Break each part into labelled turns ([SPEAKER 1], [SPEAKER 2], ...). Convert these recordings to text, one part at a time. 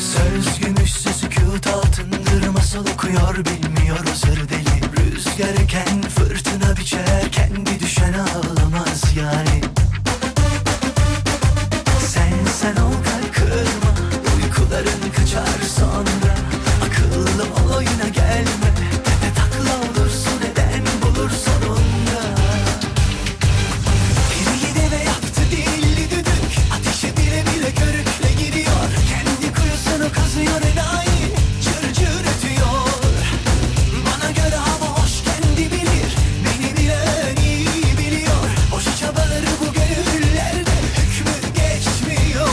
[SPEAKER 1] Söz gümüş süzüküt altındır masal okuyor bilmiyor o sarı deli Rüzgar eken fırtına biçer kendi düşen ağlamaz yani Sen sen ol kalp kırma uykuların kaçar sonra Akıllı ol oyuna gelme tepe takla olursun neden bulur sonunda Biri yine ve yaptı dilli düdük Ateşe bile bile körükle gidiyor Kendi kuyusunu kazıyor enayi Cır cır ötüyor Bana göre hava hoş kendi bilir Beni bilen iyi biliyor Boş çabaları bu gönüllerde Hükmü geçmiyor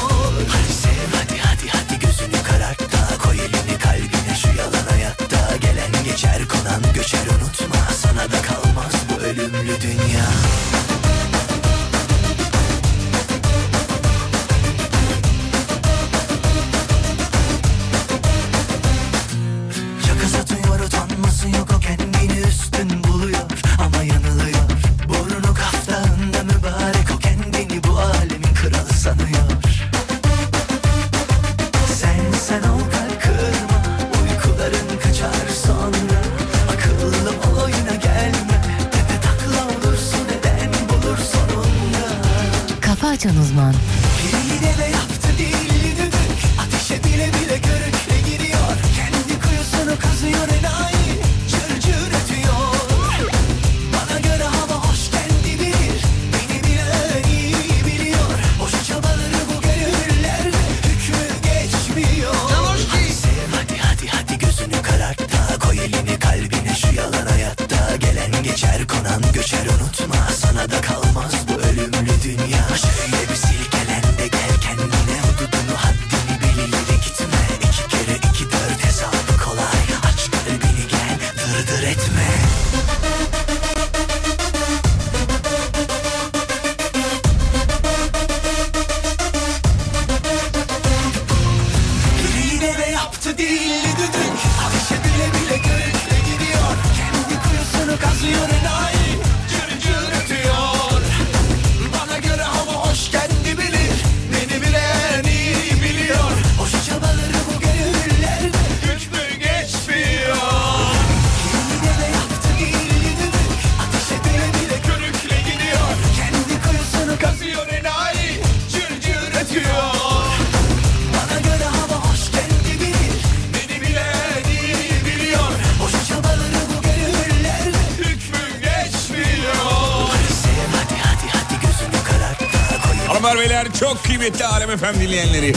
[SPEAKER 1] Hadi sev hadi hadi hadi gözünü karart da Koy elini kalbine şu yalan hayatta Gelen geçer konan göçer unutma Sana da kalmaz bu ölümlü dünya Şaka satıyor utanması yok o kendini üstün buluyor ama yanılıyor Burnu kaftağında mübarek o kendini bu alemin kralı sanıyor Sen sen ol kalp kırma uykuların kaçar sonra Akıllı ol oyuna gelme tepe takla olursun neden bulur sonunda
[SPEAKER 2] Kafa Açan Uzman
[SPEAKER 1] Yine de yaptı dilli düdük Ateşe bile bile körükle giriyor Kendi kuyusunu kazıyor enayi Cır cır ötüyor Bana göre hava hoş kendi bilir Beni bilen iyi biliyor Boş çabaları bu gönüllerde Hükmü geçmiyor Hadi sev hadi hadi hadi gözünü karart da Koy elini kalbine şu yalan hayatta Gelen geçer konan göçer unutma Sana da kalmaz bu ölümlü dünya Şöyle bir silkelen de gel kendine Hududunu haddini bil ileri gitme İki kere iki dört hesabı kolay Aç kalbini gel dırdır etme Biri yine de yaptı dilli düdük Ateşe bile bile körükle gidiyor Kendi kuyusunu kazıyor enayi Cır cır ötüyor Bana göre hava hoş kendi bilir Beni bilen iyi biliyor Boş çabaları bu gönüllerde Hükmü geçmiyor Biri yine de yaptı dilli düdük Ateşe bile bile körükle gidiyor Kendi kuyusunu kazıyor enayi Cır cır ötüyor bana göre hava hoş kendi bilir Beni bilen iyi biliyor Boş çabaları bu gönüllerde Hükmü geçmiyor Hadi sev hadi hadi hadi gözünü karartta Koy
[SPEAKER 3] Hanımlar beyler çok kıymetli Alem Efem dinleyenleri.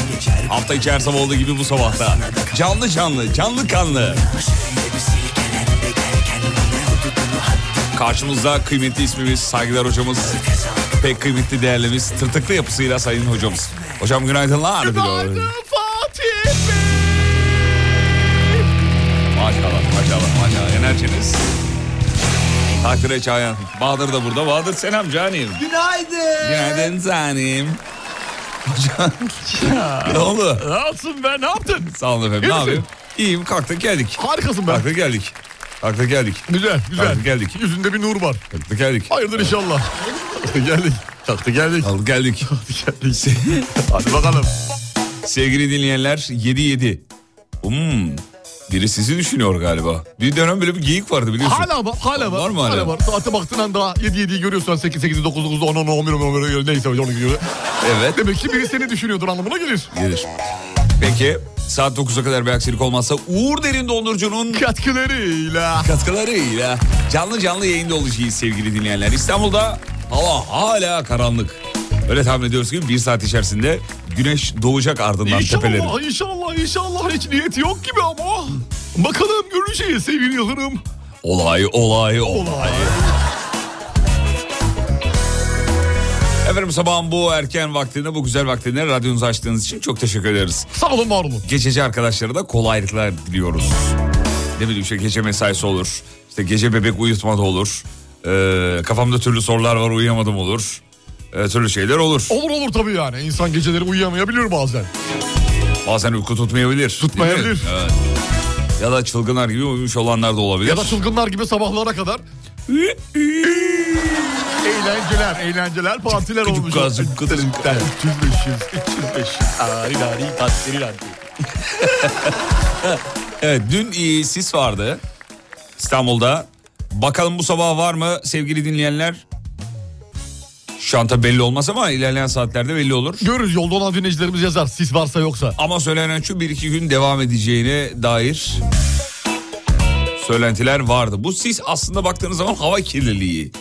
[SPEAKER 3] Hafta içi her sabah olduğu gibi bu sabahta. Canlı canlı, canlı kanlı.
[SPEAKER 1] şöyle bir silkelen de gel kendine Hududunu haddini
[SPEAKER 3] Karşımızda kıymetli ismimiz, saygılar hocamız,
[SPEAKER 1] hesabı
[SPEAKER 3] pek kıymetli değerlimiz, tırtıklı yapısıyla sayın hocamız. Hocam günaydınlar. Günaydın Maşallah, maşallah, maşallah. Enerjiniz. Takdire çayan. Bahadır da burada. Bahadır selam canim.
[SPEAKER 4] Günaydın.
[SPEAKER 3] Günaydın canim. Hocam. ne oldu?
[SPEAKER 4] Nasılsın be ne yaptın?
[SPEAKER 3] Sağ olun efendim.
[SPEAKER 4] İyi
[SPEAKER 3] ne
[SPEAKER 4] misin?
[SPEAKER 3] yapayım? İyiyim kalktık geldik.
[SPEAKER 4] Harikasın be.
[SPEAKER 3] Kalktık geldik. Kalktık geldik.
[SPEAKER 4] Güzel güzel.
[SPEAKER 3] Kalktık geldik.
[SPEAKER 4] Yüzünde bir nur var.
[SPEAKER 3] Kalktık geldik.
[SPEAKER 4] Hayırdır inşallah. Kalktı geldik. Kalktı geldik.
[SPEAKER 3] Kalktık geldik.
[SPEAKER 4] Kalktı geldik. Hadi bakalım.
[SPEAKER 3] Sevgili dinleyenler 7-7. Hmm. Biri sizi düşünüyor galiba. Bir dönem böyle bir geyik vardı biliyorsun.
[SPEAKER 4] Hala var. Hala var.
[SPEAKER 3] Var mı hala?
[SPEAKER 4] var. Saate baktığın an daha 7 7'yi görüyorsan 8 8 9 9 10 10 11 11 11 11 neyse onu görüyor.
[SPEAKER 3] Evet.
[SPEAKER 4] Demek ki biri seni düşünüyordur anlamına gelir.
[SPEAKER 3] Gelir. Peki saat 9'a kadar bir aksilik olmazsa Uğur Derin Dondurucu'nun
[SPEAKER 4] Katkılarıyla.
[SPEAKER 3] katkılarıyla canlı canlı yayında olacağız sevgili dinleyenler. İstanbul'da hava hala karanlık. Öyle tahmin ediyoruz ki bir saat içerisinde güneş doğacak ardından tepelerin.
[SPEAKER 4] İnşallah inşallah inşallah hiç niyeti yok gibi ama. Bakalım göreceğiz sevgili Yıldırım.
[SPEAKER 3] Olay olay olay.
[SPEAKER 4] Olay.
[SPEAKER 3] Efendim sabahın bu erken vaktinde, bu güzel vaktinde radyonuzu açtığınız için çok teşekkür ederiz.
[SPEAKER 4] Sağ olun var olun.
[SPEAKER 3] Geçici arkadaşlara da kolaylıklar diliyoruz. Ne bileyim işte gece mesaisi olur, işte gece bebek uyutma da olur, ee, kafamda türlü sorular var uyuyamadım olur, Ee, türlü şeyler olur.
[SPEAKER 4] Olur olur tabii yani. İnsan geceleri uyuyamayabiliyor bazen.
[SPEAKER 3] Bazen uyku tutmayabilir. değil mi?
[SPEAKER 4] Tutmayabilir.
[SPEAKER 3] Evet. Ya da çılgınlar gibi uyumuş olanlar da olabilir.
[SPEAKER 4] Ya da çılgınlar gibi sabahlara kadar eğlenceler, eğlenceler, partiler
[SPEAKER 3] Gıcık
[SPEAKER 4] olmuş.
[SPEAKER 3] gazı, gıcık gazı.
[SPEAKER 4] 300-500, 300-500. Ari dari tatleri randi.
[SPEAKER 3] Evet dün e, sis vardı İstanbul'da. Bakalım bu sabah var mı sevgili dinleyenler? Şu an tabii belli olmaz ama ilerleyen saatlerde belli olur.
[SPEAKER 4] Görürüz yolda olan dinleyicilerimiz yazar. Sis varsa yoksa.
[SPEAKER 3] Ama söylenen şu bir iki gün devam edeceğine dair söylentiler vardı. Bu sis aslında baktığınız zaman hava kirliliği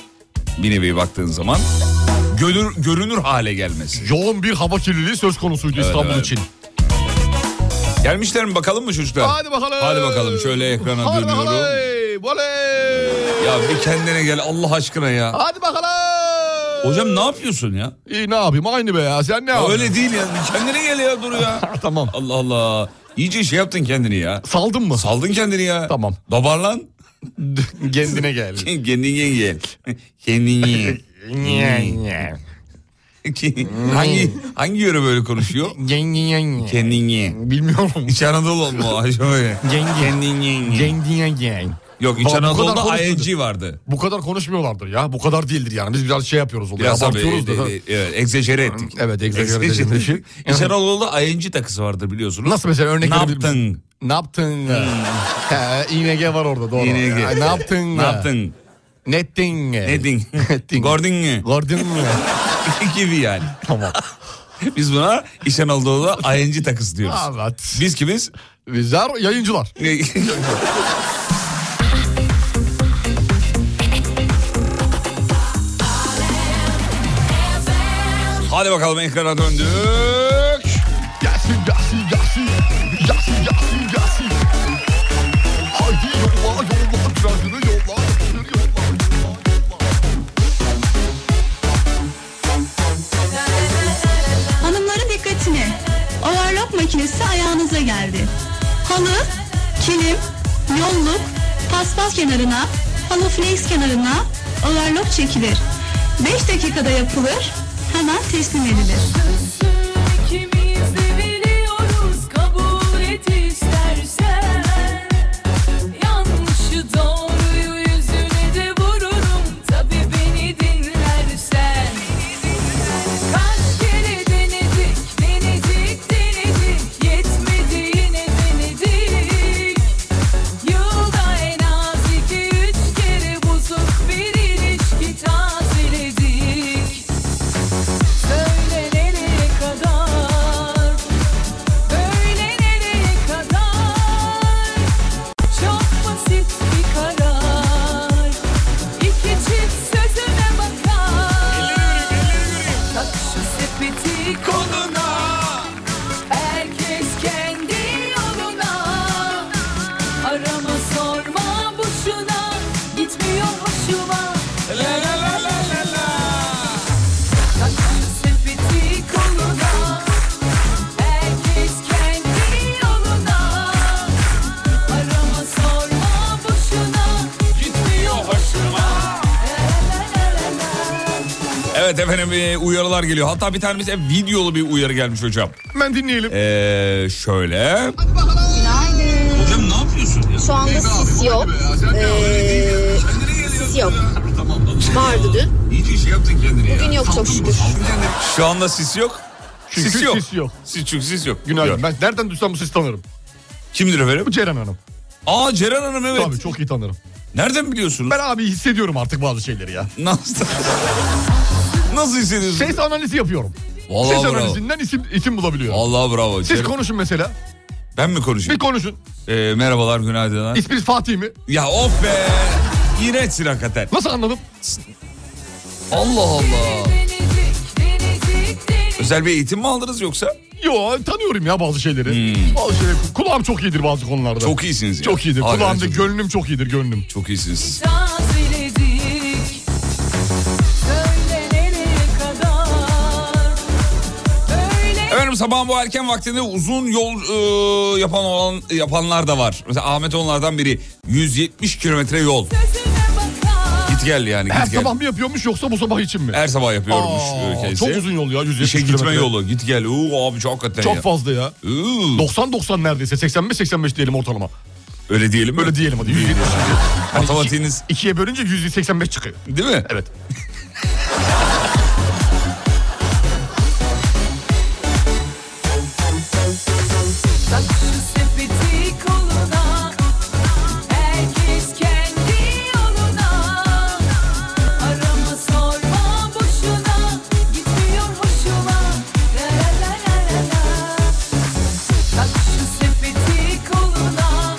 [SPEAKER 3] bir nevi baktığınız zaman görür, görünür hale gelmesi.
[SPEAKER 4] Yoğun bir hava kirliliği söz konusuydu İstanbul
[SPEAKER 3] evet.
[SPEAKER 4] için.
[SPEAKER 3] Gelmişler mi bakalım mı çocuklar?
[SPEAKER 4] Hadi bakalım.
[SPEAKER 3] Hadi bakalım şöyle ekrana
[SPEAKER 4] Hadi
[SPEAKER 3] dönüyorum.
[SPEAKER 4] bakalım. Oley.
[SPEAKER 3] Ya bir kendine gel Allah aşkına ya.
[SPEAKER 4] Hadi bakalım.
[SPEAKER 3] Hocam ne yapıyorsun ya?
[SPEAKER 4] İyi ne yapayım aynı be ya sen ne
[SPEAKER 3] Ya
[SPEAKER 4] yapıyorsun?
[SPEAKER 3] öyle değil ya. Kendine gel ya dur ya.
[SPEAKER 4] Tamam.
[SPEAKER 3] Allah Allah. İyice şey yaptın kendini ya.
[SPEAKER 4] Saldın mı?
[SPEAKER 3] Saldın kendini ya.
[SPEAKER 4] Tamam.
[SPEAKER 3] Dobarlan.
[SPEAKER 4] Kendine gel.
[SPEAKER 3] Kendine gel. Kendine. hangi hangi yöre böyle konuşuyor? Kendine.
[SPEAKER 4] Bilmiyorum.
[SPEAKER 3] İç Anadolu mu? Ay şöyle. Kendine.
[SPEAKER 4] Kendine gel.
[SPEAKER 3] Yok İç
[SPEAKER 4] Vallahi bu kadar
[SPEAKER 3] Anadolu'da
[SPEAKER 4] konuşmadı.
[SPEAKER 3] ING vardı.
[SPEAKER 4] Bu kadar konuşmuyorlardır ya. Bu kadar değildir yani. Biz biraz şey yapıyoruz. Oluyor.
[SPEAKER 3] Biraz tabii,
[SPEAKER 4] Abartıyoruz da.
[SPEAKER 3] e, e, evet, egzecere ettik.
[SPEAKER 4] Evet, egzajere edilmiş.
[SPEAKER 3] İç Anadolu'da ING takısı vardır biliyorsunuz.
[SPEAKER 4] Nasıl mesela örnek
[SPEAKER 3] Ne
[SPEAKER 4] verebilir misin?
[SPEAKER 3] yaptın?
[SPEAKER 4] Ne yaptın? Ha, İNG var orada doğru.
[SPEAKER 3] İNG.
[SPEAKER 4] Ha, Ne yaptın?
[SPEAKER 3] Ne yaptın?
[SPEAKER 4] Netting.
[SPEAKER 3] Edin.
[SPEAKER 4] Netting.
[SPEAKER 3] Gordon mu?
[SPEAKER 4] Gordon mu?
[SPEAKER 3] gibi yani.
[SPEAKER 4] Tamam.
[SPEAKER 3] Biz buna İç Anadolu'da ING takısı diyoruz.
[SPEAKER 4] Evet.
[SPEAKER 3] Biz kimiz?
[SPEAKER 4] Bizler yayıncılar.
[SPEAKER 3] Hadi bakalım ekrana döndük.
[SPEAKER 4] Gelsin gelsin gelsin. Gelsin gelsin gelsin. Haydi yolla yolla. Trendini yolla. Trendini yolla. yolla, yolla.
[SPEAKER 5] Hanımların dikkatini. Overlock makinesi ayağınıza geldi. Halı, kilim, yolluk, paspas kenarına, halı flex kenarına overlock çekilir. 5 dakikada yapılır, hemen teslim edilir.
[SPEAKER 1] İkimiz de biliyoruz kabul et istersen Yanlışı doğruyu yüzüne de vururum tabi beni dinlersen Kaç kere denedik denedik denedik yetmedi yine denedik Yılda en az iki üç kere bozuk bir ilişki tazeledik Söyle nereye kadar, böyle nereye kadar? Çok basit bir karar, iki çift sözüne bakar. Tak şu sepeti koluna, herkes kendi yoluna. Arama sorma boşuna, gitmiyor hoşuma. Sepeti koluna, herkes kendi yoluna. Arama sorma boşuna, gitmiyor hoşuma.
[SPEAKER 3] Evet efendim e, uyarılar geliyor. Hatta bir tane bize videolu bir uyarı gelmiş hocam.
[SPEAKER 4] Hemen dinleyelim.
[SPEAKER 3] Ee, şöyle.
[SPEAKER 6] Günaydın.
[SPEAKER 3] Hocam ne yapıyorsun?
[SPEAKER 6] Şu anda sis yok. Ee, sis yok. Vardı dün.
[SPEAKER 3] İyice şey yaptın kendini
[SPEAKER 6] Bugün yok çok şükür.
[SPEAKER 3] Şu anda sis yok.
[SPEAKER 4] Çünkü
[SPEAKER 3] sis yok.
[SPEAKER 4] sis yok.
[SPEAKER 3] Sis, çünkü sis yok.
[SPEAKER 4] Günaydın.
[SPEAKER 3] Yok.
[SPEAKER 4] Ben nereden duysam bu sesi tanırım.
[SPEAKER 3] Kimdir efendim?
[SPEAKER 4] Bu Ceren Hanım.
[SPEAKER 3] Aa Ceren Hanım evet.
[SPEAKER 4] Tabii çok iyi tanırım.
[SPEAKER 3] Nereden biliyorsunuz?
[SPEAKER 4] Ben abi hissediyorum artık bazı şeyleri ya.
[SPEAKER 3] Nasıl? Nasıl hissediyorsun?
[SPEAKER 4] Ses analizi yapıyorum.
[SPEAKER 3] Vallahi
[SPEAKER 4] Ses
[SPEAKER 3] bravo.
[SPEAKER 4] analizinden isim, isim bulabiliyorum.
[SPEAKER 3] Allah bravo.
[SPEAKER 4] Siz
[SPEAKER 3] Ceren-
[SPEAKER 4] konuşun mesela.
[SPEAKER 3] Ben mi
[SPEAKER 4] Bir
[SPEAKER 3] konuşayım?
[SPEAKER 4] konuşun.
[SPEAKER 3] Ee, merhabalar günaydınlar.
[SPEAKER 4] İsminiz Fatih mi?
[SPEAKER 3] Ya of be. İğrençsin hakikaten.
[SPEAKER 4] Nasıl anladım?
[SPEAKER 3] Allah Allah.
[SPEAKER 1] Denedik, denedik, denedik.
[SPEAKER 3] Özel bir eğitim mi aldınız yoksa?
[SPEAKER 4] Yo tanıyorum ya bazı şeyleri. Bazı şeyleri. Kulağım çok iyidir bazı konularda.
[SPEAKER 3] Hmm. Çok iyisiniz ya.
[SPEAKER 4] Çok iyidir.
[SPEAKER 3] Harbiden
[SPEAKER 4] Kulağımda
[SPEAKER 3] çok iyi.
[SPEAKER 4] gönlüm çok iyidir gönlüm.
[SPEAKER 3] Çok iyisiniz.
[SPEAKER 1] Tazeledik Söyle nereye kadar
[SPEAKER 3] Sanırım sabahın bu erken vaktinde uzun yol e, yapan olan yapanlar da var. Mesela Ahmet onlardan biri. 170 kilometre yol. Git gel yani git
[SPEAKER 4] Her
[SPEAKER 3] gel.
[SPEAKER 4] sabah mı yapıyormuş yoksa bu sabah için mi?
[SPEAKER 3] Her sabah yapıyormuş
[SPEAKER 4] Aa,
[SPEAKER 3] e, kendisi.
[SPEAKER 4] çok uzun yol ya 170
[SPEAKER 3] İşe
[SPEAKER 4] kilometre.
[SPEAKER 3] gitme yolu. Git gel. Oo abi çok hakikaten
[SPEAKER 4] Çok
[SPEAKER 3] ya.
[SPEAKER 4] fazla ya.
[SPEAKER 3] Oo.
[SPEAKER 4] 90-90 neredeyse. 85-85 diyelim ortalama.
[SPEAKER 3] Öyle diyelim mi?
[SPEAKER 4] Böyle diyelim hadi. 170.
[SPEAKER 3] Matematiğiniz
[SPEAKER 4] İkiye bölünce 185 çıkıyor.
[SPEAKER 3] değil mi?
[SPEAKER 4] Evet.
[SPEAKER 1] Şu sepeti koluna Herkes kendi yoluna Arama sorma boşuna Gitmiyor hoşuma La la la la la la Tak şu sepeti koluna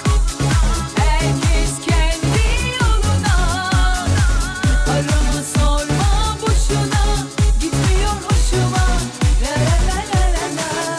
[SPEAKER 1] Herkes kendi yoluna Arama sorma boşuna Gitmiyor hoşuma La la la la la la la la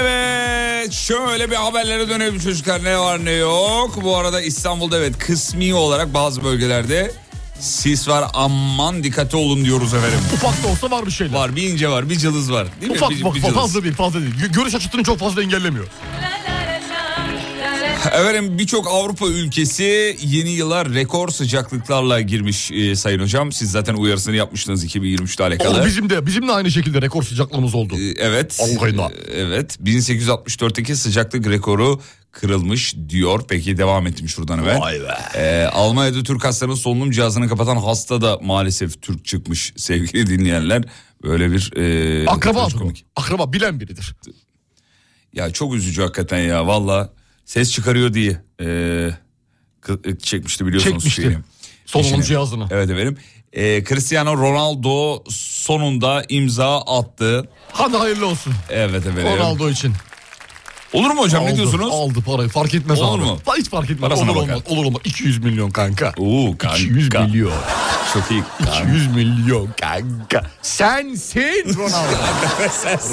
[SPEAKER 3] Evet şöyle bir haberlere dönelim çocuklar ne var ne yok. Bu arada İstanbul'da evet kısmi olarak bazı bölgelerde sis var aman dikkatli olun diyoruz efendim.
[SPEAKER 4] Ufak da olsa var bir şeyler.
[SPEAKER 3] Var bir ince var bir cılız var değil mi?
[SPEAKER 4] Ufak
[SPEAKER 3] Bir-
[SPEAKER 4] ufak
[SPEAKER 3] bir
[SPEAKER 4] ufak,
[SPEAKER 3] cılız.
[SPEAKER 4] fazla değil fazla değil. Gö- Görüş açıklığını çok fazla engellemiyor.
[SPEAKER 3] Efendim birçok Avrupa ülkesi yeni yıla rekor sıcaklıklarla girmiş e, sayın hocam. Siz zaten uyarısını yapmıştınız 2023'te alakalı.
[SPEAKER 4] O bizim de bizim de aynı şekilde rekor sıcaklığımız oldu.
[SPEAKER 3] E, Evet.
[SPEAKER 4] Allah'ına.
[SPEAKER 3] E, Evet. 1864'teki sıcaklık rekoru kırılmış diyor. Peki devam ettim şuradan hemen.
[SPEAKER 4] Vay be.
[SPEAKER 3] E, Almanya'da Türk hastanın solunum cihazını kapatan hasta da maalesef Türk çıkmış sevgili dinleyenler. Böyle bir... e,
[SPEAKER 4] Akraba
[SPEAKER 3] trajikomik.
[SPEAKER 4] adı bu. Akraba bilen biridir.
[SPEAKER 3] Ya çok üzücü hakikaten ya valla. Ses çıkarıyor diye e, kı- e, çekmişti biliyorsunuz.
[SPEAKER 4] Çekmişti.
[SPEAKER 3] şeyi.
[SPEAKER 4] Solunum
[SPEAKER 3] İşini.
[SPEAKER 4] cihazını.
[SPEAKER 3] Evet efendim. E, Cristiano Ronaldo sonunda imza attı.
[SPEAKER 4] Hadi hayırlı olsun.
[SPEAKER 3] Evet efendim.
[SPEAKER 4] Ronaldo için.
[SPEAKER 3] Olur mu hocam
[SPEAKER 4] Aldı,
[SPEAKER 3] ne diyorsunuz?
[SPEAKER 4] Aldı parayı E, fark etmez
[SPEAKER 3] Olur
[SPEAKER 4] abi.
[SPEAKER 3] mu?
[SPEAKER 4] Fa- Hiç fark etmez.
[SPEAKER 3] Parasına
[SPEAKER 4] olur
[SPEAKER 3] bakar.
[SPEAKER 4] olmaz. Olur olmaz. 200 milyon kanka.
[SPEAKER 3] Oo kanka.
[SPEAKER 4] 200 milyon.
[SPEAKER 3] Çok iyi.
[SPEAKER 4] 200 milyon kanka. Sensin Ronaldo.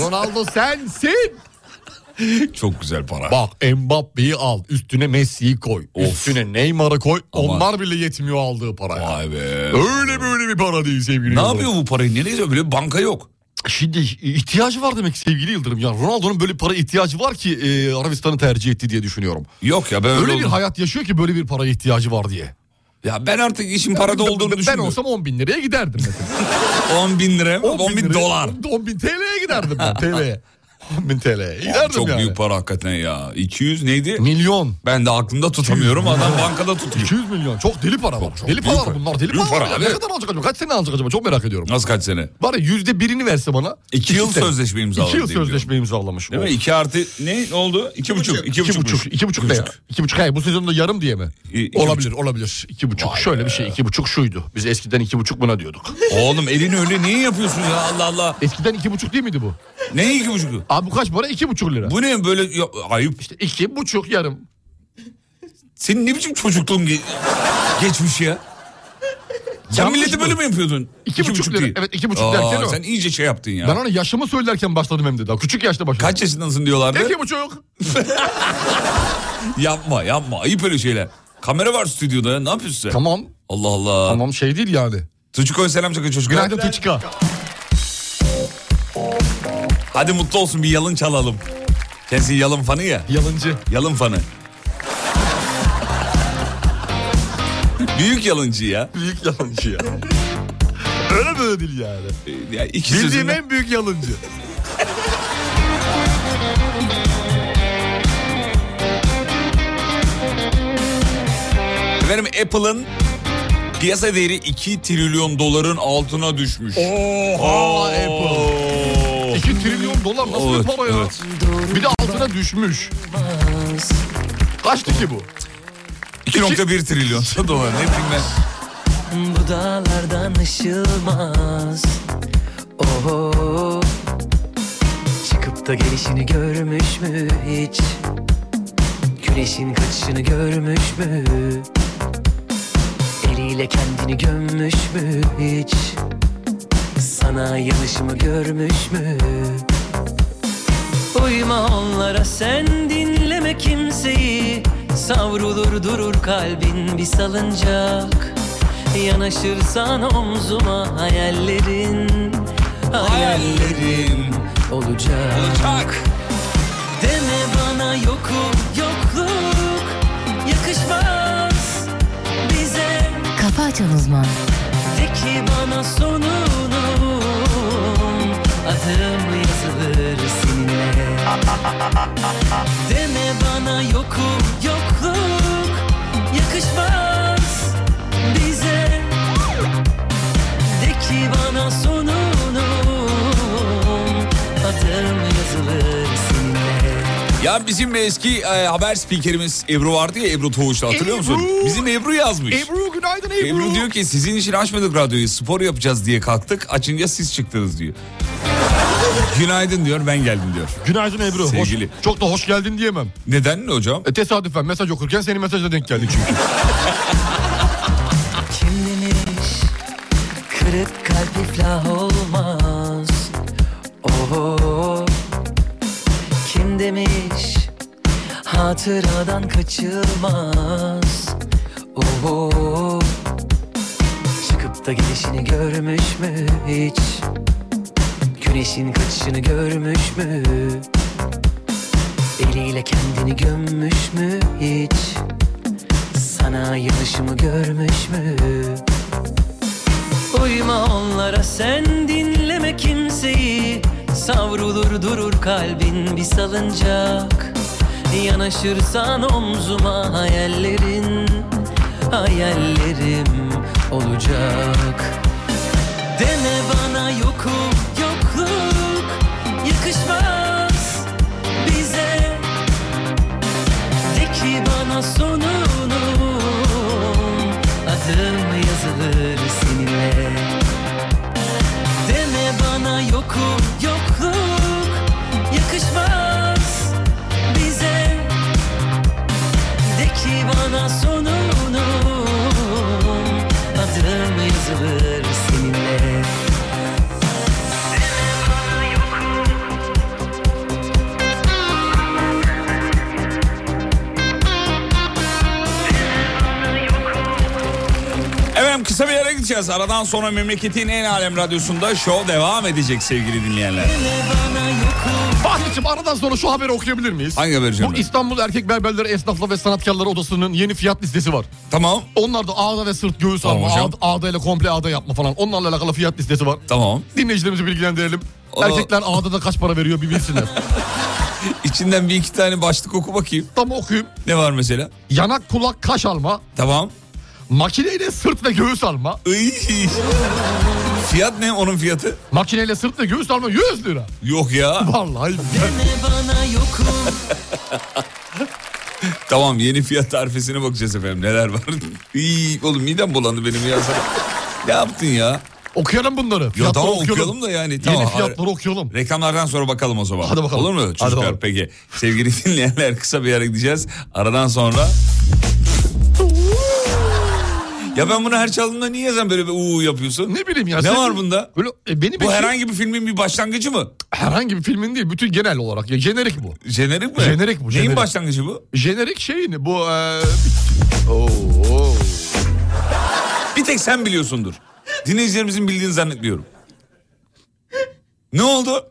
[SPEAKER 4] Ronaldo sensin.
[SPEAKER 3] Çok güzel para.
[SPEAKER 4] Bak Mbappe'yi al. Üstüne Messi'yi koy.
[SPEAKER 3] Of.
[SPEAKER 4] Üstüne Neymar'ı koy.
[SPEAKER 3] Aman.
[SPEAKER 4] Onlar bile yetmiyor aldığı paraya.
[SPEAKER 3] Vay be.
[SPEAKER 4] Öyle böyle bir para değil sevgili
[SPEAKER 3] Ee, Ne
[SPEAKER 4] Yıldırım.
[SPEAKER 3] yapıyor bu parayı? Nereye gidiyor? Böyle bir banka yok.
[SPEAKER 4] Şimdi ihtiyacı var demek ki sevgili Yıldırım. Ya Ronaldo'nun böyle bir para ihtiyacı var ki e, Arabistan'ı tercih etti diye düşünüyorum.
[SPEAKER 3] Yok ya ben öyle,
[SPEAKER 4] Öyle bir
[SPEAKER 3] oldum.
[SPEAKER 4] hayat yaşıyor ki böyle bir para ihtiyacı var diye.
[SPEAKER 3] Ya ben artık işin parada olduğunu
[SPEAKER 4] ben,
[SPEAKER 3] düşünmüyorum.
[SPEAKER 4] olsam 10 bin liraya giderdim. mesela.
[SPEAKER 3] 10 bin lira mı? 10 bin
[SPEAKER 4] liraya-
[SPEAKER 3] dolar.
[SPEAKER 4] 10 bin TL'ye giderdim ben TL'ye. 10 bin TL'ye giderdim
[SPEAKER 3] Çok
[SPEAKER 4] yani.
[SPEAKER 3] büyük para hakikaten ya. 200 neydi?
[SPEAKER 4] Milyon.
[SPEAKER 3] Ben de aklımda tutamıyorum adam bankada tutuyor.
[SPEAKER 4] 200 milyon. Çok deli para var.
[SPEAKER 3] çok
[SPEAKER 4] deli
[SPEAKER 3] büyük
[SPEAKER 4] para var
[SPEAKER 3] para.
[SPEAKER 4] bunlar. Deli
[SPEAKER 3] Büyük
[SPEAKER 4] para,
[SPEAKER 3] para
[SPEAKER 4] var.
[SPEAKER 3] abi.
[SPEAKER 4] Ya. Ne kadar alacak acaba? Kaç sene alacak acaba? Çok merak ediyorum.
[SPEAKER 3] Nasıl kaç sene?
[SPEAKER 4] Bari yüzde birini verse bana.
[SPEAKER 3] İki yıl
[SPEAKER 4] sene.
[SPEAKER 3] sözleşme imzaladı
[SPEAKER 4] İki yıl
[SPEAKER 3] diye biliyorum.
[SPEAKER 4] sözleşme imzalamış.
[SPEAKER 3] Değil mi?
[SPEAKER 4] Of.
[SPEAKER 3] 2 artı ne? Ne oldu? 2,5. buçuk.
[SPEAKER 4] İki buçuk. İki buçuk ne ya? İki buçuk. Hayır bu sezonda yarım diye mi?
[SPEAKER 3] İ- iki
[SPEAKER 4] olabilir olabilir. İki buçuk.
[SPEAKER 3] Vay
[SPEAKER 4] Şöyle bir şey. iki buçuk şuydu. Biz eskiden iki buçuk buna diyorduk.
[SPEAKER 3] Oğlum elini öyle niye yapıyorsun ya Allah Allah.
[SPEAKER 4] eskiden iki buçuk değil miydi bu?
[SPEAKER 3] Ne iki buçuk?
[SPEAKER 4] Abi bu kaç para? İki buçuk lira.
[SPEAKER 3] Bu ne böyle ya- ayıp.
[SPEAKER 4] İşte iki buçuk yarım.
[SPEAKER 3] Senin ne biçim çocukluğun ge- geçmiş ya? Sen
[SPEAKER 4] Yanlış
[SPEAKER 3] milleti
[SPEAKER 4] mı?
[SPEAKER 3] böyle mi yapıyordun?
[SPEAKER 4] İki buçuk lira.
[SPEAKER 3] değil.
[SPEAKER 4] Evet, iki buçuk derken o.
[SPEAKER 3] Sen iyice şey yaptın ya.
[SPEAKER 4] Ben ona yaşımı söylerken başladım hem de daha. Küçük yaşta başladım.
[SPEAKER 3] Kaç yaşındasın diyorlardı.
[SPEAKER 4] İki buçuk.
[SPEAKER 3] Yapma yapma ayıp öyle şeyler. Kamera var stüdyoda ya ne yapıyorsun sen?
[SPEAKER 4] Tamam.
[SPEAKER 3] Allah Allah.
[SPEAKER 4] Tamam şey değil yani.
[SPEAKER 3] Tuçiko'ya selam çakın çocuklar.
[SPEAKER 4] Günaydın Tuçka.
[SPEAKER 3] Hadi mutlu olsun bir yalın çalalım. Kendisi yalın fanı ya.
[SPEAKER 4] Yalancı.
[SPEAKER 3] Yalın fanı. Büyük yalıncı ya.
[SPEAKER 4] Büyük yalancı ya. Öyle böyle değil yani.
[SPEAKER 3] Ee, ya iki
[SPEAKER 4] Bildiğim
[SPEAKER 3] sözünde-
[SPEAKER 4] en büyük yalancı.
[SPEAKER 3] Efendim Apple'ın piyasa değeri 2 trilyon doların altına düşmüş.
[SPEAKER 4] Oha Apple.
[SPEAKER 3] Oo.
[SPEAKER 4] 2 trilyon dolar nasıl
[SPEAKER 3] Evet,
[SPEAKER 4] bir para ya?
[SPEAKER 3] evet.
[SPEAKER 4] Bir de altına düşmüş. Kaçtı ki bu?
[SPEAKER 3] 2.1 trilyon dolar ne bileyim ben.
[SPEAKER 7] Bu dağlardan Oh, aşılmaz Oho Çıkıp da gelişini görmüş mü hiç Güneşin kaçışını görmüş mü Eliyle kendini gömmüş mü hiç Sana yanışımı görmüş mü Uyma onlara sen dinleme kimseyi Savrulur durur kalbin bir salıncak Yanaşırsan omzuma hayallerin Hayallerin olacak
[SPEAKER 3] Olacak.
[SPEAKER 7] Deme bana yokum yokluk Yakışmaz bize
[SPEAKER 2] Kafa Açan Uzman.
[SPEAKER 7] De ki bana sonunu Adım yazılır seninle Deme bana yokum yokluk Yakışmaz bize De ki bana sonunu Adım yazılır seninle
[SPEAKER 3] Ya bizim eski e, haber spikerimiz Ebru vardı ya Ebru Toğuş'ta hatırlıyor
[SPEAKER 4] Ebru!
[SPEAKER 3] musun? Bizim Ebru yazmış.
[SPEAKER 4] Ebru günaydın Ebru.
[SPEAKER 3] Ebru diyor ki sizin için açmadık radyoyu spor yapacağız diye kalktık açınca siz çıktınız diyor. Günaydın diyor ben geldim diyor.
[SPEAKER 4] Günaydın Ebru. Hoş-
[SPEAKER 3] Sevgili.
[SPEAKER 4] çok da hoş geldin diyemem.
[SPEAKER 3] Neden hocam?
[SPEAKER 4] E, tesadüfen mesaj okurken senin mesajla denk geldik çünkü.
[SPEAKER 7] Kim demiş kırık kalp iflah olmaz Oho Kim demiş hatıradan kaçılmaz Oho Çıkıp da gelişini görmüş mü hiç Güneşin kaçışını görmüş mü Eliyle kendini gömmüş mü hiç sana yanışımı görmüş mü? Uyma onlara sen dinleme kimseyi Savrulur durur kalbin bir salıncak Yanaşırsan omzuma hayallerin Hayallerim olacak Deme bana yokum yokluk Yakışmaz bize de ki bana sonunu Adım yazılır seninle Deme bana yokum yokluk Yakışmaz bize De ki bana sonunu Adım yazılır seninle
[SPEAKER 3] Efendim kısa bir yere gideceğiz. Aradan sonra memleketin en alem radyosunda show devam edecek sevgili dinleyenler.
[SPEAKER 4] Fatih'cim aradan sonra şu haberi okuyabilir miyiz?
[SPEAKER 3] Hangi haberi canım?
[SPEAKER 4] Bu İstanbul Erkek Berberleri Esnaflı ve Sanatkarları Odası'nın yeni fiyat listesi var.
[SPEAKER 3] Tamam.
[SPEAKER 4] Onlar da ağda ve sırt göğüs
[SPEAKER 3] Tamam
[SPEAKER 4] alma,
[SPEAKER 3] hocam.
[SPEAKER 4] ağda, ağdayla komple ağda yapma falan. Onlarla alakalı fiyat listesi var.
[SPEAKER 3] Tamam.
[SPEAKER 4] Dinleyicilerimizi bilgilendirelim.
[SPEAKER 3] O-
[SPEAKER 4] Erkekler ağda da kaç para veriyor bir bilsinler.
[SPEAKER 3] İçinden bir iki tane başlık oku bakayım.
[SPEAKER 4] Tam okuyayım.
[SPEAKER 3] Ne var mesela?
[SPEAKER 4] Yanak, kulak, kaş alma.
[SPEAKER 3] Tamam.
[SPEAKER 4] Makineyle sırt ve göğüs alma.
[SPEAKER 3] Iy. Fiyat ne onun fiyatı?
[SPEAKER 4] Makineyle sırt ve göğüs alma 100 lira.
[SPEAKER 3] Yok ya.
[SPEAKER 4] Vallahi
[SPEAKER 7] Deme bana yokum
[SPEAKER 3] Tamam yeni fiyat tarifesine bakacağız efendim. Neler var? İyi oğlum midem bulandı benim ya. Sana- ne yaptın ya?
[SPEAKER 4] okuyalım bunları.
[SPEAKER 3] Ya
[SPEAKER 4] Fiyatları
[SPEAKER 3] tamam okuyalım da yani. Tamam,
[SPEAKER 4] Yeni
[SPEAKER 3] har-
[SPEAKER 4] fiyatları okuyalım.
[SPEAKER 3] Reklamlardan sonra bakalım o zaman.
[SPEAKER 4] Hadi bakalım.
[SPEAKER 3] Olur mu
[SPEAKER 4] Hadi
[SPEAKER 3] çocuklar
[SPEAKER 4] bakalım.
[SPEAKER 3] peki? Sevgili dinleyenler kısa bir yere gideceğiz. Aradan sonra... Ya ben bunu her çaldığımda niye sen böyle bir uuu yapıyorsun?
[SPEAKER 4] Ne bileyim ya.
[SPEAKER 3] Ne
[SPEAKER 4] sen-
[SPEAKER 3] var bunda?
[SPEAKER 4] Böyle, e, beni
[SPEAKER 3] Bu
[SPEAKER 4] bekliyor-
[SPEAKER 3] herhangi bir filmin bir başlangıcı mı?
[SPEAKER 4] herhangi bir filmin değil. Bütün genel olarak. Ya, jenerik bu.
[SPEAKER 3] Jenerik mi?
[SPEAKER 4] Jenerik bu,
[SPEAKER 3] Neyin
[SPEAKER 4] jenerik.
[SPEAKER 3] başlangıcı bu?
[SPEAKER 4] Jenerik şeyini bu... E... Oo.
[SPEAKER 3] Bir tek sen biliyorsundur. Dinleyicilerimizin bildiğini zannetmiyorum. Ne oldu?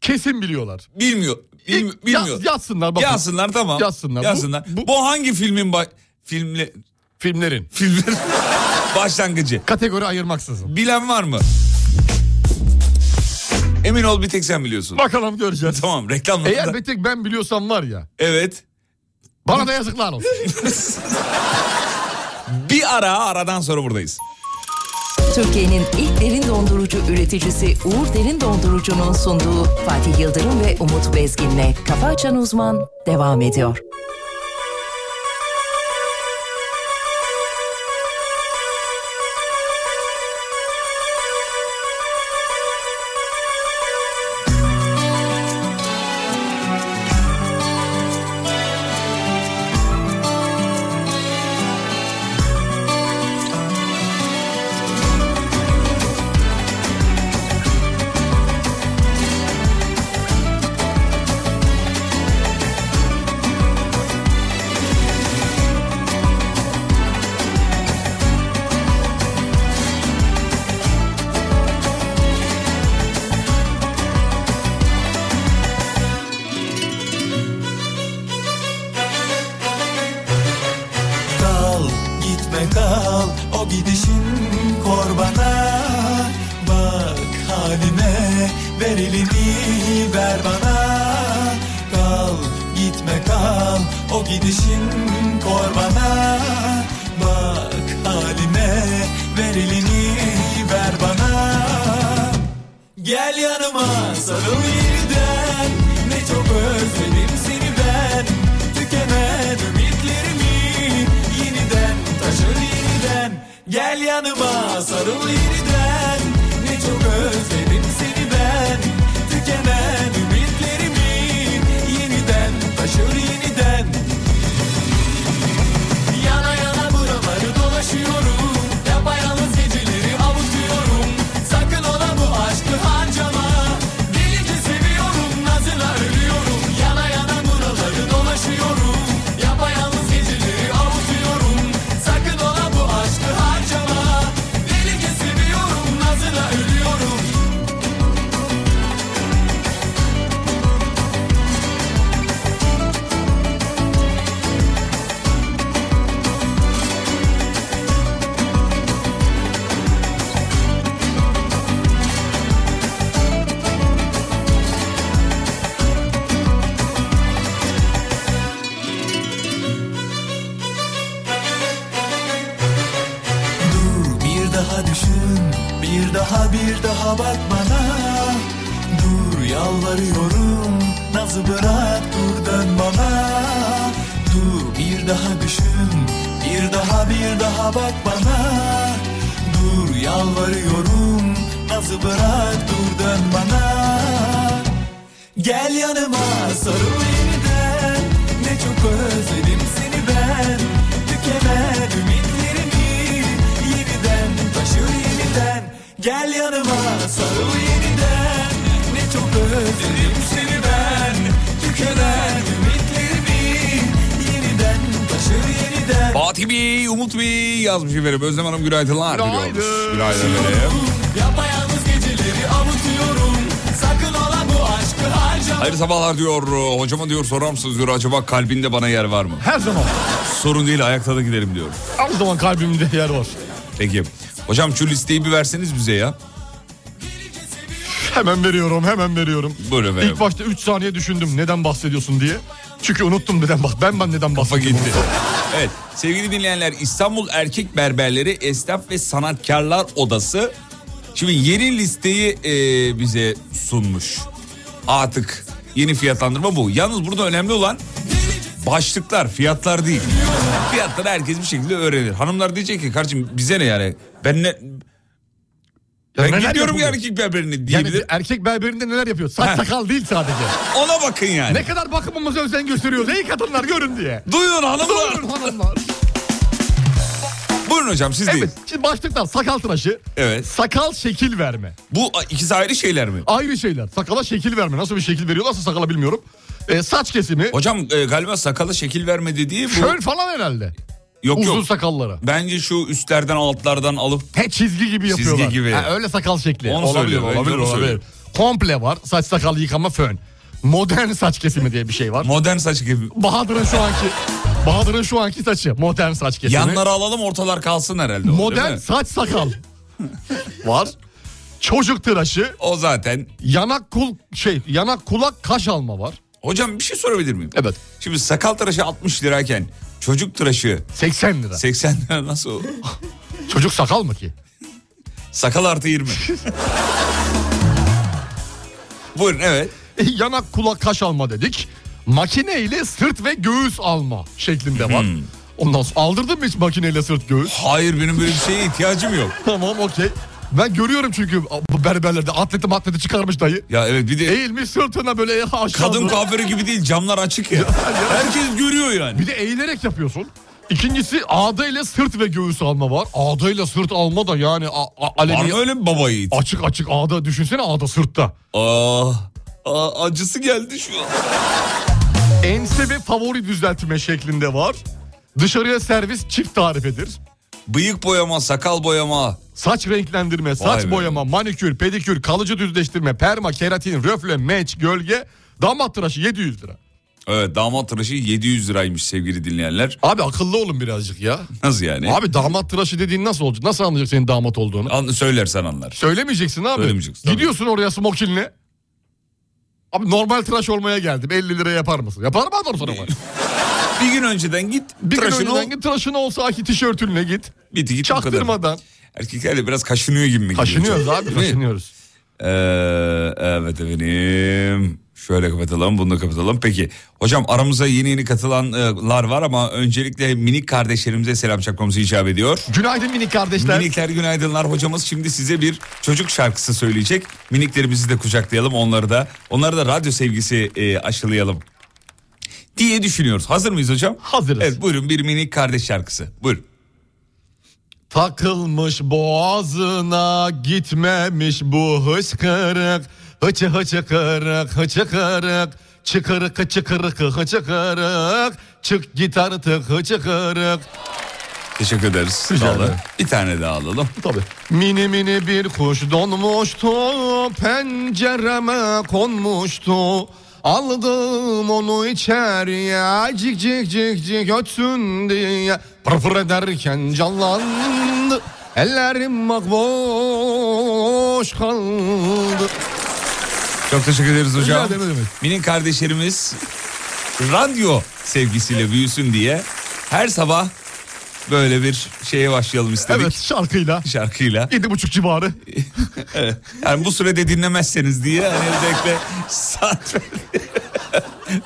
[SPEAKER 4] Kesin biliyorlar.
[SPEAKER 3] Bilmiyor. Bilmi-
[SPEAKER 4] İlk-
[SPEAKER 3] bilmiyor.
[SPEAKER 4] yaz- yazsınlar bakın.
[SPEAKER 3] Yazsınlar tamam.
[SPEAKER 4] Yazsınlar. Bu-
[SPEAKER 3] Yazsınlar. Bu,
[SPEAKER 4] bu-
[SPEAKER 3] hangi filmin ba- filmle
[SPEAKER 4] Filmlerin.
[SPEAKER 3] filmin başlangıcı?
[SPEAKER 4] Kategori ayırmaksızın.
[SPEAKER 3] Bilen var mı? Emin ol bir tek sen biliyorsun.
[SPEAKER 4] Bakalım göreceğiz.
[SPEAKER 3] Tamam reklamlarda.
[SPEAKER 4] Eğer bir tek ben biliyorsam var ya.
[SPEAKER 3] Evet.
[SPEAKER 4] Bana da yazıklar olsun.
[SPEAKER 3] Bir ara aradan sonra buradayız.
[SPEAKER 2] Türkiye'nin ilk derin dondurucu üreticisi Uğur Derin Dondurucu'nun sunduğu Fatih Yıldırım ve Umut Bezgin'le Kafa Açan Uzman devam ediyor.
[SPEAKER 1] gidişin torbana Bak halime ver elini ver bana Gel yanıma sarıl yeniden Ne çok özledim seni ben Tükemen ümitlerimi yeniden taşır yeniden Gel yanıma sarıl yeniden Ne çok özledim seni ben Tükenen ümitlerimi yeniden taşır yeniden Yana yana buraları dolaşıyorum Yapayalnız geceleri avutuyorum Sakın ola bu aşkı harcama Delice seviyorum nazına ölüyorum Yana yana buraları dolaşıyorum Yapayalnız geceleri avutuyorum Sakın ola bu aşkı harcama Delice seviyorum nazına ölüyorum Dur bir daha düşün Bir daha bir daha bak bana Dur yalvarıyorum Nazı bırak dur dön bana Dur bir daha düşün Bir daha bir daha bak bana Dur yalvarıyorum Nazı bırak dur dön bana Gel yanıma sarıl yeniden Ne çok özledim seni ben Tükemen ümitlerimi Yeniden taşır yeniden Gel yanıma sarıl yeniden Ne çok özledim seni ben Tükenen ümitlerimi Yeniden taşır yeniden
[SPEAKER 3] Fatih Bey, Umut Bey yazmış efendim. Özlem Hanım günaydınlar
[SPEAKER 4] Günaydın.
[SPEAKER 3] diliyoruz. Günaydın efendim.
[SPEAKER 1] Yapayalnız geceleri avutuyorum Sakın ola bu aşkı harcama
[SPEAKER 3] Hayırlı sabahlar diyor. Hocama diyor sorar mısınız diyor. Acaba kalbinde bana yer var mı?
[SPEAKER 4] Her zaman.
[SPEAKER 3] Sorun değil ayakta da giderim diyor.
[SPEAKER 4] Her zaman kalbimde yer var.
[SPEAKER 3] Peki. Hocam şu listeyi bir verseniz bize ya.
[SPEAKER 4] Hemen veriyorum hemen veriyorum.
[SPEAKER 3] Buyurun efendim.
[SPEAKER 4] İlk başta 3 saniye düşündüm neden bahsediyorsun diye. Çünkü unuttum neden bah ben ben neden
[SPEAKER 3] Kafa
[SPEAKER 4] bahsettim.
[SPEAKER 3] gitti. Evet sevgili dinleyenler İstanbul Erkek Berberleri Esnaf ve Sanatkarlar Odası şimdi yeni listeyi e, bize sunmuş. Artık yeni fiyatlandırma bu. Yalnız burada önemli olan başlıklar fiyatlar değil. Fiyatları herkes bir şekilde öğrenir. Hanımlar diyecek ki kardeşim bize ne yani ben ne... Ben
[SPEAKER 4] neler
[SPEAKER 3] gidiyorum
[SPEAKER 4] yapılıyor?
[SPEAKER 3] yani erkek berberine
[SPEAKER 4] Yani
[SPEAKER 3] diyebilir.
[SPEAKER 4] bir erkek berberinde neler yapıyor? Saç
[SPEAKER 3] Ha.
[SPEAKER 4] sakal değil sadece.
[SPEAKER 3] Ona bakın yani.
[SPEAKER 4] Ne kadar bakımımıza özen gösteriyoruz ey kadınlar görün diye.
[SPEAKER 3] Duyun hanımlar.
[SPEAKER 4] Doğru hanımlar.
[SPEAKER 3] Buyurun hocam siz deyin.
[SPEAKER 4] Evet şimdi başlıklar sakal tıraşı.
[SPEAKER 3] Evet.
[SPEAKER 4] Sakal şekil verme.
[SPEAKER 3] Bu ikisi ayrı şeyler mi?
[SPEAKER 4] Ayrı şeyler. Sakala şekil verme. Nasıl bir şekil veriyorlarsa sakala bilmiyorum. Ee, saç kesimi.
[SPEAKER 3] Hocam e, galiba sakala şekil verme dediği bu.
[SPEAKER 4] Fön falan herhalde.
[SPEAKER 3] yok
[SPEAKER 4] Uzun
[SPEAKER 3] yok.
[SPEAKER 4] sakallara.
[SPEAKER 3] Bence şu üstlerden altlardan alıp
[SPEAKER 4] He çizgi gibi
[SPEAKER 3] Çizgi
[SPEAKER 4] yapıyorlar.
[SPEAKER 3] gibi.
[SPEAKER 4] Ha, öyle sakal şekli.
[SPEAKER 3] Onu
[SPEAKER 4] olabilir,
[SPEAKER 3] söylüyor, bence
[SPEAKER 4] olabilir,
[SPEAKER 3] onu
[SPEAKER 4] olabilir.
[SPEAKER 3] söylüyor.
[SPEAKER 4] Komple var. Saç sakal yıkama fön. Modern saç kesimi diye bir şey var.
[SPEAKER 3] modern saç gibi.
[SPEAKER 4] Bahadır'ın şu anki Bahadır'ın şu anki saçı. Modern saç kesimi.
[SPEAKER 3] Yanları alalım ortalar kalsın herhalde. o, değil
[SPEAKER 4] Modern
[SPEAKER 3] mi?
[SPEAKER 4] saç sakal. var. Çocuk tıraşı,
[SPEAKER 3] O zaten.
[SPEAKER 4] yanak kul şey, yanak kulak kaş alma var.
[SPEAKER 3] Hocam bir şey sorabilir miyim?
[SPEAKER 4] Evet.
[SPEAKER 3] Şimdi sakal tıraşı 60 lirayken çocuk tıraşı
[SPEAKER 4] 80 lira.
[SPEAKER 3] 80 lira nasıl? olur?
[SPEAKER 4] Çocuk sakal mı ki?
[SPEAKER 3] Sakal artı 20. Buyurun evet.
[SPEAKER 4] E, yanak kulak kaş alma dedik. Makine ile sırt ve göğüs alma şeklinde var. Ondan sonra aldırdın mı hiç makineyle sırt göğüs?
[SPEAKER 3] Hmm. Hayır benim böyle bir şeye ihtiyacım yok.
[SPEAKER 4] tamam okey. Ben görüyorum çünkü bu berberlerde atleti matleti çıkarmış dayı.
[SPEAKER 3] Ya evet bir de
[SPEAKER 4] Eğilmiş sırtına böyle eh, aşağı
[SPEAKER 3] kadın
[SPEAKER 4] doğru.
[SPEAKER 3] kuaförü gibi değil camlar açık ya. Herkes görüyor yani.
[SPEAKER 4] Bir de eğilerek yapıyorsun. İkincisi ağda ile sırt ve göğüs alma var. Ağda ile sırt alma da yani a- a-
[SPEAKER 3] Var
[SPEAKER 4] aleni
[SPEAKER 3] mı öyle bir baba yiğit?
[SPEAKER 4] açık açık ağda düşünsene ağda sırtta.
[SPEAKER 3] Aa, aa, acısı geldi şu an.
[SPEAKER 4] Ense ve favori düzeltme şeklinde var. Dışarıya servis çift tarifedir.
[SPEAKER 3] Bıyık boyama, sakal boyama.
[SPEAKER 4] Saç renklendirme, saç
[SPEAKER 3] be.
[SPEAKER 4] boyama, manikür, pedikür, kalıcı düzleştirme, perma, keratin, röfle, meç, gölge, damat tıraşı 700 lira.
[SPEAKER 3] Evet damat tıraşı 700 liraymış sevgili dinleyenler.
[SPEAKER 4] Abi akıllı olun birazcık ya.
[SPEAKER 3] Nasıl yani?
[SPEAKER 4] Abi damat tıraşı dediğin nasıl olacak? Nasıl anlayacak senin damat olduğunu?
[SPEAKER 3] An- söylersen anlar.
[SPEAKER 4] Söylemeyeceksin abi.
[SPEAKER 3] Söylemeyeceksin, tabii.
[SPEAKER 4] Gidiyorsun oraya smokinle. Abi normal tıraş olmaya geldim. 50 lira yapar mısın? Yapar mı adam sana?
[SPEAKER 3] bir gün önceden git.
[SPEAKER 4] Bir gün
[SPEAKER 3] tıraşını
[SPEAKER 4] önceden
[SPEAKER 3] ol.
[SPEAKER 4] git tıraşın olsa ki tişörtünle git.
[SPEAKER 3] Bitti git bu kadar.
[SPEAKER 4] Çaktırmadan.
[SPEAKER 3] Erkekler de biraz kaşınıyor gibi mi?
[SPEAKER 4] Kaşınıyoruz
[SPEAKER 3] gidiyor?
[SPEAKER 4] abi
[SPEAKER 3] Değil mi?
[SPEAKER 4] kaşınıyoruz.
[SPEAKER 3] Ee, evet efendim. Şöyle kapatalım bunu da kapatalım. Peki hocam aramıza yeni yeni katılanlar var ama öncelikle minik kardeşlerimize selam çakmamızı icap ediyor.
[SPEAKER 4] Günaydın minik kardeşler.
[SPEAKER 3] Minikler günaydınlar hocamız şimdi size bir çocuk şarkısı söyleyecek. Miniklerimizi de kucaklayalım onları da. Onları da radyo sevgisi e, aşılayalım diye düşünüyoruz. Hazır mıyız hocam?
[SPEAKER 4] Hazırız.
[SPEAKER 3] Evet buyurun bir minik kardeş şarkısı. Buyurun.
[SPEAKER 4] Takılmış boğazına gitmemiş bu hıçkırık Hıçı hıçı kırık hıçı kırık Çıkırık hıçı kırık hıçı kırık Çık git artık hıçı kırık
[SPEAKER 3] Teşekkür ederiz. Sağ olun. Bir tane daha alalım.
[SPEAKER 4] Tabii. Mini mini bir kuş donmuştu pencereme konmuştu Aldım onu içeriye cik cik cik cik ötsün diye Pır pır ederken canlandı Ellerim makboş kaldı
[SPEAKER 3] Çok teşekkür ederiz
[SPEAKER 4] Rica
[SPEAKER 3] hocam.
[SPEAKER 4] ederim, ne demek.
[SPEAKER 3] Minin kardeşlerimiz radyo sevgisiyle büyüsün diye her sabah böyle bir şeye başlayalım istedik
[SPEAKER 4] Evet şarkıyla
[SPEAKER 3] şarkıyla.
[SPEAKER 4] Yedi buçuk civarı
[SPEAKER 3] Evet. Yani bu sürede dinlemezseniz diye hani özellikle saat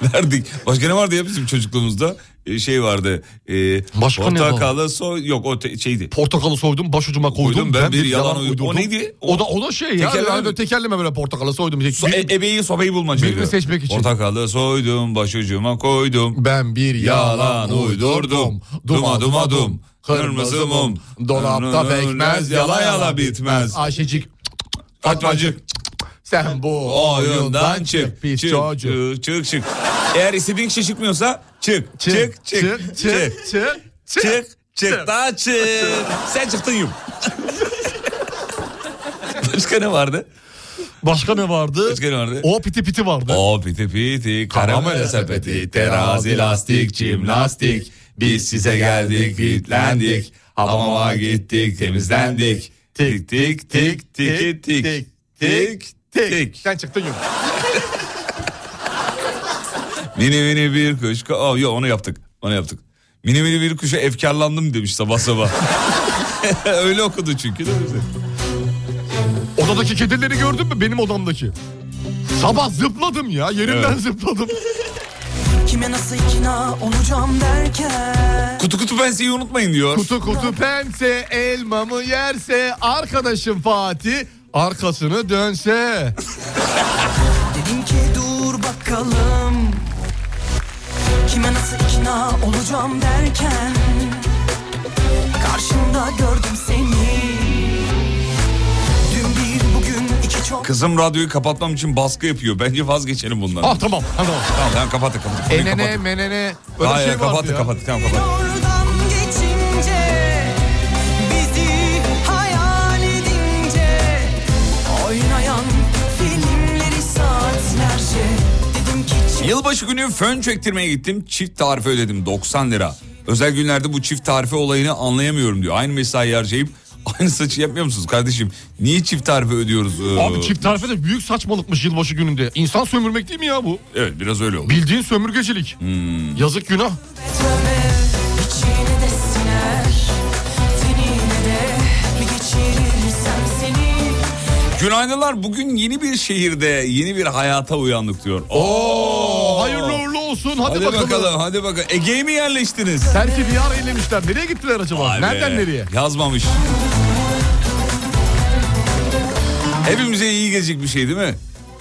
[SPEAKER 3] verdik. Başka ne vardı ya bizim çocukluğumuzda? Ee, Şey vardı. E,
[SPEAKER 4] Başka ne
[SPEAKER 3] portakalı soy yok o te- şeydi.
[SPEAKER 4] Portakalı soydum başucuma koydum.
[SPEAKER 3] Koydum, ben bir yalan uydurdum. O neydi?
[SPEAKER 4] O, da, o da şey ya.
[SPEAKER 3] Tekerleme
[SPEAKER 4] yani
[SPEAKER 3] mi?
[SPEAKER 4] tekerleme böyle portakalı soydum.
[SPEAKER 3] So, e, ebeği sobayı bulmaca.
[SPEAKER 4] Birini seçmek için.
[SPEAKER 3] Portakalı soydum başucuma koydum.
[SPEAKER 4] Ben bir yalan uydurdum. Duma duma dum. Kırmızı mum. Dolapta pekmez yala yala bitmez. Ayşecik. Fatmacık. Sen bu oyundan çık pis
[SPEAKER 3] çık,
[SPEAKER 4] çocuk.
[SPEAKER 3] Çık çık çık. Eğer istediğin kişi çıkmıyorsa çık çık çık çık çık
[SPEAKER 4] çık çık.
[SPEAKER 3] çık çık daha çık. Sen çıktın yum. Başka ne vardı?
[SPEAKER 4] Başka ne vardı?
[SPEAKER 3] Başka ne vardı?
[SPEAKER 4] O piti piti vardı.
[SPEAKER 3] O piti piti karamel sepeti terazi lastik jimnastik biz size geldik fitlendik hamama gittik temizlendik tik tik tik tik tik tik tik
[SPEAKER 4] Sen çıktın yok.
[SPEAKER 3] mini mini bir kuş ko- Aa, yok onu yaptık onu yaptık mini mini bir kuşa efkarlandım demiş sabah sabah öyle okudu çünkü değil mi?
[SPEAKER 4] Odadaki kedileri gördün mü benim odamdaki? Sabah zıpladım ya yerimden
[SPEAKER 3] Evet.
[SPEAKER 4] zıpladım.
[SPEAKER 7] Kime nasıl ikna olacağım derken
[SPEAKER 3] kutu kutu penseyi unutmayın diyor
[SPEAKER 4] Kutu kutu pense elmamı yerse arkadaşım Fatih arkasını dönse.
[SPEAKER 7] Dedim ki dur bakalım Kime nasıl ikna olacağım derken Karşımda gördüm seni Dün bir bugün iki çok
[SPEAKER 3] kızım radyoyu kapatmam için baskı yapıyor bence vazgeçelim bundan
[SPEAKER 4] Ah tamam tamam.
[SPEAKER 3] tamam tamam kapattık kapattık Konuyu
[SPEAKER 4] Enene
[SPEAKER 3] kapattık.
[SPEAKER 4] menene öyle
[SPEAKER 3] Hayır,
[SPEAKER 4] şey vardı
[SPEAKER 3] kapattık
[SPEAKER 4] ya.
[SPEAKER 3] kapattık tamam kapattık
[SPEAKER 8] Oradan geçince bizi hayal edince oynayan filmleri saatlerce dedim ki
[SPEAKER 3] Yılbaşı günü fön çektirmeye gittim. Çift tarife ödedim 90 lira. Özel günlerde bu çift tarife olayını anlayamıyorum diyor. Aynı mesai harcayıp aynı saçı yapmıyor musunuz kardeşim? Niye çift tarife ödüyoruz? Ee,
[SPEAKER 4] Abi çift tarife de büyük saçmalıkmış yılbaşı gününde. İnsan sömürmek değil mi ya bu?
[SPEAKER 3] Evet biraz öyle Hmm. oldu.
[SPEAKER 4] Bildiğin sömürgecilik. Yazık günah.
[SPEAKER 8] Döve içine de siner tenine de bir geçirirsem seni
[SPEAKER 3] Günaydınlar bugün yeni bir şehirde yeni bir hayata uyandık diyor. Oo,
[SPEAKER 4] Hayırlı uğurlu olsun hadi,
[SPEAKER 3] Hadi bakalım.
[SPEAKER 4] bakalım.
[SPEAKER 3] hadi bakalım. Ege'ye mi yerleştiniz?
[SPEAKER 4] Terki bir yer eylemişler. Nereye gittiler acaba?
[SPEAKER 3] Vay be.
[SPEAKER 4] Nereden nereye?
[SPEAKER 3] Yazmamış. Hepimize iyi gelecek bir şey değil mi?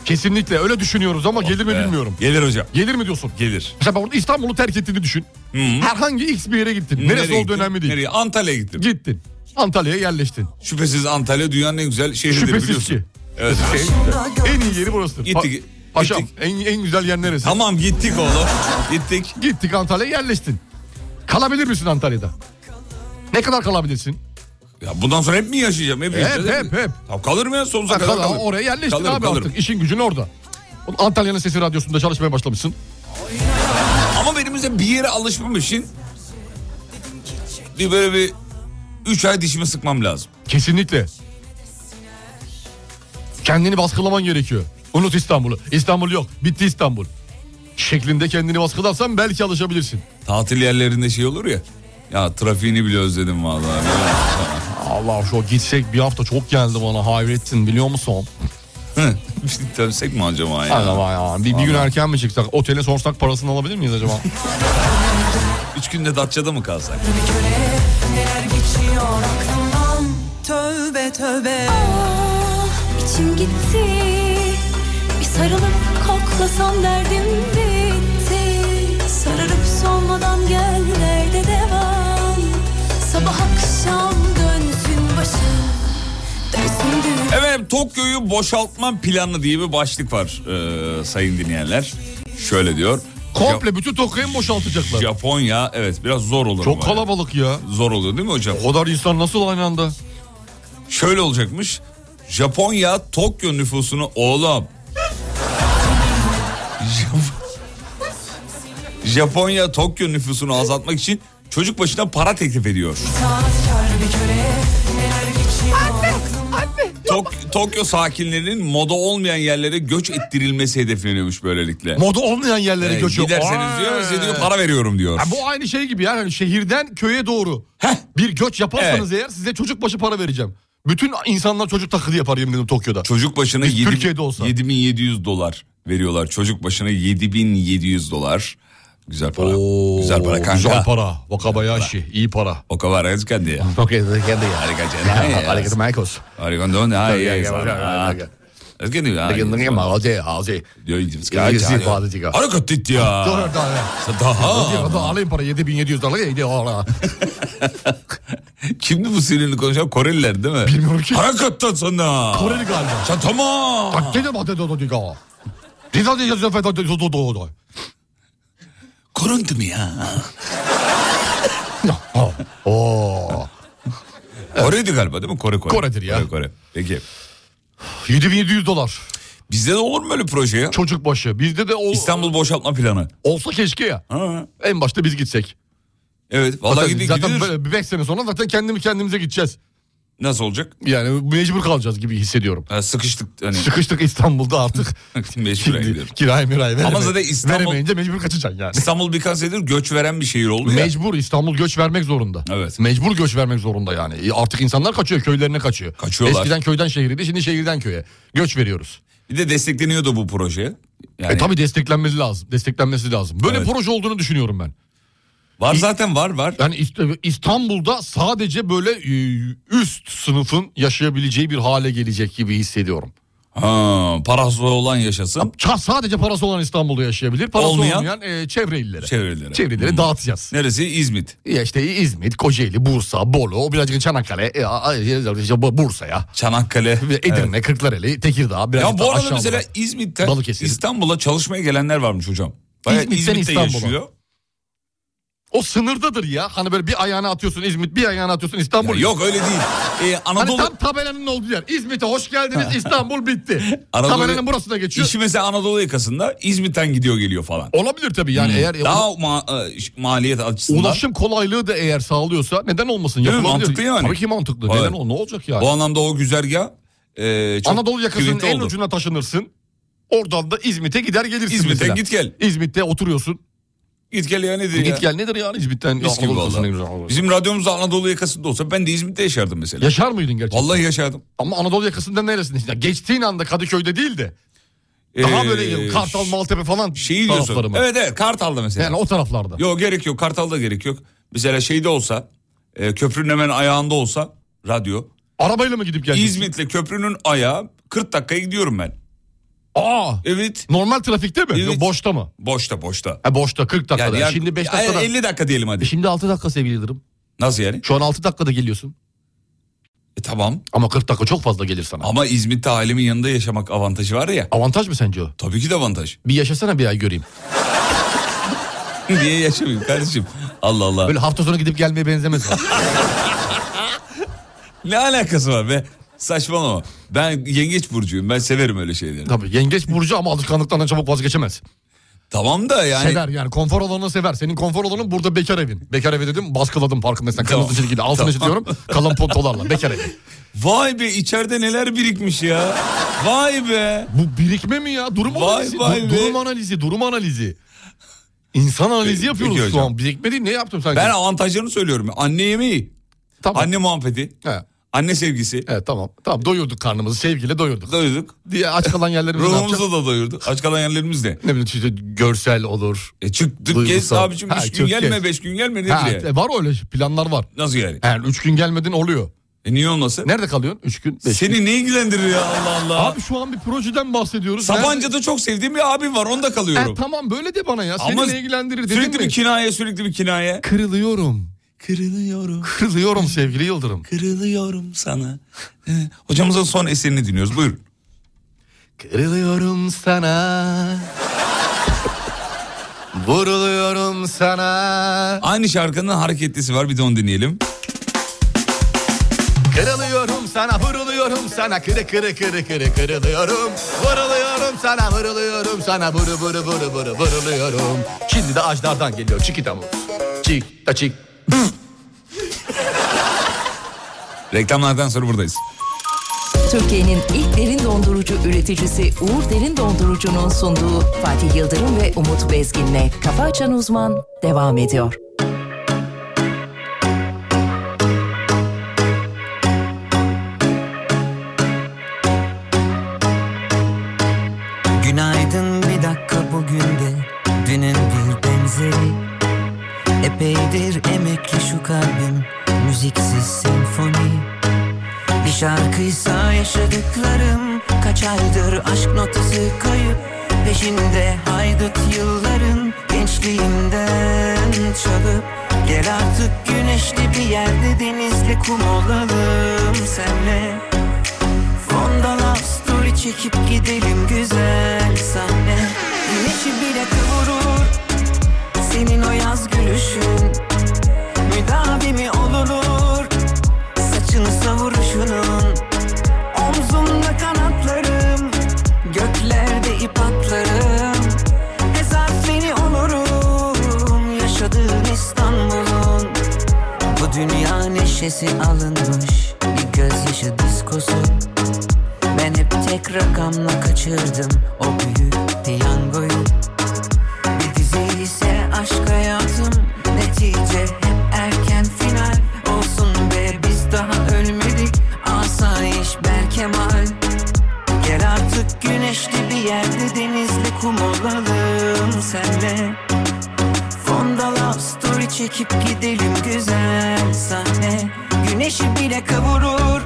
[SPEAKER 4] Kesinlikle öyle düşünüyoruz ama gelir mi
[SPEAKER 3] Ee,
[SPEAKER 4] bilmiyorum.
[SPEAKER 3] Gelir hocam.
[SPEAKER 4] Gelir mi diyorsun?
[SPEAKER 3] Gelir.
[SPEAKER 4] Mesela ben orada İstanbul'u terk ettiğini düşün. Herhangi X bir yere gittin. Neresi
[SPEAKER 3] Nereye
[SPEAKER 4] olduğu
[SPEAKER 3] gittim?
[SPEAKER 4] önemli değil.
[SPEAKER 3] Nereye? Antalya'ya gittim.
[SPEAKER 4] Gittin. Antalya'ya yerleştin.
[SPEAKER 3] Şüphesiz Antalya dünyanın en güzel şehridir
[SPEAKER 4] Şüphesiz
[SPEAKER 3] biliyorsun.
[SPEAKER 4] ki.
[SPEAKER 3] Evet.
[SPEAKER 4] En iyi yeri burasıdır.
[SPEAKER 3] Gittik, gittik.
[SPEAKER 4] Paşam en, en güzel yer neresi?
[SPEAKER 3] tamam gittik oğlum. Gittik.
[SPEAKER 4] Gittik Antalya'ya yerleştin. Kalabilir misin Antalya'da? Ne kadar kalabilirsin?
[SPEAKER 3] Ya bundan sonra hep mi yaşayacağım? Hep,
[SPEAKER 4] Hep hep hep.
[SPEAKER 3] Tamam kalır mı ya sonuza
[SPEAKER 4] Ha,
[SPEAKER 3] kadar
[SPEAKER 4] kal-
[SPEAKER 3] kalır.
[SPEAKER 4] oraya yerleştin
[SPEAKER 3] Kalırım,
[SPEAKER 4] abi
[SPEAKER 3] kalırım.
[SPEAKER 4] artık. İşin gücün orada. Antalya'nın Sesi Radyosu'nda çalışmaya başlamışsın.
[SPEAKER 3] Ama benim mesela bir yere alışmam için bir böyle bir 3 ay dişimi sıkmam lazım.
[SPEAKER 4] Kesinlikle. Kendini baskılaman gerekiyor. Unut İstanbul'u. İstanbul yok. Bitti İstanbul. Şeklinde kendini baskılarsan belki alışabilirsin.
[SPEAKER 3] Tatil yerlerinde şey olur ya. Ya trafiğini bile özledim vallahi.
[SPEAKER 4] Allah şu gitsek bir hafta çok geldi bana hayrettin biliyor musun?
[SPEAKER 3] Biz şey Dönsek mi acaba ya?
[SPEAKER 4] Acaba ya. Bir, bir gün
[SPEAKER 3] Vallahi.
[SPEAKER 4] erken mi çıksak? Otele sorsak parasını alabilir miyiz acaba?
[SPEAKER 3] Üç günde Datça'da mı kalsak?
[SPEAKER 8] Neler geçiyor aklımdan Tövbe tövbe Ah,
[SPEAKER 5] İçim gitti Bir sarılıp koklasam derdim bitti Sararıp solmadan gel nerede devam Sabah akşam dönsün başım Dersin düğün
[SPEAKER 3] Efendim Tokyo'yu boşaltma planı diye bir başlık var e, sayın dinleyenler. Şöyle diyor.
[SPEAKER 4] Komple bütün Tokyo'yu mu boşaltacaklar?
[SPEAKER 3] Japonya evet biraz zor olur.
[SPEAKER 4] Çok
[SPEAKER 3] ama yani.
[SPEAKER 4] kalabalık ya.
[SPEAKER 3] Zor oluyor değil mi hocam?
[SPEAKER 4] O kadar insan nasıl aynı anda?
[SPEAKER 3] Şöyle olacakmış. Japonya Tokyo nüfusunu oğlum. Jap- Japonya Tokyo nüfusunu azaltmak için çocuk başına para teklif ediyor.
[SPEAKER 8] Saatkar bir köle Neler geçiyor aklımdan Anne
[SPEAKER 3] Tok- Tokyo sakinlerinin moda olmayan yerlere göç ettirilmesi hedefleniyormuş böylelikle.
[SPEAKER 4] Moda olmayan yerlere
[SPEAKER 3] Ee,
[SPEAKER 4] göç yok.
[SPEAKER 3] Giderseniz
[SPEAKER 4] Vay.
[SPEAKER 3] diyor size diyor para veriyorum diyor.
[SPEAKER 4] Ha, bu aynı şey gibi yani hani şehirden köye doğru. Bir göç yaparsanız eğer size çocuk başı para vereceğim. Bütün insanlar çocuk takılı yapar yemin ederim Tokyo'da.
[SPEAKER 3] Çocuk başına
[SPEAKER 4] Biz
[SPEAKER 3] yedi-
[SPEAKER 4] Türkiye'de olsa.
[SPEAKER 3] 7700 dolar veriyorlar. Çocuk başına 7700 dolar. Güzel para. güzel para kanka.
[SPEAKER 4] güzel para. Wakabayashi. iyi para.
[SPEAKER 3] O kadar az kendi ya.
[SPEAKER 4] Çok iyi kendi ya.
[SPEAKER 3] Harika
[SPEAKER 4] Ya, harika Michaels.
[SPEAKER 3] Harika dön. Ha
[SPEAKER 4] Tabii,
[SPEAKER 3] iyi.
[SPEAKER 4] ya, ya, ya, ya.
[SPEAKER 3] Az kendi ya.
[SPEAKER 4] Harika dön, ya, ağzı, ağzı. İngilizce ifade çıkar.
[SPEAKER 3] Hareket et ya.
[SPEAKER 4] Dur, dur, dur.
[SPEAKER 3] Daha.
[SPEAKER 4] Daha alayım para 7700 dolar. yedi dolar.
[SPEAKER 3] Kimdi bu sinirli konuşan? Koreliler değil mi? Bilmiyorum ki. Hareket et sana.
[SPEAKER 4] Koreli galiba.
[SPEAKER 3] Sen tamam.
[SPEAKER 4] Takdir edin, hadi, hadi, hadi. Rica edeceğiz, hadi, hadi, hadi, hadi, hadi.
[SPEAKER 3] Korundu mu ya?
[SPEAKER 4] Oo.
[SPEAKER 3] Kore'di galiba değil mi? Kore Kore.
[SPEAKER 4] Kore'dir ya.
[SPEAKER 3] Kore, Kore. Peki.
[SPEAKER 4] 7700 dolar.
[SPEAKER 3] Bizde de olur mu böyle proje ya?
[SPEAKER 4] Çocuk başı. Bizde de o...
[SPEAKER 3] İstanbul boşaltma planı.
[SPEAKER 4] Olsa keşke ya. En başta biz gitsek.
[SPEAKER 3] Evet. Vallahi
[SPEAKER 4] zaten,
[SPEAKER 3] gidi-
[SPEAKER 4] zaten
[SPEAKER 3] gidilir.
[SPEAKER 4] böyle bir beş sene sonra zaten kendimi kendimize gideceğiz.
[SPEAKER 3] Nasıl olacak?
[SPEAKER 4] Yani mecbur kalacağız gibi hissediyorum.
[SPEAKER 3] Ha, sıkıştık hani.
[SPEAKER 4] Sıkıştık İstanbul'da artık.
[SPEAKER 3] Mecbur gidilir.
[SPEAKER 4] Kirayı mirayı vereme-
[SPEAKER 3] Ama zaten İstanbul-
[SPEAKER 4] veremeyince mecbur kaçacaksın yani.
[SPEAKER 3] İstanbul birkaç senedir göç veren bir şehir oldu ya.
[SPEAKER 4] Mecbur İstanbul göç vermek zorunda.
[SPEAKER 3] Evet.
[SPEAKER 4] Mecbur göç vermek zorunda yani. E, Artık insanlar kaçıyor köylerine kaçıyor.
[SPEAKER 3] Kaçıyorlar.
[SPEAKER 4] Eskiden köyden şehirdi şimdi şehirden köye. Göç veriyoruz.
[SPEAKER 3] Bir de destekleniyordu bu proje. Yani
[SPEAKER 4] E tabi desteklenmesi lazım. Desteklenmesi lazım. Böyle
[SPEAKER 3] Evet.
[SPEAKER 4] proje olduğunu düşünüyorum ben.
[SPEAKER 3] var zaten var var.
[SPEAKER 4] Yani İst- e, İstanbul'da sadece böyle e, üst sınıfın yaşayabileceği bir hale gelecek gibi hissediyorum.
[SPEAKER 3] Ha, parası olan yaşasın.
[SPEAKER 4] Ça- Sadece parası olan İstanbul'da yaşayabilir. Parası
[SPEAKER 3] Olmayan?
[SPEAKER 4] olmayan, e, çevre illere.
[SPEAKER 3] Çevrelere.
[SPEAKER 4] Çevreleri
[SPEAKER 3] Hmm.
[SPEAKER 4] dağıtacağız.
[SPEAKER 3] Neresi? İzmit.
[SPEAKER 4] Ya işte İzmit, Kocaeli, Bursa, Bolu, o birazcık Çanakkale, e, a- e, işte Bu- Bursa'ya,
[SPEAKER 3] Çanakkale.
[SPEAKER 4] bir de Edirne, Kırklareli, Tekirdağ, birazcık
[SPEAKER 3] Ya
[SPEAKER 4] daha
[SPEAKER 3] bu arada
[SPEAKER 4] aşağı
[SPEAKER 3] mesela
[SPEAKER 4] doğru.
[SPEAKER 3] İzmit'ten
[SPEAKER 4] Balıkesir.
[SPEAKER 3] İstanbul'a çalışmaya gelenler varmış hocam. Bayağı
[SPEAKER 4] İzmit'ten
[SPEAKER 3] İzmit'te
[SPEAKER 4] İstanbul'a.
[SPEAKER 3] yaşıyor.
[SPEAKER 4] O sınırdadır ya. Hani böyle bir ayağını atıyorsun İzmit, bir ayağını atıyorsun İstanbul.
[SPEAKER 3] Ya yok öyle değil. Ee,
[SPEAKER 4] Hani
[SPEAKER 3] Anadolu
[SPEAKER 4] tam tabelanın olduğu yer. İzmit'e hoş geldiniz İstanbul bitti.
[SPEAKER 3] Anadolu-
[SPEAKER 4] Tabelanın burası da geçiyor.
[SPEAKER 3] işi mesela Anadolu yakasında İzmit'ten gidiyor geliyor falan.
[SPEAKER 4] Olabilir tabii yani
[SPEAKER 3] Hmm.
[SPEAKER 4] eğer
[SPEAKER 3] daha ma- e, ş- maliyet açısından.
[SPEAKER 4] ulaşım kolaylığı da eğer sağlıyorsa neden olmasın?
[SPEAKER 3] Değil mi?
[SPEAKER 4] Yapılabilir.
[SPEAKER 3] Mantıklı yani.
[SPEAKER 4] Tabii ki mantıklı.
[SPEAKER 3] Evet.
[SPEAKER 4] Neden ol? Ne olacak yani?
[SPEAKER 3] Bu anlamda o güzergah e, çok
[SPEAKER 4] Anadolu yakasının
[SPEAKER 3] kıymetli
[SPEAKER 4] en
[SPEAKER 3] oldu.
[SPEAKER 4] ucuna taşınırsın. Oradan da İzmit'e gider gelirsin
[SPEAKER 3] İzmit'e
[SPEAKER 4] mesela.
[SPEAKER 3] git gel.
[SPEAKER 4] İzmit'te oturuyorsun.
[SPEAKER 3] Git gel ya nedir ya?
[SPEAKER 4] Git gel nedir yani İzmit'ten?
[SPEAKER 3] Mis gibi
[SPEAKER 4] Anadolu
[SPEAKER 3] vallahi.
[SPEAKER 4] yakasına güzel olur.
[SPEAKER 3] Bizim radyomuz da Anadolu yakasında olsa ben de İzmit'te yaşardım mesela.
[SPEAKER 4] Yaşar mıydın gerçekten?
[SPEAKER 3] Vallahi yaşardım.
[SPEAKER 4] Ama Anadolu yakasında neresindesin? Ya geçtiğin anda Kadıköy'de değil de. Daha
[SPEAKER 3] Ee,
[SPEAKER 4] böyle Kartal, Maltepe falan
[SPEAKER 3] Şeyi
[SPEAKER 4] tarafları
[SPEAKER 3] diyorsun.
[SPEAKER 4] mı?
[SPEAKER 3] Evet evet Kartal'da mesela.
[SPEAKER 4] Yani o taraflarda.
[SPEAKER 3] Yok gerek yok Kartal'da gerek yok. Mesela şeyde olsa e, köprünün hemen ayağında olsa radyo.
[SPEAKER 4] Arabayla mı gidip geleceksin?
[SPEAKER 3] İzmit'le köprünün ayağı 40 dakikaya gidiyorum ben.
[SPEAKER 4] Aa!
[SPEAKER 3] Evet
[SPEAKER 4] Normal trafikte mi?
[SPEAKER 3] Evet.
[SPEAKER 4] Yok, boşta mı?
[SPEAKER 3] boşta boşta.
[SPEAKER 4] Ha boşta 40 dakikada.
[SPEAKER 3] Yani yer-
[SPEAKER 4] Şimdi 5
[SPEAKER 3] Ya,
[SPEAKER 4] dakikada.
[SPEAKER 3] 50 dakika diyelim
[SPEAKER 4] E
[SPEAKER 3] hadi.
[SPEAKER 4] Şimdi 6 dakika sevgili Yıldırım.
[SPEAKER 3] Nasıl yani?
[SPEAKER 4] Şu an 6 dakikada geliyorsun.
[SPEAKER 3] E, tamam
[SPEAKER 4] Ama 40 dakika çok fazla gelir sana.
[SPEAKER 3] ama İzmit'te ailemin yanında yaşamak avantajı var ya.
[SPEAKER 4] Avantaj mı sence o?
[SPEAKER 3] Tabii ki de avantaj.
[SPEAKER 4] Bir yaşasana bir ay göreyim.
[SPEAKER 3] Niye yaşamayayım kardeşim? Allah Allah.
[SPEAKER 4] Böyle hafta sonu gidip gelmeye benzemez.
[SPEAKER 3] Ne alakası var be? Saçmalama. Ben yengeç burcuyum. Ben severim öyle şeyleri.
[SPEAKER 4] Tabii yengeç burcu ama alışkanlıklardan çabuk vazgeçemez.
[SPEAKER 3] Tamam da yani.
[SPEAKER 4] Sever yani konfor alanını sever. Senin konfor alanın burada bekar evin. Bekar evi dedim baskıladım farkındaysan. Kırmızı
[SPEAKER 3] Tamam.
[SPEAKER 4] çizgiyle altını
[SPEAKER 3] Tamam.
[SPEAKER 4] çiziyorum. Kalın pontolarla bekar evi.
[SPEAKER 3] Vay be içeride neler birikmiş ya. Vay be.
[SPEAKER 4] Bu birikme mi ya? Durum
[SPEAKER 3] Vay
[SPEAKER 4] analizi.
[SPEAKER 3] vay
[SPEAKER 4] Du-
[SPEAKER 3] be.
[SPEAKER 4] durum analizi, durum analizi. İnsan analizi
[SPEAKER 3] Peki
[SPEAKER 4] yapıyoruz şu
[SPEAKER 3] hocam.
[SPEAKER 4] an. Birikme değil ne yaptım sanki?
[SPEAKER 3] Ben avantajlarını söylüyorum. Anne yemeği.
[SPEAKER 4] Tamam.
[SPEAKER 3] Anne muhabbeti. Anne sevgisi.
[SPEAKER 4] Evet tamam. Tamam doyurduk karnımızı sevgiyle doyurduk.
[SPEAKER 3] Doyurduk.
[SPEAKER 4] Diye aç kalan yerlerimiz ne yapacağız?
[SPEAKER 3] Ruhumuzu da doyurduk. Aç kalan yerlerimiz ne?
[SPEAKER 4] Ne bileyim işte görsel olur.
[SPEAKER 3] E çıktık gez
[SPEAKER 4] duygusal.
[SPEAKER 3] abicim.
[SPEAKER 4] Ha,
[SPEAKER 3] Üç gün
[SPEAKER 4] çok
[SPEAKER 3] gelme
[SPEAKER 4] gez.
[SPEAKER 3] beş gün gelme
[SPEAKER 4] Ha,
[SPEAKER 3] nedir ya?
[SPEAKER 4] e, var öyle planlar var.
[SPEAKER 3] Nasıl yani?
[SPEAKER 4] Yani üç gün gelmedin oluyor.
[SPEAKER 3] E niye olmasın?
[SPEAKER 4] Nerede kalıyorsun? Üç gün, beş
[SPEAKER 3] Seni
[SPEAKER 4] gün.
[SPEAKER 3] ne ilgilendirir ya Allah Allah.
[SPEAKER 4] Abi şu an bir projeden bahsediyoruz. Nerede-
[SPEAKER 3] Sabancı'da çok sevdiğim bir abim var onda kalıyorum.
[SPEAKER 4] E, tamam böyle de bana ya. Seni
[SPEAKER 3] Ama
[SPEAKER 4] ne ilgilendirir dedim
[SPEAKER 3] Sürekli
[SPEAKER 4] mi?
[SPEAKER 3] bir kinaye sürekli bir kinaye.
[SPEAKER 4] Kırılıyorum.
[SPEAKER 3] Kırılıyorum.
[SPEAKER 4] Kırılıyorum sevgili Yıldırım.
[SPEAKER 3] Kırılıyorum sana. Ee, Hocamızın son eserini dinliyoruz buyurun.
[SPEAKER 4] Kırılıyorum sana. Vuruluyorum sana.
[SPEAKER 3] Aynı şarkının hareketlisi var bir de onu dinleyelim.
[SPEAKER 4] Kırılıyorum sana, vuruluyorum sana, kırı kırı kırı kırı kırılıyorum. Vuruluyorum sana, vuruluyorum sana, vuru vuru vuru vuru vuruluyorum. Şimdi de ajdardan geliyor çikita muz. Çik ta çik.
[SPEAKER 3] Reklamlardan sonra buradayız.
[SPEAKER 2] Türkiye'nin ilk derin dondurucu üreticisi Uğur Derin Dondurucu'nun sunduğu Fatih Yıldırım ve Umut Bezgin'le Kafa Açan Uzman devam ediyor.
[SPEAKER 9] Günaydın bir dakika bugün de dünün bir benzeri Epeydir emekli şu kalbim müziksiz senfoni Bir şarkıysa yaşadıklarım kaç aydır aşk notası kayıp Peşinde haydut yılların gençliğimden çalıp Gel artık güneşli bir yerde denizli kum olalım senle Fonda love story çekip gidelim güzel sahne Güneşi bile kıvırır Senin o yaz gülüşün Müdavimi olunur Saçını savuruşunun Omzumda kanatlarım Göklerde ip atlarım Ezafeni olurum Yaşadığım İstanbul'un Bu dünya neşesi alınmış Bir gözyaşı diskosu ben hep tek rakamla kaçırdım o büyük piyangoyu Bir dizi ise aşk hayatım Netice hep erken final Olsun be biz daha ölmedik Asayiş Berkemal Gel artık güneşli bir yerde denizli kum olalım senle Fonda love story çekip gidelim güzel sahne Güneşi bile kavurur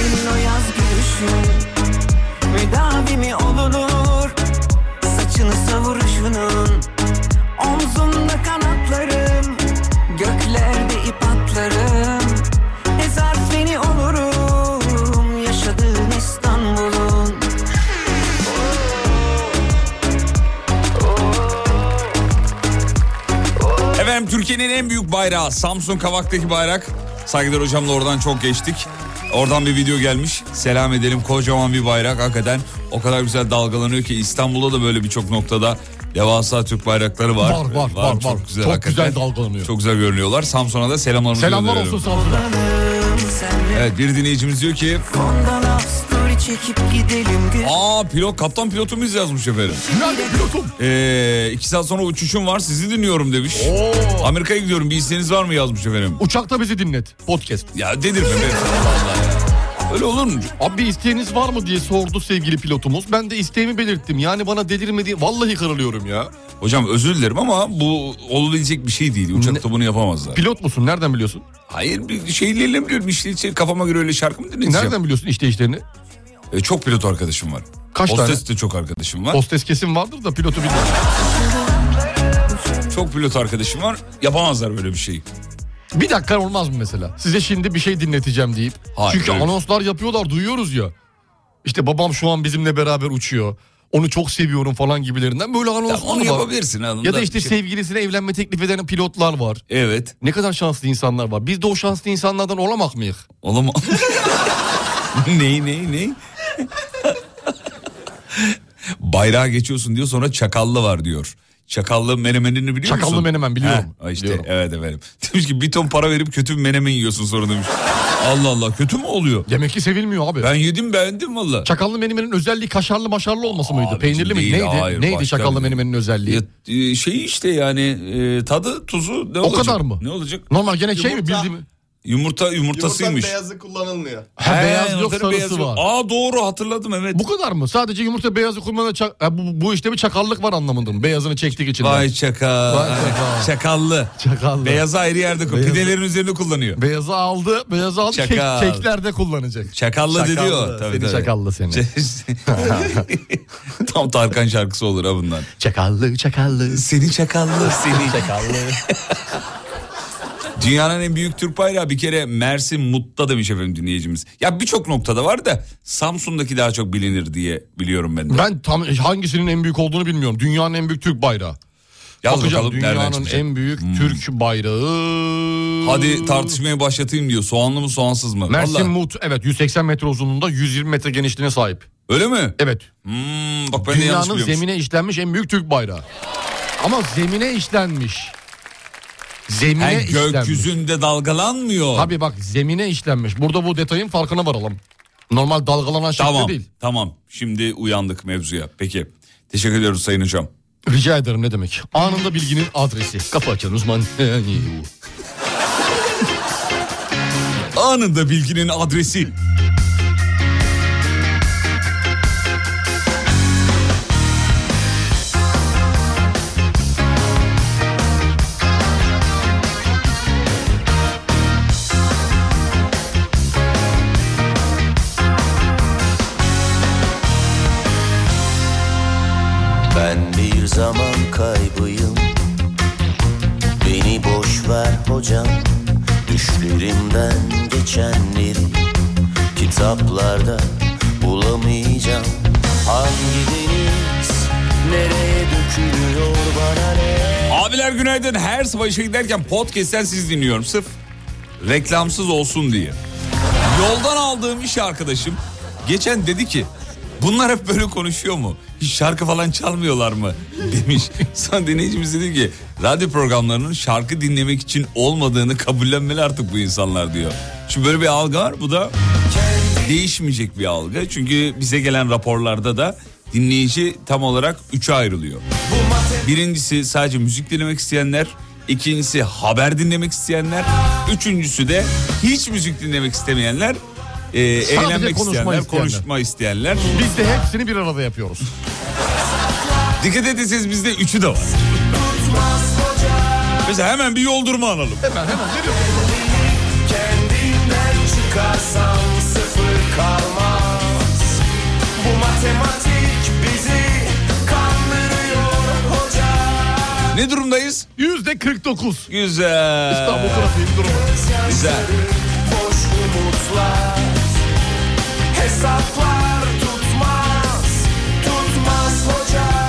[SPEAKER 9] senin o yaz gülüşün Müdavimi olunur Saçını savuruşunun Omzumda kanatlarım Göklerde ip atlarım Ezarfeni olurum Yaşadığın İstanbul'un
[SPEAKER 3] Efendim Türkiye'nin en büyük bayrağı Samsun Kavak'taki bayrak. Saygılar hocamla oradan çok geçtik. Oradan bir video gelmiş. Selam edelim kocaman bir bayrak. Hakikaten o kadar güzel dalgalanıyor ki İstanbul'da da böyle birçok noktada devasa Türk bayrakları var.
[SPEAKER 4] Var, var, var, var.
[SPEAKER 3] Çok güzel,
[SPEAKER 4] Çok
[SPEAKER 3] hakikaten.
[SPEAKER 4] güzel dalgalanıyor.
[SPEAKER 3] Çok güzel görünüyorlar. Samsun'a da selamlarımızı
[SPEAKER 4] Selamlar
[SPEAKER 3] gönderiyorum.
[SPEAKER 4] olsun Samsun'a.
[SPEAKER 3] Evet bir dinleyicimiz diyor ki
[SPEAKER 9] Fonda love story çekip gidelim güzel
[SPEAKER 3] Aa pilot kaptan pilotumuz yazmış efendim.
[SPEAKER 4] Nerede pilotum?
[SPEAKER 3] Ee, iki saat sonra uçuşum var sizi dinliyorum demiş. Amerika'ya gidiyorum bir isteğiniz var mı yazmış efendim.
[SPEAKER 4] Uçakta bizi dinlet. Podcast.
[SPEAKER 3] Ya dedirme be. Vallahi ya. Öyle olur mu?
[SPEAKER 4] Abi isteğiniz var mı diye sordu sevgili pilotumuz. Ben de isteğimi belirttim. Yani bana delirme diye. Vallahi kırılıyorum ya.
[SPEAKER 3] Hocam özür dilerim ama bu olabilecek bir şey değil. Uçakta bunu yapamazlar.
[SPEAKER 4] Pilot musun? Nereden biliyorsun?
[SPEAKER 3] Hayır bir şeyleriyle biliyorum işte, işte kafama göre öyle şarkı mı dinleyeceğim?
[SPEAKER 4] Nereden biliyorsun işte işlerini?
[SPEAKER 3] E, çok pilot arkadaşım var.
[SPEAKER 4] Kaç
[SPEAKER 3] Hostes
[SPEAKER 4] tane?
[SPEAKER 3] de çok arkadaşım var.
[SPEAKER 4] Hostes kesin vardır da pilotu bilmiyorum.
[SPEAKER 3] Çok pilot arkadaşım var. Yapamazlar böyle bir şey. şeyi.
[SPEAKER 4] Bir dakika olmaz mı mesela? Size şimdi bir şey dinleteceğim deyip.
[SPEAKER 3] Hayır,
[SPEAKER 4] Çünkü
[SPEAKER 3] öyle bir-
[SPEAKER 4] anonslar yapıyorlar duyuyoruz ya. İşte babam şu an bizimle beraber uçuyor. Onu çok seviyorum falan gibilerinden böyle anonslar
[SPEAKER 3] onu
[SPEAKER 4] var.
[SPEAKER 3] yapabilirsin anında
[SPEAKER 4] Ya da işte
[SPEAKER 3] bir şey.
[SPEAKER 4] sevgilisine evlenme teklif eden pilotlar var.
[SPEAKER 3] Evet.
[SPEAKER 4] Ne kadar şanslı insanlar var. Biz de o şanslı insanlardan olamak mıyız?
[SPEAKER 3] Olamam. ney ney ney? Bayrağa geçiyorsun diyor sonra çakallı var diyor. Çakallı menemenini biliyor musun?
[SPEAKER 4] Çakallı menemen biliyorum.
[SPEAKER 3] Ha, işte, evet efendim. Demiş ki bir ton para verip kötü bir menemen yiyorsun sonra demiş. Allah Allah kötü mü oluyor?
[SPEAKER 4] Demek ki sevilmiyor abi.
[SPEAKER 3] Ben yedim beğendim valla.
[SPEAKER 4] Çakallı menemenin özelliği kaşarlı maşarlı olması mıydı? Peynirli mi?
[SPEAKER 3] değil,
[SPEAKER 4] Neydi?
[SPEAKER 3] hayır,
[SPEAKER 4] Neydi
[SPEAKER 3] başka
[SPEAKER 4] çakallı
[SPEAKER 3] bir-
[SPEAKER 4] menemenin özelliği?
[SPEAKER 3] E, Şey işte yani e, tadı tuzu ne
[SPEAKER 4] O
[SPEAKER 3] olacak?
[SPEAKER 4] kadar mı?
[SPEAKER 3] Ne olacak?
[SPEAKER 4] Normal gene şey mi bildiğim?
[SPEAKER 3] Yumurta yumurtasıymış.
[SPEAKER 4] Yumurtanın
[SPEAKER 10] Beyazı kullanılmıyor.
[SPEAKER 4] Ha,
[SPEAKER 3] He,
[SPEAKER 4] beyaz yok
[SPEAKER 3] yumurtanın
[SPEAKER 4] sarısı
[SPEAKER 3] beyazı
[SPEAKER 4] var.
[SPEAKER 3] yok. Aa doğru hatırladım evet.
[SPEAKER 4] Bu kadar mı? Sadece yumurta beyazı kullanılan çak... Ha, bu, bu işte bir çakallık var anlamında mı? Beyazını çektik içinde.
[SPEAKER 3] Vay çakal.
[SPEAKER 4] Vay çakal.
[SPEAKER 3] Çakallı.
[SPEAKER 4] Çakallı.
[SPEAKER 3] Beyazı ayrı yerde koy.
[SPEAKER 4] Beyazı-
[SPEAKER 3] Pidelerin üzerine kullanıyor.
[SPEAKER 4] Beyazı aldı, beyazı aldı. Kek,
[SPEAKER 3] Çakal.
[SPEAKER 4] keklerde kullanacak.
[SPEAKER 3] Çakallı, diyor. Tabii,
[SPEAKER 4] seni
[SPEAKER 3] tabii.
[SPEAKER 4] çakallı seni.
[SPEAKER 3] Tam Tarkan şarkısı olur ha bundan.
[SPEAKER 4] Çakallı, çakallı.
[SPEAKER 3] Seni çakallı, seni.
[SPEAKER 4] çakallı.
[SPEAKER 3] Dünyanın en büyük Türk bayrağı bir kere Mersin Mut'ta demiş efendim dinleyicimiz. Ya birçok noktada var da Samsun'daki daha çok bilinir diye biliyorum ben de.
[SPEAKER 4] Ben tam hangisinin en büyük olduğunu bilmiyorum. Dünyanın en büyük Türk bayrağı.
[SPEAKER 3] Yaz
[SPEAKER 4] Bakacağım
[SPEAKER 3] bakalım nereden
[SPEAKER 4] dünyanın
[SPEAKER 3] çıkacak. Hmm.
[SPEAKER 4] en büyük Türk bayrağı.
[SPEAKER 3] Hadi tartışmaya başlatayım diyor. Soğanlı mı soğansız mı?
[SPEAKER 4] Mersin
[SPEAKER 3] Vallahi-
[SPEAKER 4] Mut evet 180 metre uzunluğunda 120 metre genişliğine sahip.
[SPEAKER 3] Öyle mi?
[SPEAKER 4] Evet.
[SPEAKER 3] Hmm, bak ben de yanlış
[SPEAKER 4] Dünyanın
[SPEAKER 3] biliyormuşum.
[SPEAKER 4] zemine işlenmiş en büyük Türk bayrağı. Ama zemine işlenmiş. Zemine
[SPEAKER 3] Ha,
[SPEAKER 4] işlenmiş.
[SPEAKER 3] gökyüzünde dalgalanmıyor.
[SPEAKER 4] Tabii bak zemine işlenmiş. Burada bu detayın farkına varalım. Normal dalgalanan şekilde
[SPEAKER 3] Tamam,
[SPEAKER 4] değil.
[SPEAKER 3] tamam. Şimdi uyandık mevzuya. Peki. Teşekkür ediyoruz Sayın Hocam.
[SPEAKER 4] Rica ederim ne demek. Anında bilginin adresi. Kapı açan uzman.
[SPEAKER 3] Anında bilginin adresi.
[SPEAKER 11] Ben bir zaman kaybıyım Beni boş ver hocam Düşlerimden geçenleri Kitaplarda bulamayacağım Hangi deniz nereye dökülüyor bana ne
[SPEAKER 3] Abiler günaydın. Her sabah işe giderken podcast'ten sizi dinliyorum. Sırf reklamsız olsun diye. Yoldan aldığım iş arkadaşım geçen dedi ki bunlar hep böyle konuşuyor mu? Hiç şarkı falan çalmıyorlar mı? Demiş. Sonra dinleyicimiz dedi ki radyo programlarının şarkı dinlemek için olmadığını kabullenmeli artık bu insanlar diyor. Şimdi böyle bir algı var bu da değişmeyecek bir algı. Çünkü bize gelen raporlarda da dinleyici tam olarak üçe ayrılıyor. Birincisi sadece müzik dinlemek isteyenler. ikincisi haber dinlemek isteyenler. Üçüncüsü de hiç müzik dinlemek istemeyenler. e,
[SPEAKER 4] Sadece
[SPEAKER 3] eğlenmek
[SPEAKER 4] konuşma
[SPEAKER 3] isteyenler,
[SPEAKER 4] isteyenler.
[SPEAKER 3] konuşma isteyenler.
[SPEAKER 4] Biz de hepsini bir arada yapıyoruz.
[SPEAKER 3] Dikkat etseniz bizde üçü de var. Mesela hemen bir yoldurma alalım.
[SPEAKER 4] Hemen hemen
[SPEAKER 1] Kendimden çıkarsam sıfır kalmaz Bu matematik bizi kandırıyor hoca
[SPEAKER 3] Ne durumdayız?
[SPEAKER 4] Yüzde 49.
[SPEAKER 3] Güzel.
[SPEAKER 1] İstanbul
[SPEAKER 4] trafiğinin durumu.
[SPEAKER 3] Güzel.
[SPEAKER 1] Boş umutlar Hesaplar tutmaz Tutmaz hocam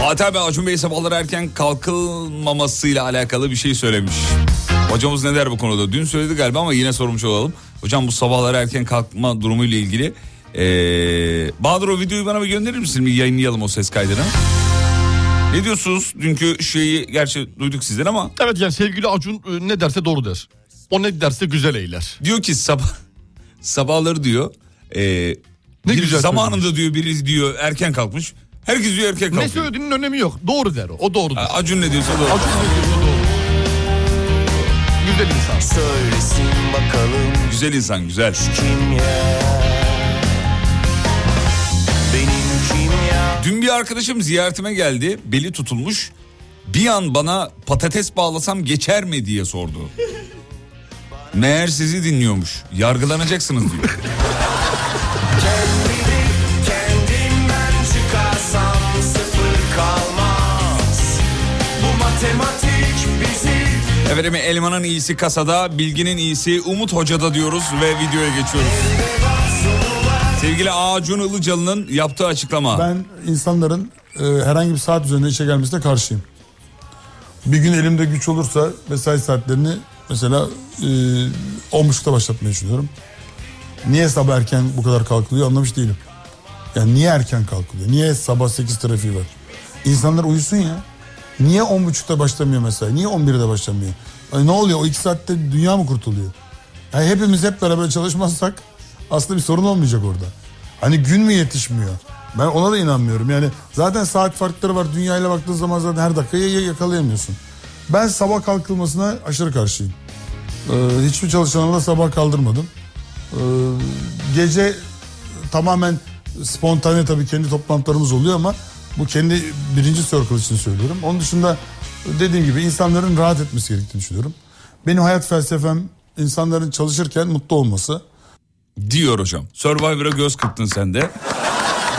[SPEAKER 3] Fatih abi Acun Bey sabahları erken kalkılmamasıyla alakalı bir şey söylemiş. Hocamız ne der bu konuda? Dün söyledi galiba ama yine sormuş olalım. Hocam bu sabahları erken kalkma durumuyla ilgili. Ee, Bahadır o videoyu bana bir gönderir misin? Bir yayınlayalım o ses kaydını. Ne diyorsunuz? Dünkü şeyi gerçi duyduk sizden ama.
[SPEAKER 4] Evet yani sevgili Acun e, ne derse doğru der. O ne derse güzel eyler.
[SPEAKER 3] Diyor ki sabah sabahları diyor. ee, bir
[SPEAKER 4] güzel
[SPEAKER 3] zamanında diyor biri diyor erken kalkmış. Herkes diyor erken
[SPEAKER 4] Ne
[SPEAKER 3] kalkmış.
[SPEAKER 4] söylediğinin önemi yok. Doğru der o. O doğru der.
[SPEAKER 3] Acun ne diyorsa doğru.
[SPEAKER 4] Güzel insan.
[SPEAKER 11] Söylesin bakalım
[SPEAKER 3] Güzel insan güzel. Dün bir arkadaşım ziyaretime geldi. Beli tutulmuş. Bir an bana patates bağlasam geçer mi diye sordu. Meğer sizi dinliyormuş. Yargılanacaksınız diyor.
[SPEAKER 1] Kendini kendimden çıkarsam sıfır kalmaz Bu matematik bizi
[SPEAKER 3] Efendim elmanın iyisi kasada, bilginin iyisi Umut Hoca'da diyoruz ve videoya geçiyoruz.
[SPEAKER 1] sorular
[SPEAKER 3] Sevgili Acun Ilıcalı'nın yaptığı açıklama.
[SPEAKER 10] Ben insanların e, herhangi bir saat üzerinde işe gelmesine karşıyım. Bir gün elimde güç olursa mesai saatlerini mesela e, 10.30'da başlatmayı düşünüyorum. Niye sabah erken bu kadar kalkılıyor anlamış değilim. Yani niye erken kalkılıyor? Niye sabah 8 trafiği var? İnsanlar uyusun ya. Niye 10.30'da başlamıyor mesela? Niye 11'de başlamıyor? Ay ne oluyor? O 2 saatte dünya mı kurtuluyor? Yani hepimiz hep beraber çalışmazsak aslında bir sorun olmayacak orada. Hani gün mü yetişmiyor? Ben ona da inanmıyorum. Yani zaten saat farkları var. Dünyayla baktığın zaman zaten her dakikayı yakalayamıyorsun. Ben sabah kalkılmasına aşırı karşıyım. Ee, hiçbir çalışanımı da sabah kaldırmadım. Ee, gece tamamen spontane tabii kendi toplantılarımız oluyor ama bu kendi birinci circle için söylüyorum. Onun dışında dediğim gibi insanların rahat etmesi gerektiğini düşünüyorum. Benim hayat felsefem insanların çalışırken mutlu olması.
[SPEAKER 3] Diyor hocam. Survivor'a göz kırptın sen de.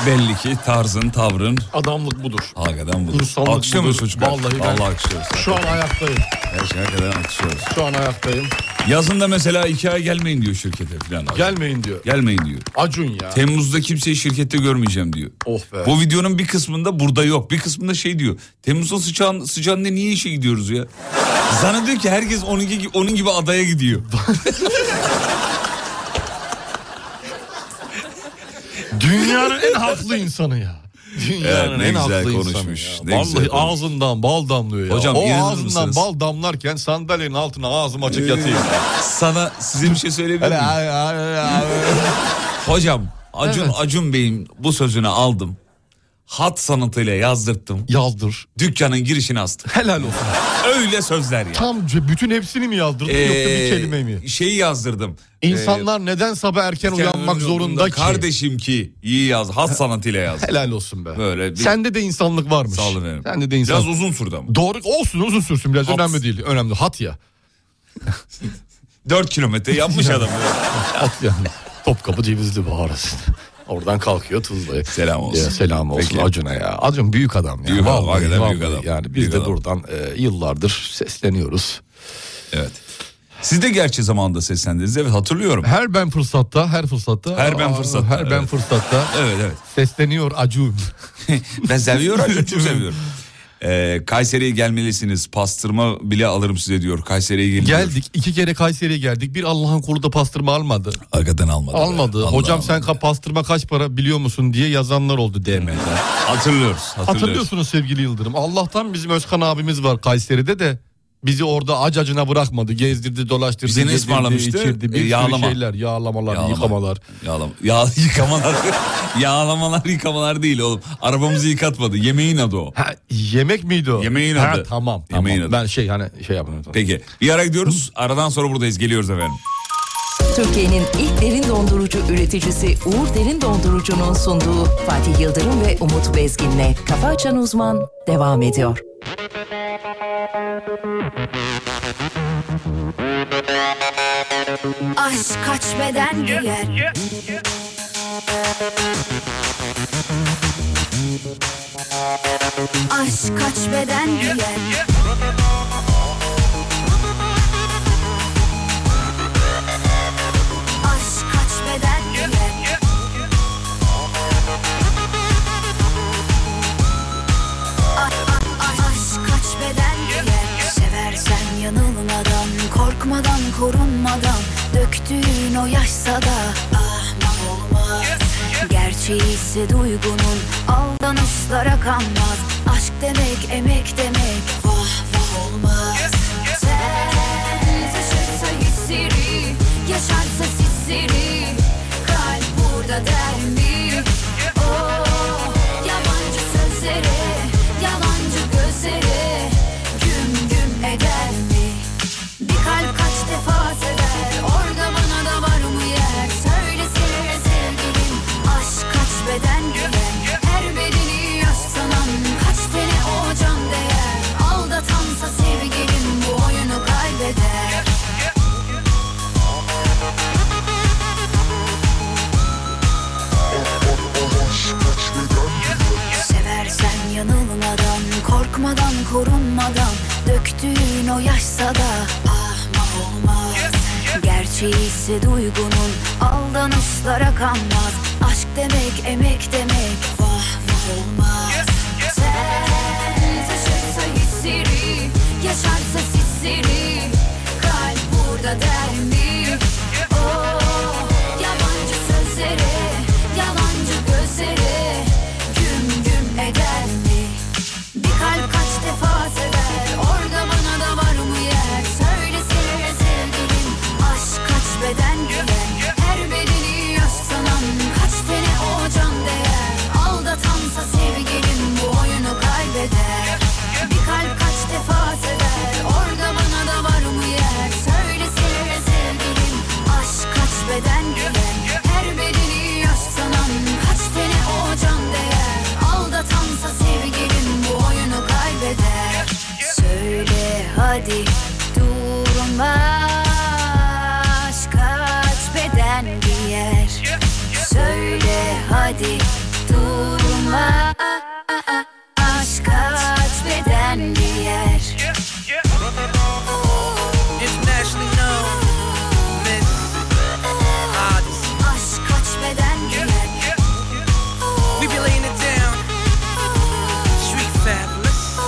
[SPEAKER 3] Belli ki tarzın, tavrın.
[SPEAKER 4] Adamlık budur.
[SPEAKER 3] Hakikaten budur.
[SPEAKER 4] İnsanlık
[SPEAKER 3] Alkışlıyor musun
[SPEAKER 4] budur.
[SPEAKER 3] çocuklar?
[SPEAKER 4] Vallahi ben-
[SPEAKER 3] Vallahi alkışlıyoruz.
[SPEAKER 4] Şu an ayaktayım.
[SPEAKER 3] Her şey hakikaten alkışlıyoruz.
[SPEAKER 4] Şu an ayaktayım.
[SPEAKER 3] Yazın da mesela iki ay gelmeyin diyor şirkete falan.
[SPEAKER 4] Gelmeyin diyor.
[SPEAKER 3] Gelmeyin diyor.
[SPEAKER 4] Acun ya.
[SPEAKER 3] Temmuz'da kimseyi şirkette görmeyeceğim diyor.
[SPEAKER 4] Oh be.
[SPEAKER 3] Bu videonun bir kısmında burada yok. Bir kısmında şey diyor. Temmuz'da sıcağın, sıcağında niye işe gidiyoruz ya? Zannediyor ki herkes onun gibi, onun gibi adaya gidiyor.
[SPEAKER 4] Dünyanın en haklı insanı ya. Dünyanın
[SPEAKER 3] Evet, ne
[SPEAKER 4] en
[SPEAKER 3] güzel
[SPEAKER 4] haklı
[SPEAKER 3] konuşmuş,
[SPEAKER 4] insanı ya.
[SPEAKER 3] ne
[SPEAKER 4] Vallahi
[SPEAKER 3] güzel konuşmuş.
[SPEAKER 4] ağzından bal damlıyor ya.
[SPEAKER 3] Hocam,
[SPEAKER 4] o
[SPEAKER 3] inanır
[SPEAKER 4] ağzından
[SPEAKER 3] mısınız?
[SPEAKER 4] bal damlarken sandalyenin altına ağzım açık yatayım.
[SPEAKER 3] Sana size bir şey söyleyebilir miyim? Hocam Acun
[SPEAKER 4] Evet.
[SPEAKER 3] Acun Bey'in bu sözünü aldım. Hat sanatıyla yazdırttım.
[SPEAKER 4] Yazdır.
[SPEAKER 3] Dükkanın girişine astım.
[SPEAKER 4] Helal olsun.
[SPEAKER 3] Öyle sözler ya.
[SPEAKER 4] Tam c- bütün hepsini mi yazdırdın yoksa bir
[SPEAKER 3] Ee,
[SPEAKER 4] kelime mi?
[SPEAKER 3] Şeyi yazdırdım.
[SPEAKER 4] İnsanlar neden sabah erken
[SPEAKER 3] Ee,
[SPEAKER 4] uyanmak zorunda ki?
[SPEAKER 3] Kardeşim ki iyi yaz. Hat sanatıyla yaz.
[SPEAKER 4] Helal olsun be.
[SPEAKER 3] Böyle bir...
[SPEAKER 4] Sende de insanlık varmış.
[SPEAKER 3] Sağ olun efendim.
[SPEAKER 4] Sende de insanlık.
[SPEAKER 3] Biraz uzun sürdü ama.
[SPEAKER 4] Doğru olsun uzun sürsün biraz
[SPEAKER 3] Hat.
[SPEAKER 4] önemli değil. Önemli hat ya.
[SPEAKER 3] 4 kilometre yapmış adam.
[SPEAKER 4] At yani. Topkapı Cevizli Baharası. Oradan kalkıyor Tuzla'ya.
[SPEAKER 3] Selam olsun.
[SPEAKER 4] Ya, selam olsun
[SPEAKER 3] Peki.
[SPEAKER 4] Acun'a ya. Acun büyük adam ya.
[SPEAKER 3] Büyük adam,
[SPEAKER 4] Vallahi,
[SPEAKER 3] hakikaten büyük
[SPEAKER 4] vallahi
[SPEAKER 3] adam.
[SPEAKER 4] Yani biz
[SPEAKER 3] Büyük
[SPEAKER 4] de
[SPEAKER 3] adam.
[SPEAKER 4] buradan e, yıllardır sesleniyoruz.
[SPEAKER 3] Evet. Siz de gerçi zamanında seslendiniz. Evet hatırlıyorum.
[SPEAKER 4] Her ben fırsatta, her fırsatta.
[SPEAKER 3] Her ben
[SPEAKER 4] Aa,
[SPEAKER 3] fırsatta,
[SPEAKER 4] Her ben
[SPEAKER 3] evet.
[SPEAKER 4] fırsatta.
[SPEAKER 3] Evet evet.
[SPEAKER 4] Sesleniyor Acun.
[SPEAKER 3] Ben seviyorum Acun, çok seviyorum. Ee, Kayseri'ye gelmelisiniz. Pastırma bile alırım size diyor. Kayseri'ye gelin. diyor.
[SPEAKER 4] Geldik iki kere Kayseri'ye geldik. Bir Allah'ın kulu da pastırma almadı.
[SPEAKER 3] Hakikaten almadı.
[SPEAKER 4] Almadı.
[SPEAKER 3] Allah
[SPEAKER 4] Hocam
[SPEAKER 3] Allah.
[SPEAKER 4] sen ka- pastırma kaç para biliyor musun diye yazanlar oldu DM'de.
[SPEAKER 3] Hatırlıyoruz. hatırlıyoruz.
[SPEAKER 4] Hatırlıyorsunuz sevgili Yıldırım. Allah'tan bizim Özkan abimiz var Kayseri'de de bizi orada acacına bırakmadı. Gezdirdi, dolaştırdı,
[SPEAKER 3] Bize ne
[SPEAKER 4] yedirdi,
[SPEAKER 3] ısmarlamıştı?
[SPEAKER 4] içirdi.
[SPEAKER 3] E,
[SPEAKER 4] Bir sürü
[SPEAKER 3] yağlama.
[SPEAKER 4] şeyler, yağlamalar,
[SPEAKER 3] Yağlama.
[SPEAKER 4] yıkamalar.
[SPEAKER 3] Yağlam ya yıkamalar. yağlamalar yıkamalar değil oğlum. Arabamızı yıkatmadı. Yemeğin adı o.
[SPEAKER 4] Ha, yemek miydi o?
[SPEAKER 3] Yemeğin
[SPEAKER 4] Ha,
[SPEAKER 3] adı.
[SPEAKER 4] Tamam, tamam.
[SPEAKER 3] Yemeğin adı.
[SPEAKER 4] Ben şey hani şey yapmıyorum.
[SPEAKER 3] Peki bir ara gidiyoruz. Aradan sonra buradayız. Geliyoruz efendim.
[SPEAKER 2] Türkiye'nin ilk derin dondurucu üreticisi Uğur Derin Dondurucu'nun sunduğu Fatih Yıldırım ve Umut Bezgin'le Kafa Açan Uzman devam ediyor.
[SPEAKER 5] Aşk kaç beden giyer Aşk kaç beden giyer Aşk kaç beden giyer A- a- a- Aşk kaç beden giyer Seversen yanılmadan Korkmadan korunmadan Döktüğün o yaşsa da Ahmak olmaz Gerçeği ise duygunun Aldanışlara kanmaz Aşk demek emek demek Vah vah olmaz Sen taşırsa yüzleri Yaşarsa sisleri Kalp burada der mi? Oh, yabancı sözlere Yalancı gözlere Güm güm eder mi? Bir kalp kaç defa sever Orada bana da var mı yer Söylesene sevgilim Aşk kaç beden giyer Her bedeni yaş sanan Kaç tane o can değer Aldatansa sevgilim Bu oyunu kaybeder Seversen yanılmadan, korkmadan, korunmadan Döktüğün o yaşsa da ah ahmak olmaz Gerçeği ise duygunun aldanışlara kanmaz Aşk demek emek demek Vah vah olmaz Sen taşırsa hisseri Yaşarsa sisleri Kalp burada der mi? Oh, yabancı sözlere Yalancı gözlere Güm güm eder mi? Bir kalp kaç defa sever Orada bana da var mı yer Söylesene sevgilim Aşk kaç beden giyer Her bedeni yaş sanan Kaç tane o can değer Aldatansa sevgilim Bu oyunu kaybeder Bir kalp kaç defa sever Orada bana da var mı yer Söylesene sevgilim Aşk kaç beden giyer Her bedeni yaş sanan Kaç tane o can değer Aldatansa sevgilim Bu oyunu kaybeder Söyle hadi Durma Aşk kaç beden giyer Söyle hadi Durma Aşk kaç beden giyer
[SPEAKER 12] Internationally known Miss Odyssey.
[SPEAKER 5] Aşk kaç beden giyer
[SPEAKER 12] We be laying it down. Street fabulous.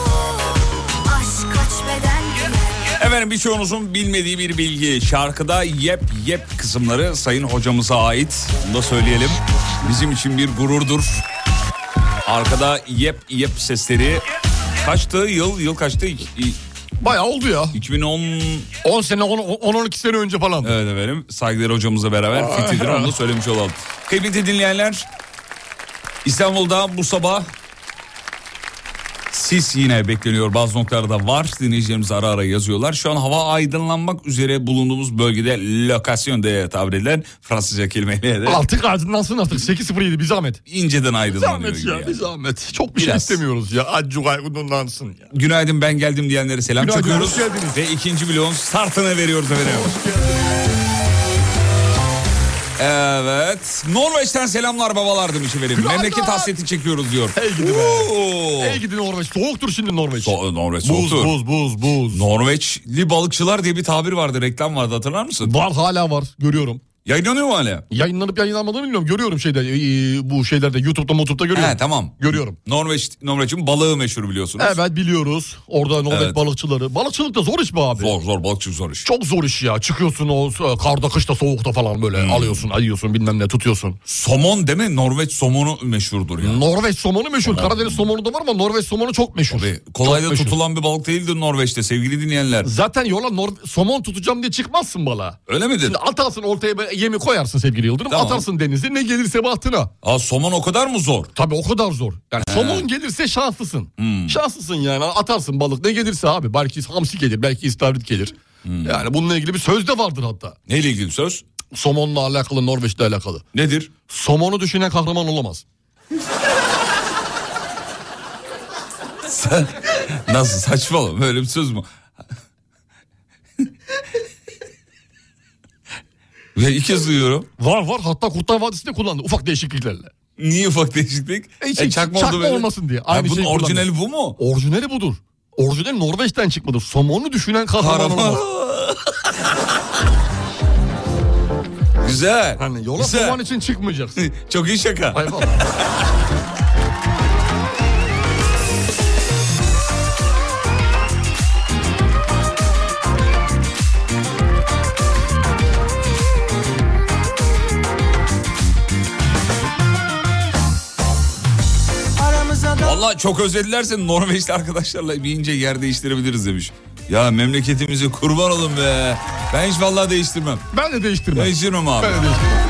[SPEAKER 5] Aşk kaç beden giyer
[SPEAKER 3] Efendim birçoğunuzun bilmediği bir bilgi. Şarkıda yep yep kısımları sayın hocamıza ait. Bunu da söyleyelim. Bizim için bir gururdur. Arkada yep yep sesleri. Kaçtı yıl? Yıl kaçtı?
[SPEAKER 4] Bayağı oldu ya.
[SPEAKER 3] 2010...
[SPEAKER 4] 10 sene, 10-12 sene önce falan.
[SPEAKER 3] Evet efendim. Saygıdeğer hocamızla beraber
[SPEAKER 4] Aa.
[SPEAKER 3] fitidir onu da söylemiş olalım. Kıymetli dinleyenler İstanbul'da bu sabah sis yine bekleniyor. Bazı noktalarda var. Dinleyicilerimiz ara ara yazıyorlar. Şu an hava aydınlanmak üzere bulunduğumuz bölgede lokasyon diye tabir edilen Fransızca kelimeyle de
[SPEAKER 4] Artık aydınlansın artık 8.07 bir zahmet.
[SPEAKER 3] inceden aydınlanıyor.
[SPEAKER 4] Zahmet
[SPEAKER 3] gibi
[SPEAKER 4] ya
[SPEAKER 3] yani.
[SPEAKER 4] bir zahmet. Çok bir şey
[SPEAKER 3] Biraz.
[SPEAKER 4] istemiyoruz ya. Acı aydınlansın ya.
[SPEAKER 3] Günaydın ben geldim diyenlere selam
[SPEAKER 4] Günaydın,
[SPEAKER 3] çakıyoruz.
[SPEAKER 4] hoş geldiniz.
[SPEAKER 3] Ve ikinci bloğun startını veriyoruz efendim. Evet. Norveç'ten selamlar babalar demiş efendim. Memleket hasreti çekiyoruz diyor.
[SPEAKER 4] Hey gidi
[SPEAKER 3] Oo.
[SPEAKER 4] be. Hey gidi Norveç. Soğuktur şimdi Norveç.
[SPEAKER 3] So- Norveç
[SPEAKER 4] Buz,
[SPEAKER 3] soğuktur.
[SPEAKER 4] buz, buz, buz.
[SPEAKER 3] Norveçli balıkçılar diye bir tabir vardı. Reklam vardı hatırlar mısın?
[SPEAKER 4] Var hala var görüyorum.
[SPEAKER 3] Yayınlanıyor mu hala?
[SPEAKER 4] Yayınlanıp yayınlanmadığını bilmiyorum. Görüyorum şeyde e, bu şeylerde YouTube'da YouTube'da görüyorum.
[SPEAKER 3] He tamam.
[SPEAKER 4] Görüyorum.
[SPEAKER 3] Norveç Norveç'in balığı meşhur biliyorsunuz.
[SPEAKER 4] Evet biliyoruz. Orada Norveç
[SPEAKER 3] Evet.
[SPEAKER 4] balıkçıları. Balıkçılık da zor iş be abi.
[SPEAKER 3] Zor zor balıkçı zor iş.
[SPEAKER 4] Çok zor iş ya. Çıkıyorsun o e, karda kışta soğukta falan böyle alıyorsun ayıyorsun bilmem ne tutuyorsun.
[SPEAKER 3] Hmm. Somon değil mi? Norveç somonu meşhurdur ya.
[SPEAKER 4] Norveç somonu meşhur. Karadeniz somonu da var ama Norveç somonu çok meşhur.
[SPEAKER 3] Kolay
[SPEAKER 4] Çok
[SPEAKER 3] da
[SPEAKER 4] meşhur.
[SPEAKER 3] tutulan bir balık değildir Norveç'te sevgili dinleyenler.
[SPEAKER 4] Zaten yola Nor- somon tutacağım diye çıkmazsın bala.
[SPEAKER 3] Öyle midir?
[SPEAKER 4] Şimdi atarsın ortaya böyle yemi koyarsın sevgili Yıldırım.
[SPEAKER 3] Tamam.
[SPEAKER 4] Atarsın denize ne gelirse bahtına.
[SPEAKER 3] Aa, somon o kadar mı zor?
[SPEAKER 4] Tabii o kadar zor. Yani
[SPEAKER 3] He.
[SPEAKER 4] somon gelirse şanslısın.
[SPEAKER 3] Hmm.
[SPEAKER 4] Şanslısın yani atarsın balık ne gelirse abi. Belki hamsi gelir belki istavrit gelir. Yani bununla ilgili bir söz de vardır hatta.
[SPEAKER 3] Hmm. Neyle ilgili söz?
[SPEAKER 4] Somonla alakalı Norveç'le alakalı.
[SPEAKER 3] Nedir?
[SPEAKER 4] Somonu düşünen kahraman olamaz.
[SPEAKER 3] Sen- Nasıl saçmalama böyle bir söz mü? Ve ilk kez duyuyorum.
[SPEAKER 4] Var var hatta Kurtlar Vadisi'nde kullandı ufak değişikliklerle.
[SPEAKER 3] Niye ufak değişiklik?
[SPEAKER 4] E, hiç-
[SPEAKER 3] E,
[SPEAKER 4] hiç
[SPEAKER 3] çakma
[SPEAKER 4] çakma,
[SPEAKER 3] oldu böyle.
[SPEAKER 4] olmasın diye.
[SPEAKER 3] Ha,
[SPEAKER 4] Aynı
[SPEAKER 3] bunun
[SPEAKER 4] şeyi
[SPEAKER 3] orijinali
[SPEAKER 4] kullandı.
[SPEAKER 3] bu mu?
[SPEAKER 4] Orijinali budur. Orijinali Norveç'ten çıkmadı. Somonu düşünen kahraman
[SPEAKER 3] Kahraman.
[SPEAKER 4] olamaz.
[SPEAKER 3] Güzel.
[SPEAKER 4] Hani yola
[SPEAKER 3] Güzel.
[SPEAKER 4] somon için çıkmayacaksın.
[SPEAKER 3] Çok iyi şaka.
[SPEAKER 4] Hayvan.
[SPEAKER 1] Aramıza da
[SPEAKER 3] Valla çok özledilerse Norveçli arkadaşlarla bir ince yer değiştirebiliriz demiş. Ya memleketimizi kurban olun be. Ben hiç vallahi değiştirmem.
[SPEAKER 4] Ben de değiştirmem.
[SPEAKER 3] Değiştirmem abi.
[SPEAKER 4] Ben de değiştirmem.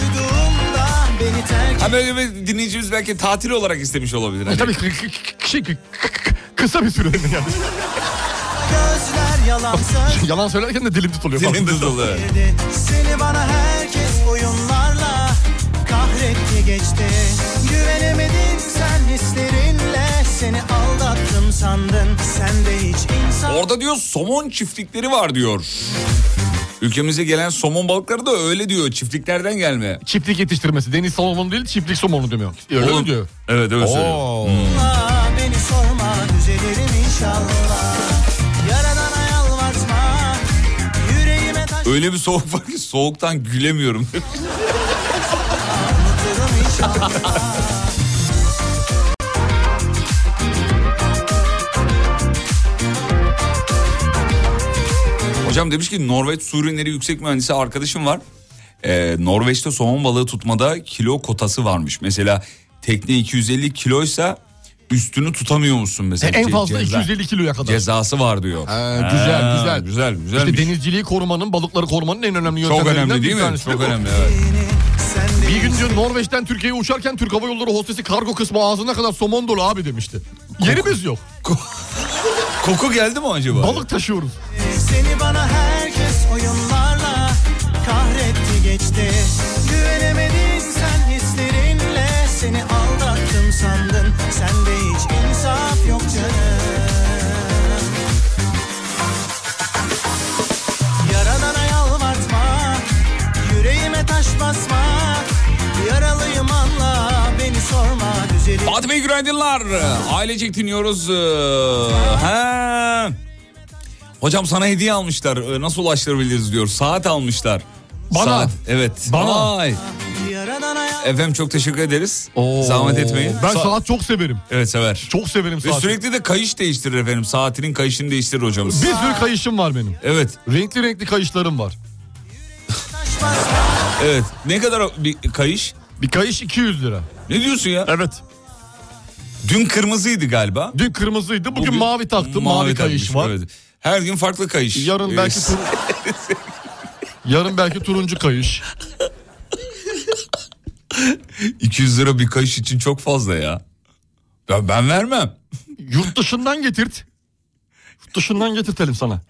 [SPEAKER 1] duyduğumda beni terk
[SPEAKER 3] Ha böyle bir dinleyicimiz belki tatil olarak istemiş olabilir. Hani.
[SPEAKER 4] Tabii kı- kı- kı- şey, kı- kı- kısa bir sürede yani.
[SPEAKER 1] gözler yalan söyledi
[SPEAKER 4] Yalan söylerken de dilim tutuluyor.
[SPEAKER 3] Dilim tutuluyor.
[SPEAKER 1] Seni bana herkes oyunlarla kahretti geçti Güvenemedin sen hislerinle seni aldattım sandın Sen de hiç insan
[SPEAKER 3] Orada diyor somon çiftlikleri var diyor. Ülkemize gelen somon balıkları da öyle diyor. Çiftliklerden gelme.
[SPEAKER 4] Çiftlik yetiştirmesi. Deniz somonu değil çiftlik somonu demiyor. Öyle
[SPEAKER 3] Oğlum-
[SPEAKER 4] mi diyor?
[SPEAKER 3] Evet öyle
[SPEAKER 4] Oo.
[SPEAKER 3] söylüyor.
[SPEAKER 1] Sorma, beni sorma düzelirim inşallah Yaradana yalvartma yüreğime taş
[SPEAKER 3] Öyle bir soğuk var ki soğuktan gülemiyorum. Hocam demiş ki Norveç su ürünleri yüksek mühendisi arkadaşım var. Ee, Norveç'te somon balığı tutmada kilo kotası varmış. Mesela tekne 250 kiloysa üstünü tutamıyor musun mesela?
[SPEAKER 4] En fazla
[SPEAKER 3] Ceza-
[SPEAKER 4] 250 kiloya kadar.
[SPEAKER 3] Cezası var diyor.
[SPEAKER 4] Ha, güzel,
[SPEAKER 3] Ha,
[SPEAKER 4] güzel.
[SPEAKER 3] Güzel güzel.
[SPEAKER 4] İşte denizciliği korumanın, balıkları korumanın en önemli
[SPEAKER 3] Çok
[SPEAKER 4] yöntemlerinden
[SPEAKER 3] önemli
[SPEAKER 4] bir
[SPEAKER 3] değil mi?
[SPEAKER 4] tanesi de
[SPEAKER 3] Çok
[SPEAKER 4] bu.
[SPEAKER 3] önemli evet.
[SPEAKER 4] Bir gün diyor Norveç'ten Türkiye'ye uçarken Türk Hava Yolları hostesi kargo kısmı ağzına kadar somon dolu abi demişti. Yerimiz yok.
[SPEAKER 3] Koku geldi mi acaba?
[SPEAKER 4] Balık taşıyoruz.
[SPEAKER 1] Seni bana herkes oyunlarla kahretti geçti Güvenemedin sen hislerinle seni aldattım sandın Sende hiç insaf yok canım Yaradana yalvartma yüreğime taş basma Yaralıyım anla beni sorma düzelir
[SPEAKER 3] Fatih Bey günaydınlar. Ailecek dinliyoruz. Ee, He. Hocam sana hediye almışlar. Ee, Nasıl ulaştırabiliriz diyor. Saat almışlar.
[SPEAKER 4] Bana.
[SPEAKER 3] Saat. Evet.
[SPEAKER 4] Bana.
[SPEAKER 3] Vay. Efendim çok teşekkür ederiz. Zahmet etmeyin.
[SPEAKER 4] Ben
[SPEAKER 3] Sa-
[SPEAKER 4] saat çok severim.
[SPEAKER 3] Evet sever.
[SPEAKER 4] Çok severim
[SPEAKER 3] Ve
[SPEAKER 4] saat.
[SPEAKER 3] sürekli de kayış değiştirir efendim. Saatinin kayışını değiştirir
[SPEAKER 4] Bir
[SPEAKER 3] hocamız.
[SPEAKER 4] sürü kayışım var benim.
[SPEAKER 3] Evet.
[SPEAKER 4] Renkli renkli kayışlarım var.
[SPEAKER 3] Evet. Ne kadar o- bir kayış?
[SPEAKER 4] Bir kayış 200 lira.
[SPEAKER 3] Ne diyorsun ya?
[SPEAKER 4] Evet.
[SPEAKER 3] Dün kırmızıydı galiba.
[SPEAKER 4] Dün kırmızıydı. Bugün, mavi taktım. Mavi, kayış
[SPEAKER 3] takmış,
[SPEAKER 4] var.
[SPEAKER 3] evet. Her gün farklı kayış.
[SPEAKER 4] Yarın belki
[SPEAKER 3] Ee,
[SPEAKER 4] tur... Yarın belki turuncu kayış.
[SPEAKER 3] 200 lira bir kayış için çok fazla ya. Ben, ben vermem.
[SPEAKER 4] Yurt dışından getirt. Yurt dışından getirtelim sana.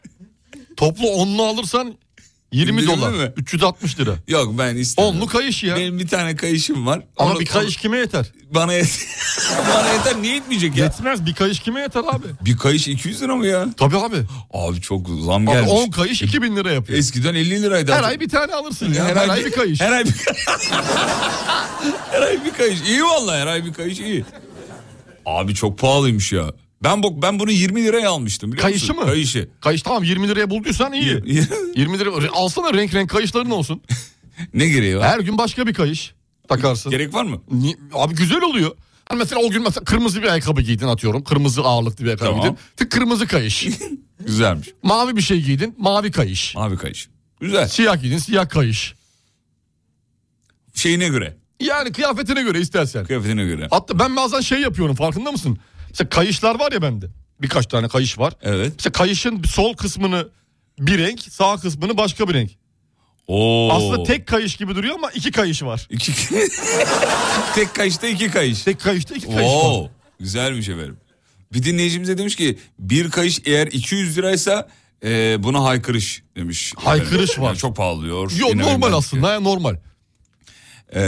[SPEAKER 4] Toplu onlu alırsan 20
[SPEAKER 3] İndirimli
[SPEAKER 4] dolar.
[SPEAKER 3] mi?
[SPEAKER 4] 360 lira.
[SPEAKER 3] Yok ben istemiyorum.
[SPEAKER 4] Onlu kayış ya.
[SPEAKER 3] Benim bir tane kayışım var.
[SPEAKER 4] Ama
[SPEAKER 3] Onu-
[SPEAKER 4] bir kayış kime yeter?
[SPEAKER 3] Bana yeter. Bana yeter niye yetmeyecek ya?
[SPEAKER 4] Yetmez bir kayış kime yeter abi?
[SPEAKER 3] Bir kayış 200 lira mı ya?
[SPEAKER 4] Tabii abi.
[SPEAKER 3] Abi çok zam
[SPEAKER 4] Abi
[SPEAKER 3] gelmiş.
[SPEAKER 4] 10 kayış 2000 lira yapıyor.
[SPEAKER 3] Eskiden 50 liraydı.
[SPEAKER 4] Her
[SPEAKER 3] artık.
[SPEAKER 4] ay bir tane alırsın ya.
[SPEAKER 3] Her
[SPEAKER 4] Her,
[SPEAKER 3] ay
[SPEAKER 4] ay
[SPEAKER 3] bir-
[SPEAKER 4] bir kayış.
[SPEAKER 3] her ay bir Her ay bir kayış. İyi vallahi her ay bir kayış iyi. Abi çok pahalıymış ya. Ben bu ben bunu 20 liraya almıştım biliyor
[SPEAKER 4] Kayışı
[SPEAKER 3] musun?
[SPEAKER 4] mı?
[SPEAKER 3] Kayışı.
[SPEAKER 4] Kayış tamam 20 liraya bulduysan iyi. 20 lira re- alsana renk renk kayışların olsun.
[SPEAKER 3] Ne gereği var?
[SPEAKER 4] Her gün başka bir kayış takarsın.
[SPEAKER 3] Gerek var mı?
[SPEAKER 4] Ni- Abi güzel oluyor. Hani mesela o gün mesela kırmızı bir ayakkabı giydin atıyorum. Kırmızı ağırlıklı bir ayakkabı
[SPEAKER 3] Tamam.
[SPEAKER 4] giydin. Tık kırmızı kayış.
[SPEAKER 3] Güzelmiş.
[SPEAKER 4] mavi bir şey giydin. Mavi kayış.
[SPEAKER 3] Mavi kayış. Güzel.
[SPEAKER 4] Siyah giydin. Siyah kayış.
[SPEAKER 3] Şeyine göre.
[SPEAKER 4] Yani kıyafetine göre istersen.
[SPEAKER 3] Kıyafetine göre.
[SPEAKER 4] Hatta ben bazen şey yapıyorum farkında mısın? Mesela kayışlar var ya bende. Birkaç tane kayış var.
[SPEAKER 3] Evet.
[SPEAKER 4] İşte kayışın sol kısmını bir renk, sağ kısmını başka bir renk.
[SPEAKER 3] Oo.
[SPEAKER 4] Aslında tek kayış gibi duruyor ama iki kayış var.
[SPEAKER 3] İki... tek kayışta iki kayış.
[SPEAKER 4] Tek kayışta iki kayış var.
[SPEAKER 3] Oo, güzelmiş efendim. Bir dinleyicimize demiş ki bir kayış eğer 200 liraysa e, buna haykırış demiş.
[SPEAKER 4] Haykırış
[SPEAKER 3] Yani
[SPEAKER 4] var.
[SPEAKER 3] çok pahalıyor.
[SPEAKER 4] Yo
[SPEAKER 3] Yine
[SPEAKER 4] normal
[SPEAKER 3] bilmem.
[SPEAKER 4] aslında ya, normal.
[SPEAKER 3] Ee,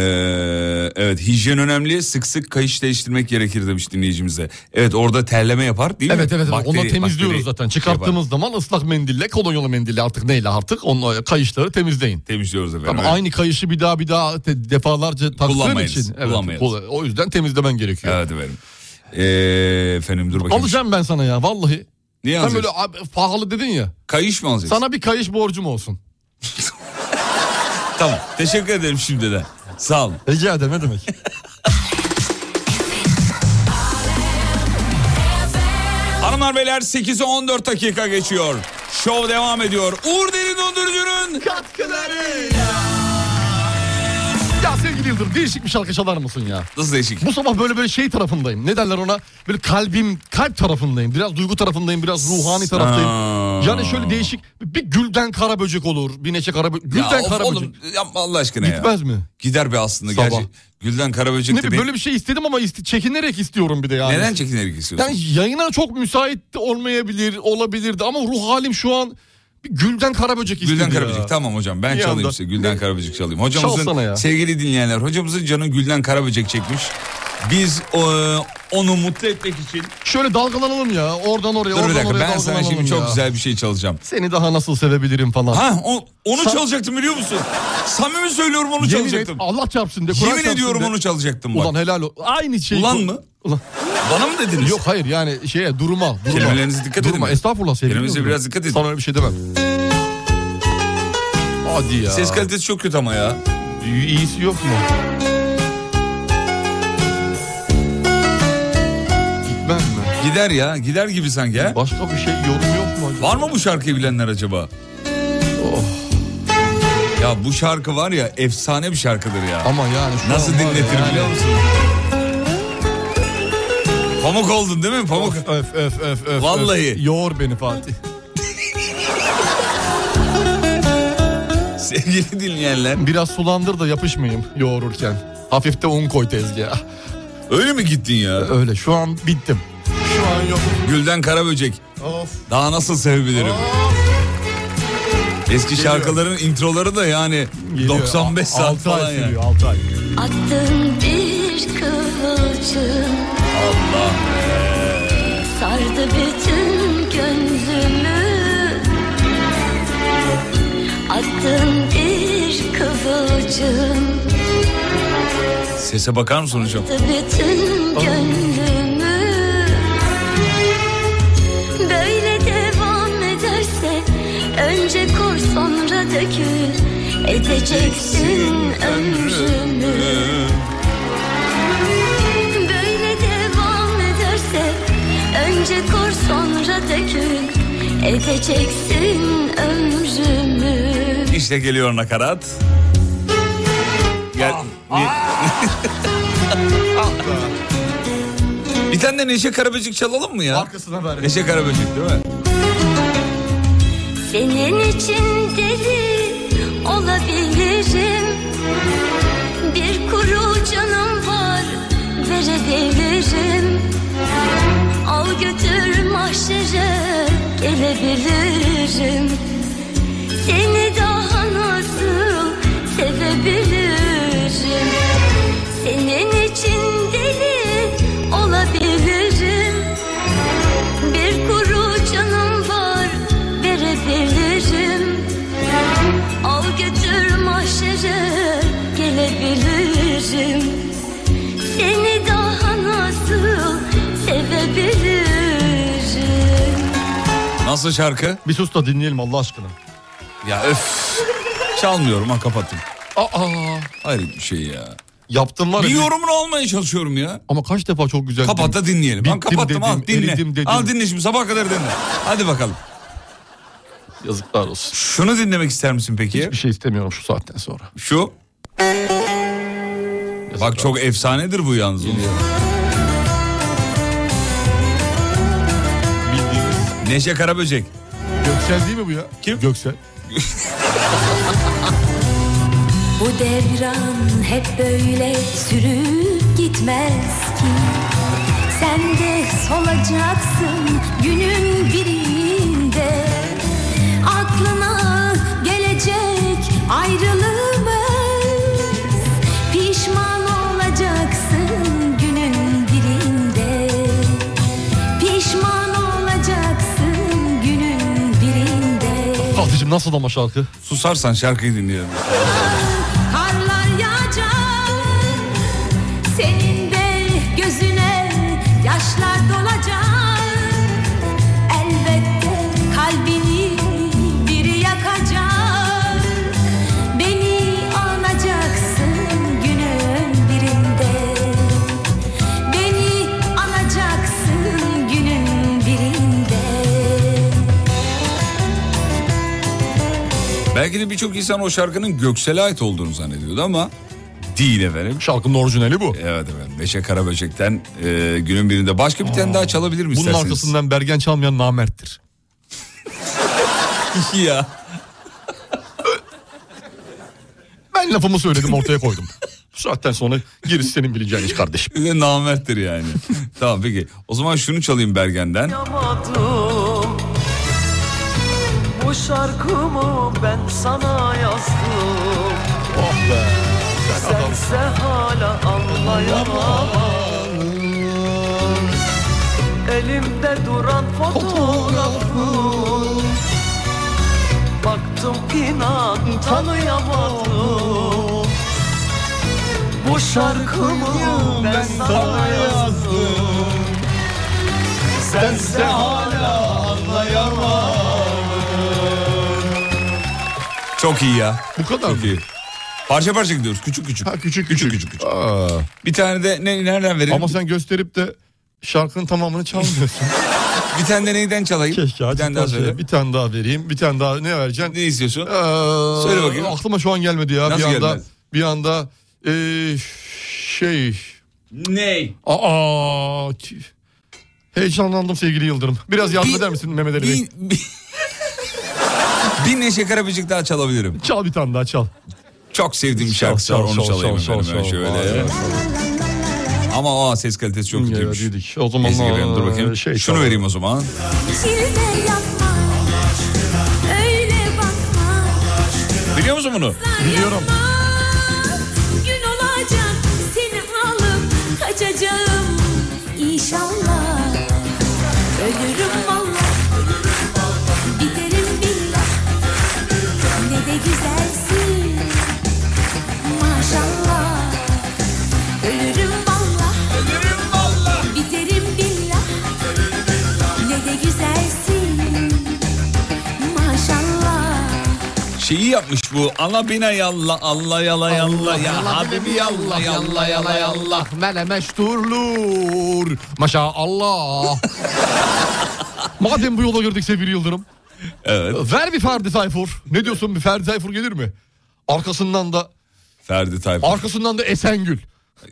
[SPEAKER 3] evet hijyen önemli sık sık kayış değiştirmek gerekir demiş dinleyicimize. Evet orada terleme yapar değil
[SPEAKER 4] evet
[SPEAKER 3] mi?
[SPEAKER 4] evet evet. Ondan
[SPEAKER 3] Bakteri-
[SPEAKER 4] temizliyoruz
[SPEAKER 3] bakteri
[SPEAKER 4] zaten.
[SPEAKER 3] şey
[SPEAKER 4] Çıkarttığımız
[SPEAKER 3] yapar.
[SPEAKER 4] zaman ıslak mendille, kolonyalı mendille artık neyle artık onunla kayışları temizleyin.
[SPEAKER 3] Temizliyoruz efendim.
[SPEAKER 4] Ama
[SPEAKER 3] evet.
[SPEAKER 4] aynı kayışı bir daha bir daha te- defalarca taktığın
[SPEAKER 3] Kullanmayız,
[SPEAKER 4] için. Evet,
[SPEAKER 3] kullanmayız.
[SPEAKER 4] kul- O yüzden temizlemen gerekiyor.
[SPEAKER 3] Evet efendim. Ee, efendim dur bakayım.
[SPEAKER 4] Alacağım ben sana ya vallahi.
[SPEAKER 3] Niye
[SPEAKER 4] Sen
[SPEAKER 3] alacaksın?
[SPEAKER 4] böyle abi, pahalı dedin ya.
[SPEAKER 3] Kayış mı alacaksın?
[SPEAKER 4] Sana bir kayış borcum olsun.
[SPEAKER 3] Tamam teşekkür ederim şimdiden. Sağ olun.
[SPEAKER 4] Rica ederim ne demek.
[SPEAKER 3] Hanımlar beyler 8'e 14 dakika geçiyor. Şov devam ediyor. Uğur Derin Dondurucu'nun
[SPEAKER 4] katkılarıyla. Ya sevgili Yıldırım değişik bir şarkı çalar mısın ya?
[SPEAKER 3] Nasıl değişik?
[SPEAKER 4] Bu sabah böyle böyle şey tarafındayım. Ne derler ona? Böyle kalbim, kalp tarafındayım. Biraz duygu tarafındayım, biraz ruhani taraftayım.
[SPEAKER 3] Ha.
[SPEAKER 4] Yani şöyle değişik. Bir gülden kara böcek olur. Bir neçe kara böcek.
[SPEAKER 3] Ya
[SPEAKER 4] Gülden
[SPEAKER 3] of
[SPEAKER 4] kara
[SPEAKER 3] oğlum
[SPEAKER 4] böcek.
[SPEAKER 3] yapma Allah aşkına ya.
[SPEAKER 4] Gitmez mi?
[SPEAKER 3] Gider be aslında.
[SPEAKER 4] Sabah.
[SPEAKER 3] Gerçi Gülden Karaböcek
[SPEAKER 4] Ne
[SPEAKER 3] de
[SPEAKER 4] bileyim, böyle bir şey istedim ama iste- çekinerek istiyorum bir de yani.
[SPEAKER 3] Neden çekinerek istiyorsun?
[SPEAKER 4] Yani yayına çok müsait olmayabilir, olabilirdi ama ruh halim şu an bir gülden kara böcek istiyor.
[SPEAKER 3] Gülden
[SPEAKER 4] ya.
[SPEAKER 3] Karaböcek tamam hocam ben
[SPEAKER 4] Bir
[SPEAKER 3] çalayım
[SPEAKER 4] anda.
[SPEAKER 3] size Gülden Karaböcek çalayım.
[SPEAKER 4] Çalsana
[SPEAKER 3] Hocamızın
[SPEAKER 4] ya.
[SPEAKER 3] sevgili dinleyenler hocamızın canı Gülden Karaböcek çekmiş. Biz e, onu mutlu etmek için
[SPEAKER 4] Şöyle dalgalanalım ya. Oradan oraya,
[SPEAKER 3] Dur
[SPEAKER 4] oradan
[SPEAKER 3] bir dakika
[SPEAKER 4] oraya
[SPEAKER 3] ben sana
[SPEAKER 4] dalgalanalım
[SPEAKER 3] şimdi çok
[SPEAKER 4] ya.
[SPEAKER 3] güzel bir şey çalacağım.
[SPEAKER 4] Seni daha nasıl sevebilirim falan.
[SPEAKER 3] Ha o- onu
[SPEAKER 4] Sa-
[SPEAKER 3] çalacaktım biliyor musun? Samimi söylüyorum onu
[SPEAKER 4] Yemin et,
[SPEAKER 3] çalacaktım.
[SPEAKER 4] Allah çarpsın de. Kur'an
[SPEAKER 3] Yemin
[SPEAKER 4] çarpsın
[SPEAKER 3] ediyorum
[SPEAKER 4] de.
[SPEAKER 3] onu çalacaktım bak.
[SPEAKER 4] Ulan helal ol. Aynı şey.
[SPEAKER 3] Ulan mı?
[SPEAKER 4] Ulan.
[SPEAKER 3] Bana mı dediniz?
[SPEAKER 4] Yok hayır yani şeye duruma. duruma.
[SPEAKER 3] Kelimelerinize dikkat edin.
[SPEAKER 4] Durma estağfurullah sevgili.
[SPEAKER 3] Kelimelerinize
[SPEAKER 4] Yıldırım.
[SPEAKER 3] biraz dikkat edin.
[SPEAKER 4] Sana öyle bir şey demem. Hadi ya.
[SPEAKER 3] Ses kalitesi çok kötü ama ya.
[SPEAKER 4] İyisi yok mu?
[SPEAKER 3] Gider ya gider gibi sanki ha. Başka bir şey yorum yok mu acaba? Var mı bu şarkıyı bilenler acaba? Ya bu şarkı var ya efsane bir şarkıdır ya. Ama yani Nasıl dinletir biliyor musun? Pamuk oldun değil mi Pamuk?
[SPEAKER 4] Öf öf öf öf.
[SPEAKER 3] Vallahi.
[SPEAKER 4] Öf. Yoğur beni Fatih.
[SPEAKER 3] Sevgili dinleyenler.
[SPEAKER 4] Biraz sulandır da yapışmayayım yoğururken. Hafif de un koy tezgaha.
[SPEAKER 3] Öyle mi gittin ya?
[SPEAKER 4] Öyle şu an bittim.
[SPEAKER 3] Şu an yok. Gülden Karaböcek. Daha nasıl sevebilirim? Eski
[SPEAKER 4] Geliyor.
[SPEAKER 3] şarkıların introları da yani 95 saat
[SPEAKER 4] Altı ay
[SPEAKER 3] falan yani.
[SPEAKER 4] sürüyor, altı ay.
[SPEAKER 13] Attım bir kıvılcım
[SPEAKER 3] Allah
[SPEAKER 13] sardı bütün gönlümü Attım bir kıvılcım
[SPEAKER 3] Sese bakar mısın hocam?
[SPEAKER 13] sardı bütün gönlümü Böyle devam ederse önce kor sonra dökül Edeceksin ömrümü Böyle devam ederse Önce kor sonra dökül Edeceksin ömrümü
[SPEAKER 3] İşte geliyor nakarat. Gel. Ne- Bir tane de Neşe Karaböcek çalalım mı ya? Arkasına ver. Neşe Karaböcek değil mi?
[SPEAKER 13] Senin için deli olabilirim Bir kuru canım var verebilirim Al götür mahşere gelebilirim Seni daha nasıl sevebilirim Senin için deli olabilirim Bir kuru canım var verebilirim Al götür mahşere gelebilirim Seni daha nasıl sevebilirim
[SPEAKER 3] Nasıl şarkı?
[SPEAKER 4] Bir sus da dinleyelim Allah aşkına.
[SPEAKER 3] Ya öf. Çalmıyorum ha kapatın. Aa. Hayır bir şey ya. Yaptın
[SPEAKER 4] var ya,
[SPEAKER 3] Bir
[SPEAKER 4] bir-
[SPEAKER 3] yorumun olmaya çalışıyorum ya.
[SPEAKER 4] Ama kaç defa çok güzel.
[SPEAKER 3] Kapat da dinleyelim. Ben
[SPEAKER 4] Bittim
[SPEAKER 3] kapattım al
[SPEAKER 4] dedim,
[SPEAKER 3] dinle.
[SPEAKER 4] eridim dedim.
[SPEAKER 3] Al dinle şimdi sabah kadar dinle. Hadi bakalım. Yazıklar olsun. Şunu dinlemek ister misin peki? Hiçbir şey istemiyorum şu saatten sonra. Şu. Bak çok efsanedir bu yalnız. Bildiğimiz. Neşe Karaböcek. şey
[SPEAKER 4] Göksel değil mi bu ya?
[SPEAKER 3] Kim?
[SPEAKER 4] Göksel.
[SPEAKER 14] Bu devran hep böyle sürüp gitmez ki Sen de solacaksın günün birinde Aklına gelecek ayrılığımız Pişman olacaksın günün birinde Pişman olacaksın günün birinde
[SPEAKER 4] Fatih'cim nasıl ama şarkı?
[SPEAKER 3] Susarsan şarkıyı dinleyelim.
[SPEAKER 14] Karlar yağacak Senin de gözüne yaşlar dolacak Elbette kalbini biri yakacak Beni anacaksın günün birinde Beni anacaksın günün birinde
[SPEAKER 3] Belki de birçok insan o şarkının Göksel'e ait olduğunu zannediyordu ama değil efendim.
[SPEAKER 4] Şarkının orijinali bu.
[SPEAKER 3] Evet efendim. Neşe Karaböcek'ten e, günün birinde. Başka bir tane daha çalabilir mi
[SPEAKER 4] Bunun
[SPEAKER 3] isterseniz?
[SPEAKER 4] arkasından Bergen çalmayan namerttir.
[SPEAKER 3] ya.
[SPEAKER 4] Ben lafımı söyledim ortaya koydum. Bu saatten sonra gerisi senin bileceğin iş kardeşim.
[SPEAKER 3] Bir de namerttir yani. tamam peki. O zaman şunu çalayım Bergen'den.
[SPEAKER 8] Yapamadım. Bu şarkımı ben sana yazdım.
[SPEAKER 4] Oh be.
[SPEAKER 8] Sense hala anlayamam. Elimde duran fotoğrafı Baktım inan tanıyamadım Bu şarkımı ben sana yazdım Sense hala anlayamam
[SPEAKER 3] Çok iyi ya.
[SPEAKER 4] Bu kadar
[SPEAKER 3] Çok iyi. Parça parça gidiyoruz. Küçük küçük.
[SPEAKER 4] Ha küçük küçük. küçük, küçük,
[SPEAKER 3] Bir tane de ne, nereden verelim?
[SPEAKER 4] Ama sen gösterip de şarkının tamamını çalmıyorsun.
[SPEAKER 3] bir tane de neyden çalayım?
[SPEAKER 4] Keşke bir
[SPEAKER 3] tane daha söyle.
[SPEAKER 4] Bir tane daha vereyim. Bir tane daha ne vereceksin?
[SPEAKER 3] Ne istiyorsun?
[SPEAKER 4] Söyle
[SPEAKER 3] Söyle bakayım.
[SPEAKER 4] Aklıma şu an gelmedi ya.
[SPEAKER 3] Nasıl
[SPEAKER 4] bir anda
[SPEAKER 3] gelmez?
[SPEAKER 4] bir anda ee, şey
[SPEAKER 3] Ney?
[SPEAKER 4] Aa ki- heyecanlandım sevgili Yıldırım. Biraz yardım eder misin Mehmet Ali Bey?
[SPEAKER 3] Bir Neşe Karabıcık daha çalabilirim.
[SPEAKER 4] Çal bir tane daha çal.
[SPEAKER 3] Çok sevdiğim bir şarkısı var
[SPEAKER 4] çal,
[SPEAKER 3] onu
[SPEAKER 4] çal,
[SPEAKER 3] çalayım
[SPEAKER 4] çal,
[SPEAKER 3] hemen
[SPEAKER 4] çal,
[SPEAKER 3] ben
[SPEAKER 4] çal.
[SPEAKER 3] şöyle.
[SPEAKER 4] Vay,
[SPEAKER 3] Ama o ses kalitesi çok kötüymüş.
[SPEAKER 4] O zaman,
[SPEAKER 3] Ezgilerim, dur bakayım.
[SPEAKER 4] aa, şey
[SPEAKER 3] Şunu
[SPEAKER 4] çalalım.
[SPEAKER 3] vereyim o zaman.
[SPEAKER 13] Çile yapma Öyle bakma
[SPEAKER 3] Biliyor musun bunu?
[SPEAKER 4] Biliyorum.
[SPEAKER 13] Gün olacak seni alıp kaçacağım İnşallah Ölürüm valla Biterim billah Ne de güzelsin Maşallah Ölürüm valla Ölürüm valla Biterim billah Ne de güzelsin Maşallah
[SPEAKER 3] Şeyi yapmış bu. Ana bina yalla Allah yala yalla ya habibi yalla yalla yalla yalla.
[SPEAKER 4] Mele meşturlur. Maşallah. Madem bu yola girdik sevgili Yıldırım.
[SPEAKER 3] Evet.
[SPEAKER 4] Ver bir Ferdi Tayfur. Ne diyorsun bir Ferdi Tayfur gelir mi? Arkasından da
[SPEAKER 3] Ferdi Tayfur.
[SPEAKER 4] arkasından da Esengül.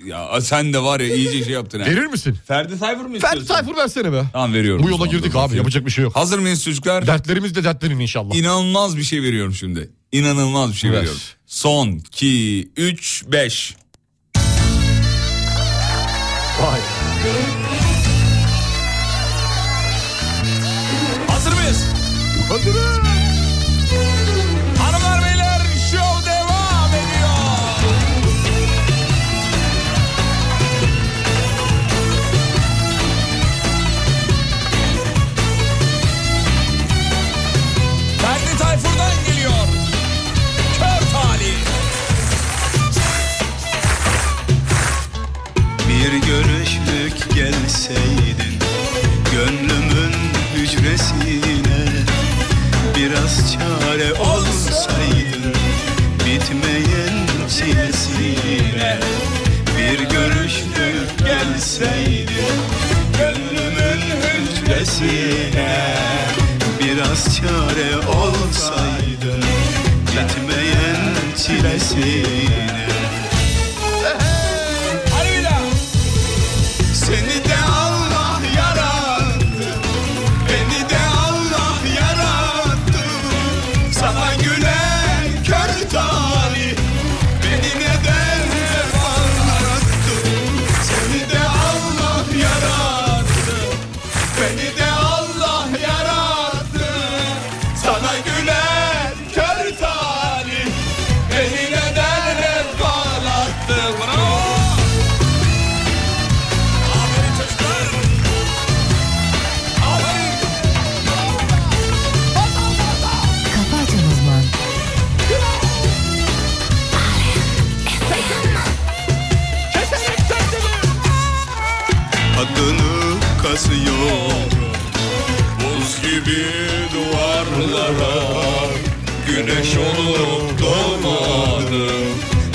[SPEAKER 3] Ya sen de var ya iyice şey yaptın ha.
[SPEAKER 4] Verir misin?
[SPEAKER 3] Ferdi Tayfur mu
[SPEAKER 4] Ferdi Tayfur versene be.
[SPEAKER 3] Tamam veriyorum.
[SPEAKER 4] Bu yola girdik abi yapacak bir şey yok.
[SPEAKER 3] Hazır mıyız çocuklar?
[SPEAKER 4] Dertlerimiz de dertlerin inşallah.
[SPEAKER 3] İnanılmaz bir şey veriyorum şimdi. İnanılmaz bir şey
[SPEAKER 4] Ver.
[SPEAKER 3] veriyorum. Son 2 3 5.
[SPEAKER 4] Vay.
[SPEAKER 3] Hazır mıyız?
[SPEAKER 4] Hazırız.
[SPEAKER 3] Hanımlar beyler şov devam ediyor. Ferdi Tayfur'dan geliyor. Kör talih.
[SPEAKER 15] Bir görüşlük gelseydin Gönlümün hücresine Biraz çare olsaydın Bitmeyen çilesine Bir görüşlük gelseydin Gönlümün hücresine Biraz çare olsaydın Bitmeyen çilesine
[SPEAKER 3] Hadi bir daha.
[SPEAKER 15] Seni de Allah yarattı Beni de Allah yarattı Sana gülen kör talih Beni neden defalattı Seni de Allah yarattı Beni de Allah yarattı Sana gülen kör talih Beni neden defalattı Bravo
[SPEAKER 2] Kafa Açan Uzman.
[SPEAKER 15] Adını kazıyorum Buz gibi duvarlara Güneş olup doğmadım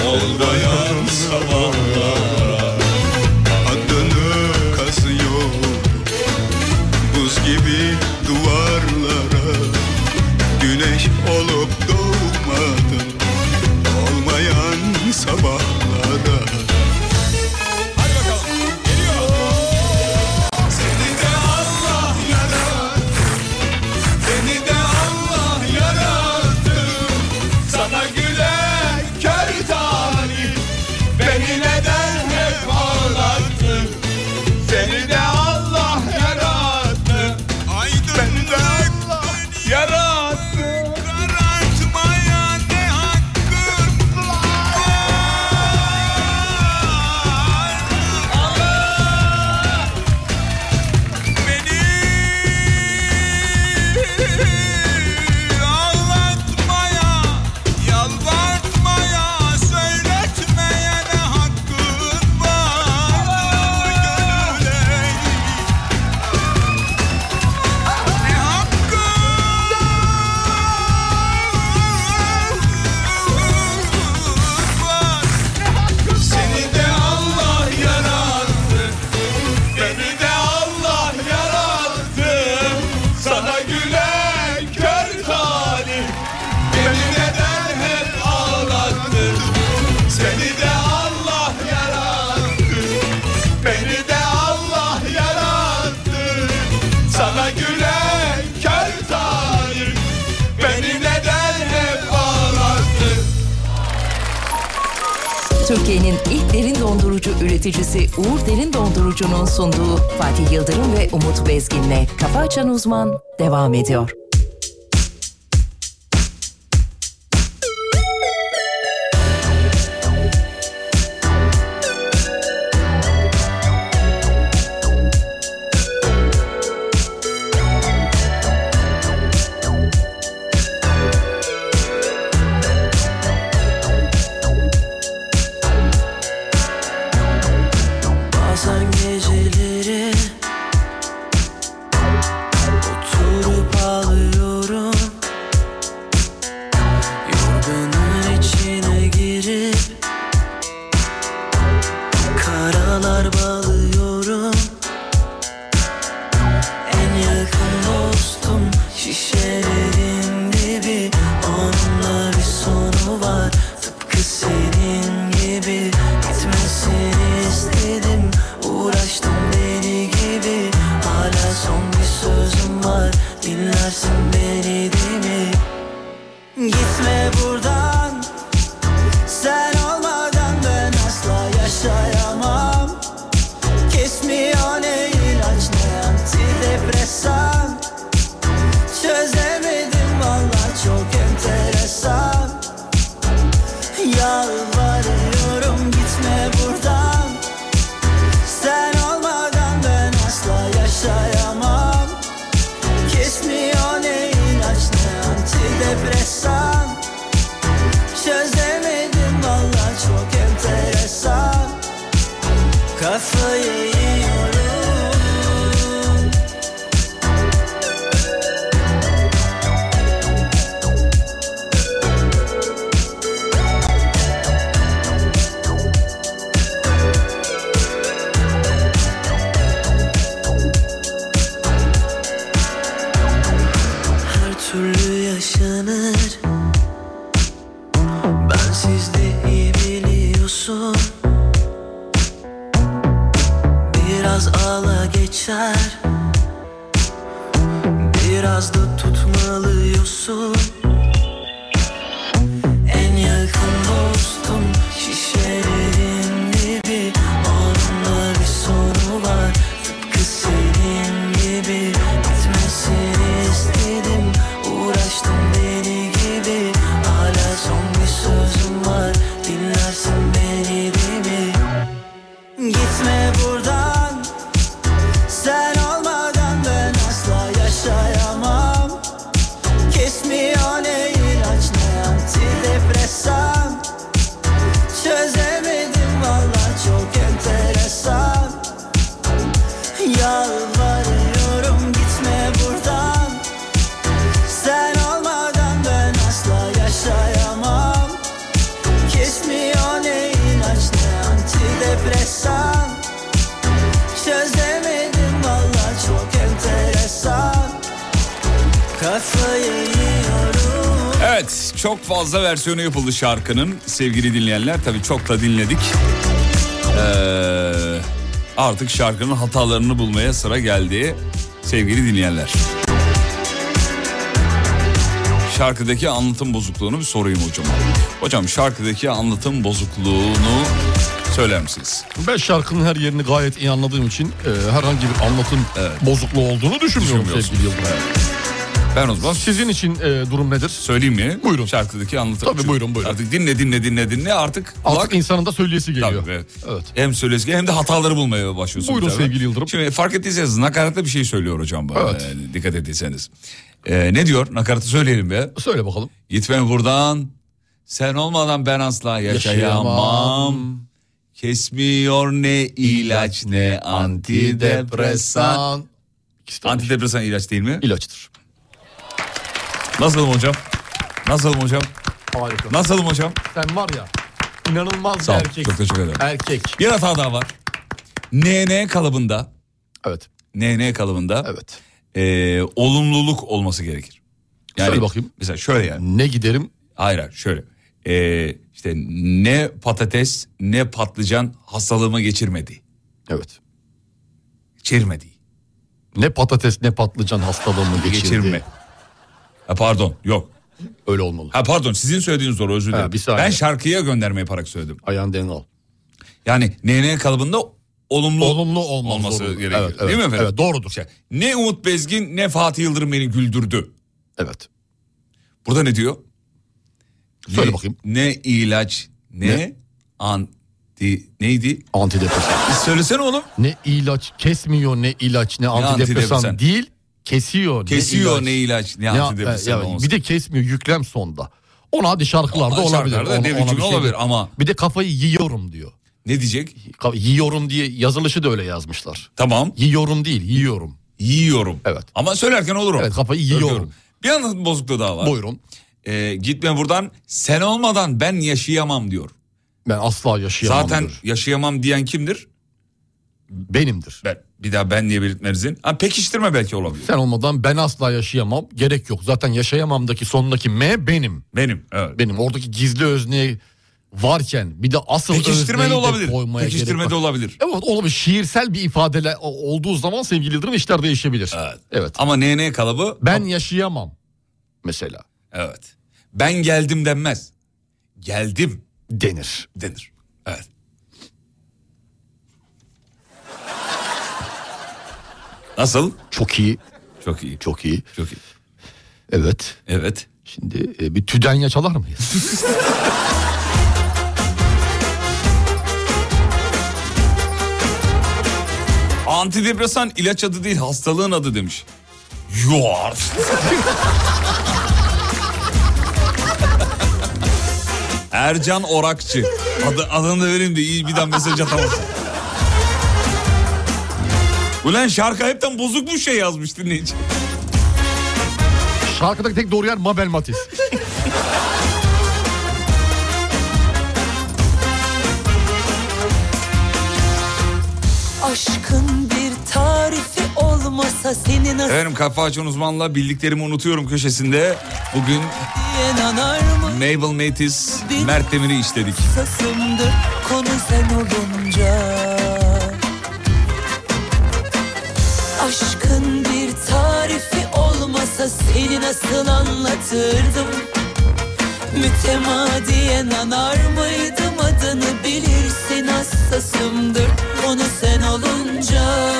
[SPEAKER 15] Oldayan sabahlara Adını kazıyorum Buz gibi duvarlara Güneş olup doğmadım Olmayan sabahlara Seni de Allah yarattı Beni de Allah yarattı Sana gülen kör talih Beni neden
[SPEAKER 2] Türkiye'nin ilk derin dondurucu üreticisi Uğur Derin Dondurucu'nun sunduğu Fatih Yıldırım ve Umut Bezgin'le Kafa Açan Uzman devam ediyor.
[SPEAKER 16] Bazen geceleri Oturup ağlıyorum Yorganın içine girip Karalar bağlıyorum En yakın dostum Şişelerin dibi Onunla bir sonu var Tıpkı senin gibi Gitmesini istedim Uğraştım deli gibi Hala son bir sözüm var Dinlersin beni değil mi? Gitme buradan Sen olmadan ben asla yaşayamam Kesmiyor ne ilaç ne antidepresan Çözemedim valla çok enteresan Yalvarıyorum gitme buradan Sen olmadan ben asla yaşayamam Kesmiyor ne ilaç ne antidepresan Çözemedim valla çok enteresan Kafayı yiyorum Her türlü yaşanır Ben sizde iyi biliyorsun Biraz ağla geçer Biraz da tutmalıyorsun En yakın dostum Şişelerin dibi Onunla bir sonu var Tıpkı senin gibi Bitmesini istedim Uğraştım deli gibi Hala son bir sözüm var Dinlersin beni değil mi? Gitme buradan Sen olmadan ben asla yaşayamam Kesmiyor ne ilaç ne antidepresan Çözemedim valla çok enteresan Yalvarıyorum gitme buradan Sen olmadan ben asla yaşayamam Kesmiyor ne ilaç ne antidepresan Çözemedim valla çok enteresan Kafayı yiyorum
[SPEAKER 3] Evet çok fazla versiyonu yapıldı şarkının sevgili dinleyenler. Tabii çok da dinledik. Ee, artık şarkının hatalarını bulmaya sıra geldi sevgili dinleyenler. Şarkıdaki anlatım bozukluğunu bir sorayım hocama. Hocam şarkıdaki anlatım bozukluğunu söyler misiniz?
[SPEAKER 4] Ben şarkının her yerini gayet iyi anladığım için e, herhangi bir anlatım bozukluğu olduğunu düşünmüyorum
[SPEAKER 3] Düşünmüyorsun.
[SPEAKER 4] sevgili Yıldırım.
[SPEAKER 3] Ben o zaman
[SPEAKER 4] Sizin için e, durum nedir?
[SPEAKER 3] Söyleyeyim mi? Buyurun. Şarkıdaki anlatım.
[SPEAKER 4] Tabii, buyurun, buyurun.
[SPEAKER 3] Artık dinle dinle dinle dinle artık
[SPEAKER 4] Artık insanın da söyleyesi geliyor.
[SPEAKER 3] Tabii, evet. Hem söylesi hem de hataları bulmaya başlıyorsunuz.
[SPEAKER 4] Buyurun sevgili
[SPEAKER 3] Yıldırım. Şimdi fark ettiyseniz nakaratlı bir şey söylüyor hocam bana. yani dikkat ettiyseniz. Ee, ne diyor? Nakaratı söyleyelim be.
[SPEAKER 4] Söyle bakalım.
[SPEAKER 3] Gitme buradan. Sen olmadan ben asla yaşayamam.
[SPEAKER 4] Yaşayamam.
[SPEAKER 3] Kesmiyor ne ilaç ne antidepresan. Antidepresan ilaç değil mi?
[SPEAKER 4] İlaçtır.
[SPEAKER 3] Nasılım hocam? Nasılım hocam?
[SPEAKER 4] Harika.
[SPEAKER 3] Nasılım hocam?
[SPEAKER 4] Sen var ya inanılmaz
[SPEAKER 3] Sağ ol.
[SPEAKER 4] bir erkek.
[SPEAKER 3] Çok teşekkür ederim.
[SPEAKER 4] Erkek.
[SPEAKER 3] Bir hata daha var. NN kalıbında.
[SPEAKER 4] Evet.
[SPEAKER 3] NN kalıbında. Ee,
[SPEAKER 4] Evet.
[SPEAKER 3] olumluluk olması gerekir.
[SPEAKER 4] Söyle bakayım.
[SPEAKER 3] Mesela şöyle yani.
[SPEAKER 4] Ne giderim?
[SPEAKER 3] Hayır hayır şöyle. Ee, işte ne patates ne patlıcan hastalığıma geçirmedi.
[SPEAKER 4] Evet.
[SPEAKER 3] Geçirmedi.
[SPEAKER 4] Ne patates ne patlıcan hastalığımı geçirdi.
[SPEAKER 3] Geçirme. Ha, pardon yok.
[SPEAKER 4] Öyle olmalı.
[SPEAKER 3] Ha pardon sizin söylediğiniz doğru özür
[SPEAKER 4] Ha,
[SPEAKER 3] dilerim.
[SPEAKER 4] bir saniye.
[SPEAKER 3] ben şarkıya gönderme yaparak söyledim.
[SPEAKER 4] Ayağın dengal.
[SPEAKER 3] Yani NN kalıbında olumlu
[SPEAKER 4] Olumlu olmak
[SPEAKER 3] olması
[SPEAKER 4] zorunda.
[SPEAKER 3] gerekiyor.
[SPEAKER 4] Evet, evet.
[SPEAKER 3] Değil mi efendim?
[SPEAKER 4] Evet, doğrudur.
[SPEAKER 3] Şey, ne Umut Bezgin ne Fatih Yıldırım beni güldürdü.
[SPEAKER 4] Evet.
[SPEAKER 3] Burada ne diyor?
[SPEAKER 4] Söyle
[SPEAKER 3] ne,
[SPEAKER 4] bakayım.
[SPEAKER 3] Ne ilaç ne,
[SPEAKER 4] Ne?
[SPEAKER 3] anti neydi?
[SPEAKER 4] Antidepresan.
[SPEAKER 3] Söylesene oğlum.
[SPEAKER 4] Ne ilaç kesmiyor ne ilaç ne antidepresan
[SPEAKER 3] antidepresan.
[SPEAKER 4] değil kesiyor.
[SPEAKER 3] Kesiyor ne ilaç, ne
[SPEAKER 4] Ya, e,
[SPEAKER 3] antidepresan
[SPEAKER 4] ya,
[SPEAKER 3] olsun.
[SPEAKER 4] Bir de kesmiyor yüklem sonda. Ona hadi şarkılarda
[SPEAKER 3] Ama
[SPEAKER 4] olabilir.
[SPEAKER 3] şarkılarda ne
[SPEAKER 4] ona- ona
[SPEAKER 3] biçim
[SPEAKER 4] bir şey
[SPEAKER 3] olabilir
[SPEAKER 4] değil.
[SPEAKER 3] ama-
[SPEAKER 4] Bir de kafayı yiyorum diyor.
[SPEAKER 3] Ne diyecek?
[SPEAKER 4] Ka- Yiyorum diye yazılışı da öyle yazmışlar.
[SPEAKER 3] Tamam.
[SPEAKER 4] Yiyorum değil yiyorum.
[SPEAKER 3] Yiyorum. Evet. Ama söylerken olurum.
[SPEAKER 4] Evet kafayı yiyorum.
[SPEAKER 3] Ölüyorum. Bir anlatım bozukluğu daha var.
[SPEAKER 4] Buyurun.
[SPEAKER 3] Ee, gitme buradan sen olmadan ben yaşayamam diyor.
[SPEAKER 4] Ben asla yaşayamam
[SPEAKER 3] Zaten
[SPEAKER 4] diyor.
[SPEAKER 3] yaşayamam diyen kimdir?
[SPEAKER 4] Benimdir.
[SPEAKER 3] Ben, bir daha ben diye belirtmenizin. Ha, pekiştirme belki olabilir.
[SPEAKER 4] Sen olmadan ben asla yaşayamam. Gerek yok. Zaten yaşayamamdaki sondaki M benim.
[SPEAKER 3] Benim. Evet.
[SPEAKER 4] Benim. Oradaki gizli özne varken bir de asıl
[SPEAKER 3] Pekiştirme de
[SPEAKER 4] özneyi
[SPEAKER 3] olabilir.
[SPEAKER 4] koymaya
[SPEAKER 3] Pekiştirme
[SPEAKER 4] gerek
[SPEAKER 3] de
[SPEAKER 4] var.
[SPEAKER 3] olabilir.
[SPEAKER 4] Evet olabilir. Şiirsel bir ifadele o- olduğu zaman sevgili Yıldırım işler değişebilir. Evet.
[SPEAKER 3] Ama NN kalıbı
[SPEAKER 4] Ben yaşayamam mesela.
[SPEAKER 3] evet. Ben geldim denmez. Geldim
[SPEAKER 4] denir.
[SPEAKER 3] denir. Evet. Nasıl?
[SPEAKER 4] Çok iyi.
[SPEAKER 3] Çok iyi.
[SPEAKER 4] Çok iyi.
[SPEAKER 3] Çok iyi.
[SPEAKER 4] Evet.
[SPEAKER 3] Evet.
[SPEAKER 4] Şimdi e, bir tüdenya çalar mıyız?
[SPEAKER 3] Antidepresan ilaç adı değil hastalığın adı demiş. You are. Ercan Orakçı. Adı, adını da vereyim de iyi bir daha mesaj atamaz. Ulan şarkı hepten bozuk bir şey yazmış dinleyici.
[SPEAKER 4] Şarkıdaki tek doğru yer Mabel Matiz.
[SPEAKER 1] Aşkın bir tarifi olmasa seni nasıl
[SPEAKER 3] Efendim kafa açan uzmanla bildiklerimi unutuyorum köşesinde. Bugün
[SPEAKER 1] yanar
[SPEAKER 3] Mabel Matiz, Mert Demir'i işledik.
[SPEAKER 1] masasımdır konu sen olunca Aşkın bir tarifi olmasa seni nasıl anlatırdım Mütemadiyen anar mıydım adını bilirsin hassasımdır konu sen olunca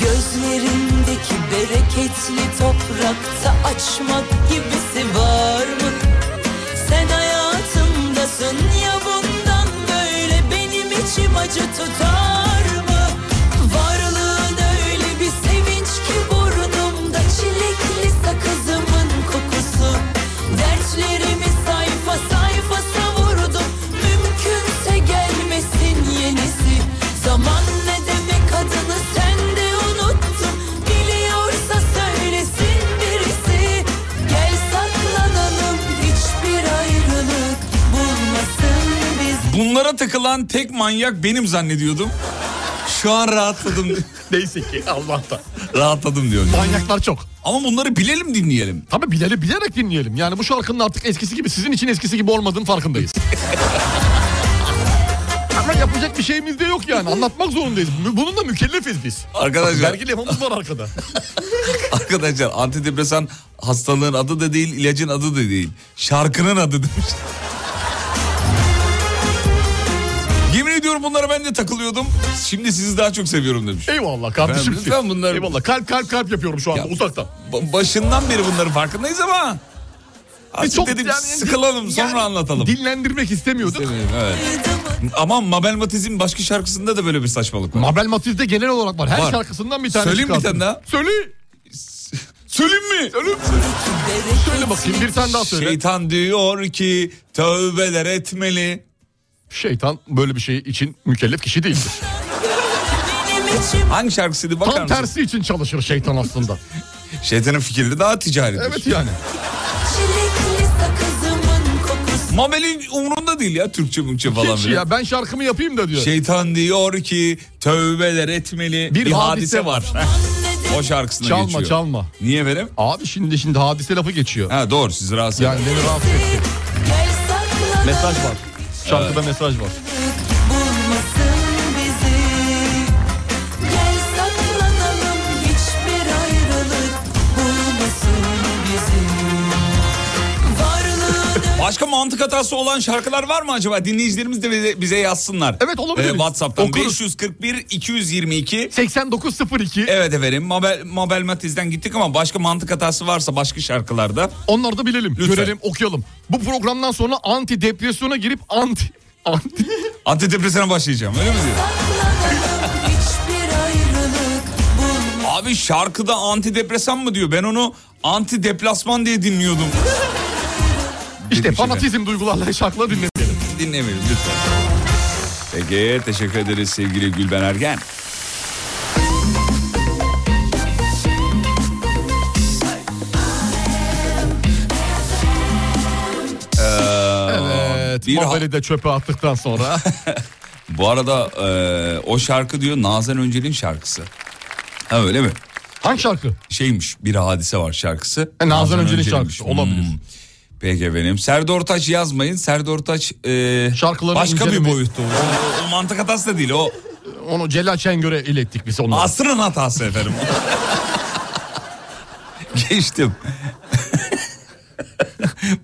[SPEAKER 1] Gözlerindeki bereketli toprakta açmak gibisi var mı? Sen hayatımdasın ya bundan böyle benim içim acı tutar mı? Varlığın öyle bir sevinç ki burnumda çilekli sakızımın kokusu Dertlerimi sayfa sayfa savurdum Mümkünse gelmesin yenisi Zaman ne demek adını sen de unuttum Biliyorsa söylesin birisi Gel saklanalım hiçbir ayrılık bulmasın bizi
[SPEAKER 3] Bunlara takılan tek manyak benim zannediyordum. Şu an rahatladım.
[SPEAKER 4] Neyse ki Allah'tan.
[SPEAKER 3] rahatladım diyor.
[SPEAKER 4] Manyaklar çok.
[SPEAKER 3] Ama bunları bilelim dinleyelim.
[SPEAKER 4] Tabii bileli bilerek dinleyelim. Yani bu şarkının artık eskisi gibi sizin için eskisi gibi olmadığının farkındayız. Ama yapacak bir şeyimiz de yok yani. Anlatmak zorundayız. Mü- Bununla mükellefiz biz.
[SPEAKER 3] Arkadaşlar.
[SPEAKER 4] Vergi levhamız var arkada.
[SPEAKER 3] Arkadaşlar antidepresan hastalığın adı da değil, ilacın adı da değil. Şarkının adı demiş. Yemin ediyorum bunlara ben de takılıyordum. Şimdi sizi daha çok seviyorum demiş.
[SPEAKER 4] Eyvallah kardeşim.
[SPEAKER 3] Ben- lütfen bunları-
[SPEAKER 4] Eyvallah. Kalp kalp kalp yapıyorum şu anda
[SPEAKER 3] Ya-
[SPEAKER 4] uzaktan.
[SPEAKER 3] Ba- Başından beri bunların farkındayız ama. Artık
[SPEAKER 4] E, çok
[SPEAKER 3] dedim
[SPEAKER 4] yani-
[SPEAKER 3] sıkılalım sonra
[SPEAKER 4] yani
[SPEAKER 3] anlatalım.
[SPEAKER 4] Dinlendirmek istemiyorduk.
[SPEAKER 3] Evet. Ama Mabel Matiz'in başka şarkısında da böyle bir saçmalık var.
[SPEAKER 4] Mabel Matiz'de genel olarak var. Her
[SPEAKER 3] Var.
[SPEAKER 4] şarkısından bir tane
[SPEAKER 3] Söyleyeyim bir
[SPEAKER 4] çıkartın.
[SPEAKER 3] tane daha.
[SPEAKER 4] Söyle.
[SPEAKER 3] Söyleyeyim mi?
[SPEAKER 4] Söyle. Söyle bakayım bir tane daha söyle.
[SPEAKER 3] Şeytan diyor ki tövbeler etmeli.
[SPEAKER 4] Şeytan böyle bir şey için mükellef kişi değildir.
[SPEAKER 3] Hangi şarkısıydı bakar
[SPEAKER 4] Tam
[SPEAKER 3] mısın?
[SPEAKER 4] tersi için çalışır şeytan aslında.
[SPEAKER 3] Şeytanın fikirleri daha ticaridir.
[SPEAKER 4] Evet yani.
[SPEAKER 1] Çilekli sakızımın kokusu
[SPEAKER 3] Mabel'in umurunda değil ya Türkçe mümkçe falan
[SPEAKER 4] Hiç
[SPEAKER 3] bile.
[SPEAKER 4] ya ben şarkımı yapayım da diyor.
[SPEAKER 3] Şeytan diyor ki tövbeler etmeli. Bir,
[SPEAKER 4] Bir
[SPEAKER 3] hadise,
[SPEAKER 4] hadise
[SPEAKER 3] var. o şarkısına
[SPEAKER 4] Çalma
[SPEAKER 3] geçiyor.
[SPEAKER 4] çalma.
[SPEAKER 3] Niye benim?
[SPEAKER 4] Abi şimdi şimdi hadise lafı geçiyor.
[SPEAKER 3] Ha doğru siz rahatsız
[SPEAKER 4] Yani beni rahatsız etti.
[SPEAKER 1] Gel saklanalım
[SPEAKER 4] Mesaj var. Şarkıda
[SPEAKER 3] Ee,
[SPEAKER 4] mesaj var.
[SPEAKER 1] bulmasın bizi Gel saklanalım hiçbir ayrılık bulmasın
[SPEAKER 3] Başka mantık hatası olan şarkılar var mı acaba? Dinleyicilerimiz de bize, bize yazsınlar. Evet
[SPEAKER 4] olabilir.
[SPEAKER 3] Whatsapp'tan
[SPEAKER 4] Okuruz.
[SPEAKER 3] 541 222 8902. Evet efendim. Mabel, Mabel Matiz'den gittik ama başka mantık hatası varsa başka şarkılarda.
[SPEAKER 4] Onları da bilelim,
[SPEAKER 3] Lütfen.
[SPEAKER 4] görelim, okuyalım. Bu programdan sonra anti depresyona girip anti... anti...
[SPEAKER 3] Antidepresana başlayacağım öyle mi diyor?
[SPEAKER 8] Hiçbir ayrılık bulmaz
[SPEAKER 3] Abi şarkıda antidepresan mı diyor? Ben onu antideplasman diye dinliyordum. şey
[SPEAKER 4] İşte fanatizm duygularla şarkıları dinlemeyelim.
[SPEAKER 3] Dinlemeyelim lütfen. Peki teşekkür ederiz sevgili Gülben Ergen.
[SPEAKER 4] Evet,
[SPEAKER 3] Ee, bir
[SPEAKER 4] Mabel'i de çöpe attıktan sonra.
[SPEAKER 3] Bu arada e, o şarkı diyor Nazan Öncel'in şarkısı. Ha öyle mi?
[SPEAKER 4] Hangi şarkı? E,
[SPEAKER 3] Şeymiş bir hadise var şarkısı.
[SPEAKER 4] Nazan Öncel'in şarkısı, olabilir.
[SPEAKER 3] Hmm. Peki efendim. Serdar Ortaç yazmayın. Serdar Ortaç e, başka bir
[SPEAKER 4] incelemeyi-
[SPEAKER 3] boyutta. O, o mantık hatası da değil. O
[SPEAKER 4] Onu Celal Şengör'e ilettik biz onları.
[SPEAKER 3] asrın hatası efendim. Geçtim.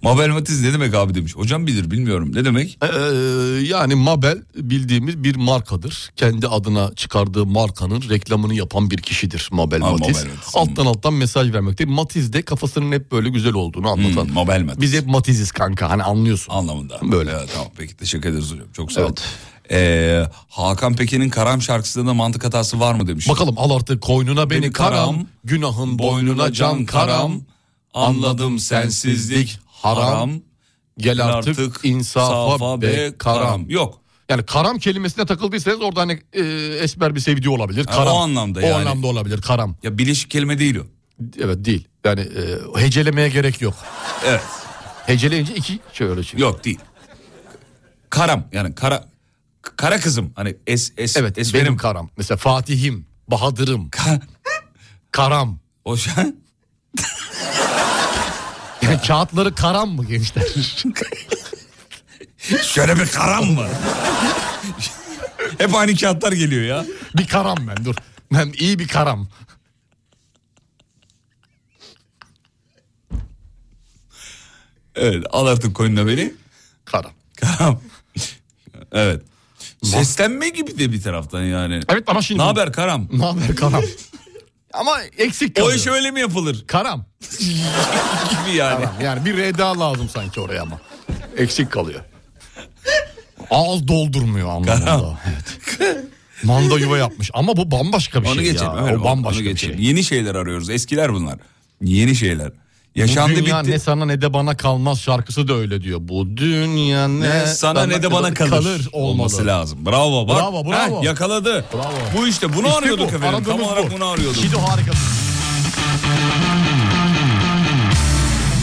[SPEAKER 3] Mabel Matiz ne demek abi demiş. Hocam bilir bilmiyorum. Ne demek?
[SPEAKER 4] Ee, yani Mabel bildiğimiz bir markadır. Kendi adına çıkardığı markanın reklamını yapan bir kişidir Mabel
[SPEAKER 3] Ha,
[SPEAKER 4] Matiz.
[SPEAKER 3] Mabel Matiz.
[SPEAKER 4] Alttan alttan mesaj vermekte. Matiz de kafasının hep böyle güzel olduğunu anlatan.
[SPEAKER 3] Hmm, Mabel Matiz.
[SPEAKER 4] Biz hep Matiz'iz kanka hani anlıyorsun.
[SPEAKER 3] Anlamında.
[SPEAKER 4] Böyle.
[SPEAKER 3] Evet, tamam peki teşekkür ederiz hocam. Çok sağ olun. Ee, Hakan Peke'nin Karam şarkısında da mantık hatası var mı demiş.
[SPEAKER 4] Bakalım al artık koynuna beni,
[SPEAKER 3] Beni
[SPEAKER 4] karam,
[SPEAKER 3] karam,
[SPEAKER 4] günahın boynuna can karam. Anladım sensizlik haram. Gel artık, insafa be karam.
[SPEAKER 3] Yok.
[SPEAKER 4] Yani karam kelimesine takıldıysanız orada hani e, esmer bir sevdiği olabilir.
[SPEAKER 3] Ha,
[SPEAKER 4] Karam.
[SPEAKER 3] o anlamda
[SPEAKER 4] O
[SPEAKER 3] yani.
[SPEAKER 4] anlamda olabilir karam.
[SPEAKER 3] Ya bileşik kelime değil o.
[SPEAKER 4] Evet değil. Yani e, hecelemeye gerek yok.
[SPEAKER 3] Evet.
[SPEAKER 4] Heceleyince iki şöyle şey.
[SPEAKER 3] Yok değil. Karam yani kara kara kızım hani es es
[SPEAKER 4] Evet
[SPEAKER 3] es
[SPEAKER 4] benim karam. Mesela Fatih'im, Bahadır'ım. karam.
[SPEAKER 3] O şey- şa-
[SPEAKER 4] Yani kağıtları karam mı gençler?
[SPEAKER 3] Şöyle bir karam mı? Hep aynı kağıtlar geliyor ya.
[SPEAKER 4] bir karam ben dur. Ben iyi bir karam.
[SPEAKER 3] Evet al artık koyunla beni.
[SPEAKER 4] Karam.
[SPEAKER 3] Karam. evet. Seslenme gibi de bir taraftan yani.
[SPEAKER 4] Evet ama şimdi-
[SPEAKER 3] Ne haber Karam?
[SPEAKER 4] Ne haber karam? Ama eksik
[SPEAKER 3] O
[SPEAKER 4] kalıyor.
[SPEAKER 3] iş öyle mi yapılır?
[SPEAKER 4] Karam.
[SPEAKER 3] gibi yani.
[SPEAKER 4] Karam. Yani bir R daha lazım sanki oraya ama. Eksik kalıyor. Ağız doldurmuyor anlamında.
[SPEAKER 3] Karam.
[SPEAKER 4] Evet. Manda yuva yapmış ama bu bambaşka bir
[SPEAKER 3] Onu
[SPEAKER 4] şey
[SPEAKER 3] geçelim.
[SPEAKER 4] ya.
[SPEAKER 3] evet,
[SPEAKER 4] o bambaşka
[SPEAKER 3] onu
[SPEAKER 4] bir
[SPEAKER 3] geçelim.
[SPEAKER 4] şey.
[SPEAKER 3] Yeni şeyler arıyoruz. Eskiler bunlar. Yeni şeyler. Yaşandı
[SPEAKER 4] bu dünya
[SPEAKER 3] bitti.
[SPEAKER 4] ne sana ne de bana kalmaz şarkısı da öyle diyor. Bu dünya ne,
[SPEAKER 3] Ne sana ne de bana kalır,
[SPEAKER 4] olmalı.
[SPEAKER 3] olması lazım. Bravo bak.
[SPEAKER 4] Bravo, bravo.
[SPEAKER 3] Heh, yakaladı.
[SPEAKER 4] Bravo.
[SPEAKER 3] Bu işte bunu
[SPEAKER 4] İşte
[SPEAKER 3] arıyorduk
[SPEAKER 4] bu,
[SPEAKER 3] efendim. Tam
[SPEAKER 4] aradığımız
[SPEAKER 3] olarak
[SPEAKER 4] bu.
[SPEAKER 3] bunu arıyorduk.
[SPEAKER 4] Şido harika.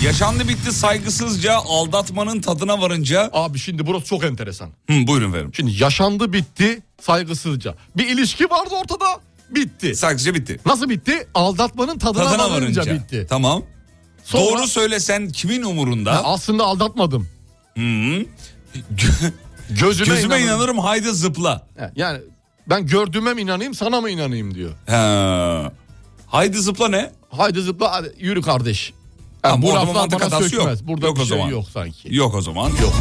[SPEAKER 3] Yaşandı bitti saygısızca aldatmanın tadına varınca.
[SPEAKER 4] Abi şimdi burası çok enteresan.
[SPEAKER 3] Hı, buyurun efendim.
[SPEAKER 4] Şimdi yaşandı bitti saygısızca. Bir ilişki vardı ortada bitti.
[SPEAKER 3] Saygısızca bitti.
[SPEAKER 4] Nasıl bitti? Aldatmanın tadına,
[SPEAKER 3] Tadına
[SPEAKER 4] varınca,
[SPEAKER 3] varınca.
[SPEAKER 4] bitti.
[SPEAKER 3] Tamam.
[SPEAKER 4] Sonra-
[SPEAKER 3] Doğru söylesen kimin umurunda?
[SPEAKER 4] Ha, aslında aldatmadım.
[SPEAKER 3] Hı.
[SPEAKER 4] Gözüme,
[SPEAKER 3] Gözüme
[SPEAKER 4] inanırım.
[SPEAKER 3] inanırım haydi zıpla.
[SPEAKER 4] Ha, Yani ben gördüğüme mi inanayım sana mı inanayım diyor.
[SPEAKER 3] Ha. Haydi zıpla ne?
[SPEAKER 4] Haydi zıpla hadi yürü kardeş.
[SPEAKER 3] Ha,
[SPEAKER 4] Yani
[SPEAKER 3] bu
[SPEAKER 4] bu
[SPEAKER 3] adamın
[SPEAKER 4] laflar
[SPEAKER 3] mantık
[SPEAKER 4] bana
[SPEAKER 3] hatası yok.
[SPEAKER 4] sökmez. Burada
[SPEAKER 3] Yok
[SPEAKER 4] bir
[SPEAKER 3] o
[SPEAKER 4] şey
[SPEAKER 3] zaman.
[SPEAKER 4] yok sanki.
[SPEAKER 3] Yok o zaman.
[SPEAKER 4] Yok.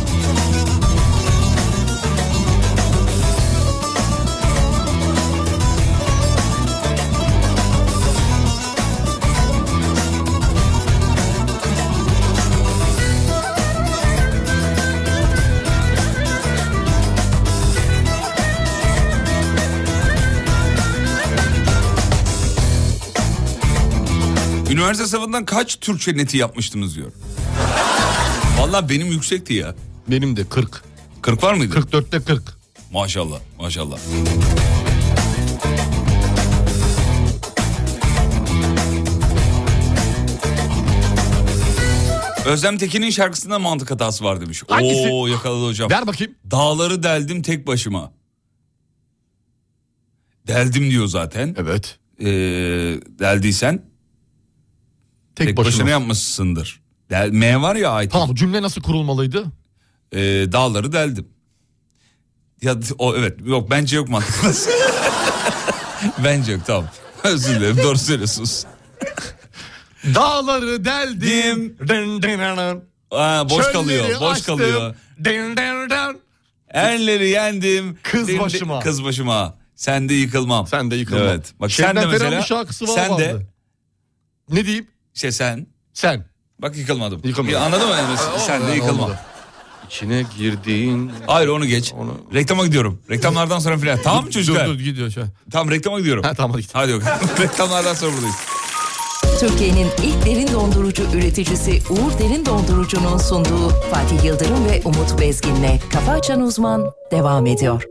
[SPEAKER 3] Üniversite sınavından kaç Türkçe neti yapmıştınız diyor. Valla benim yüksekti ya.
[SPEAKER 4] Benim de 40.
[SPEAKER 3] 40 var mıydı?
[SPEAKER 4] 44'te 40.
[SPEAKER 3] Maşallah maşallah. Özlem Tekin'in şarkısında mantık hatası var demiş.
[SPEAKER 4] Hangisi?
[SPEAKER 3] Oo yakaladı hocam.
[SPEAKER 4] Ver bakayım.
[SPEAKER 3] Dağları deldim tek başıma. Deldim diyor zaten. Ee,
[SPEAKER 4] Evet.
[SPEAKER 3] deldiysen
[SPEAKER 4] Tek,
[SPEAKER 3] tek
[SPEAKER 4] başına.
[SPEAKER 3] başına, yapmışsındır. Delmeye var ya ait.
[SPEAKER 4] Tamam cümle nasıl kurulmalıydı?
[SPEAKER 3] Ee, dağları deldim. Ya o evet yok bence yok mantıklı. bence yok tamam. Özür dilerim doğru söylüyorsunuz.
[SPEAKER 4] Dağları deldim. Dın dın dın dın.
[SPEAKER 3] Ha, boş
[SPEAKER 4] Çölleri
[SPEAKER 3] kalıyor, boş
[SPEAKER 4] açtım.
[SPEAKER 3] kalıyor.
[SPEAKER 4] Din din din.
[SPEAKER 3] Erleri yendim.
[SPEAKER 4] Kız
[SPEAKER 3] Din din-
[SPEAKER 4] başıma.
[SPEAKER 3] Kız başıma. Sen de yıkılmam. Sen de yıkılmam. Evet. Bak sen de
[SPEAKER 4] Şebnem Ferah'ın
[SPEAKER 3] mesela.
[SPEAKER 4] bir şarkısı var
[SPEAKER 3] sen de.
[SPEAKER 4] vardı. Ne diyeyim?
[SPEAKER 3] İşte sen.
[SPEAKER 4] Sen.
[SPEAKER 3] Bak yıkılmadım. Ya anladın mı?
[SPEAKER 4] Ha,
[SPEAKER 3] sen de
[SPEAKER 4] olmadı,
[SPEAKER 3] yıkılmam.
[SPEAKER 4] olmadı.
[SPEAKER 3] İçine girdiğin... Hayır onu geç. Reklama gidiyorum. Reklamlardan sonra filan. E, Tamam mı çocuklar?
[SPEAKER 4] Dur dur gidiyor şu an.
[SPEAKER 3] Tamam reklama gidiyorum. Ha
[SPEAKER 4] tamam
[SPEAKER 3] hadi. Hadi bakalım. Reklamlardan sonra buradayız.
[SPEAKER 2] Türkiye'nin ilk derin dondurucu üreticisi Uğur Derin Dondurucu'nun sunduğu Fatih Yıldırım ve Umut Bezgin'le Kafa Açan Uzman devam ediyor.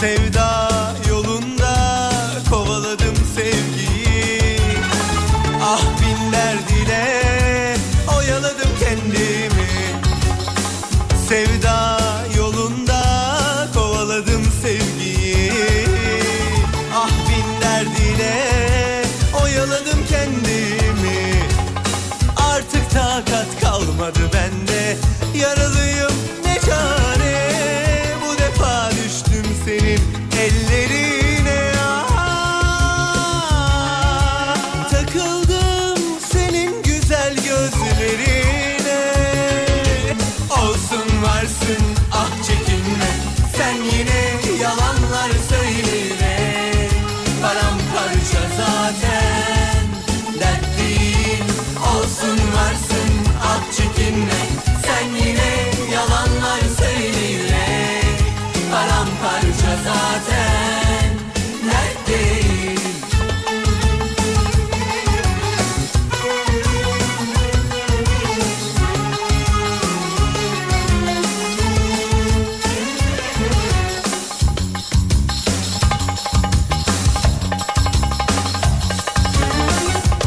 [SPEAKER 1] Sevda yolunda kovaladım sevgiyi Ah bin derd ile oyaladım kendimi Sevda yolunda kovaladım sevgiyi Ah bin derd ile oyaladım kendimi Artık takat kalmadı bende Yaralıyım ne çare Bu defa düştüm senin ellerine Ah, Takıldım senin güzel gözlerine Olsun varsın ah çekinme Sen yine yalanlar söyleme Paramparça zaten dertliyim Olsun varsın ah çekinme Sen yine yalanlar söyleme Paramparça zaten dertliyim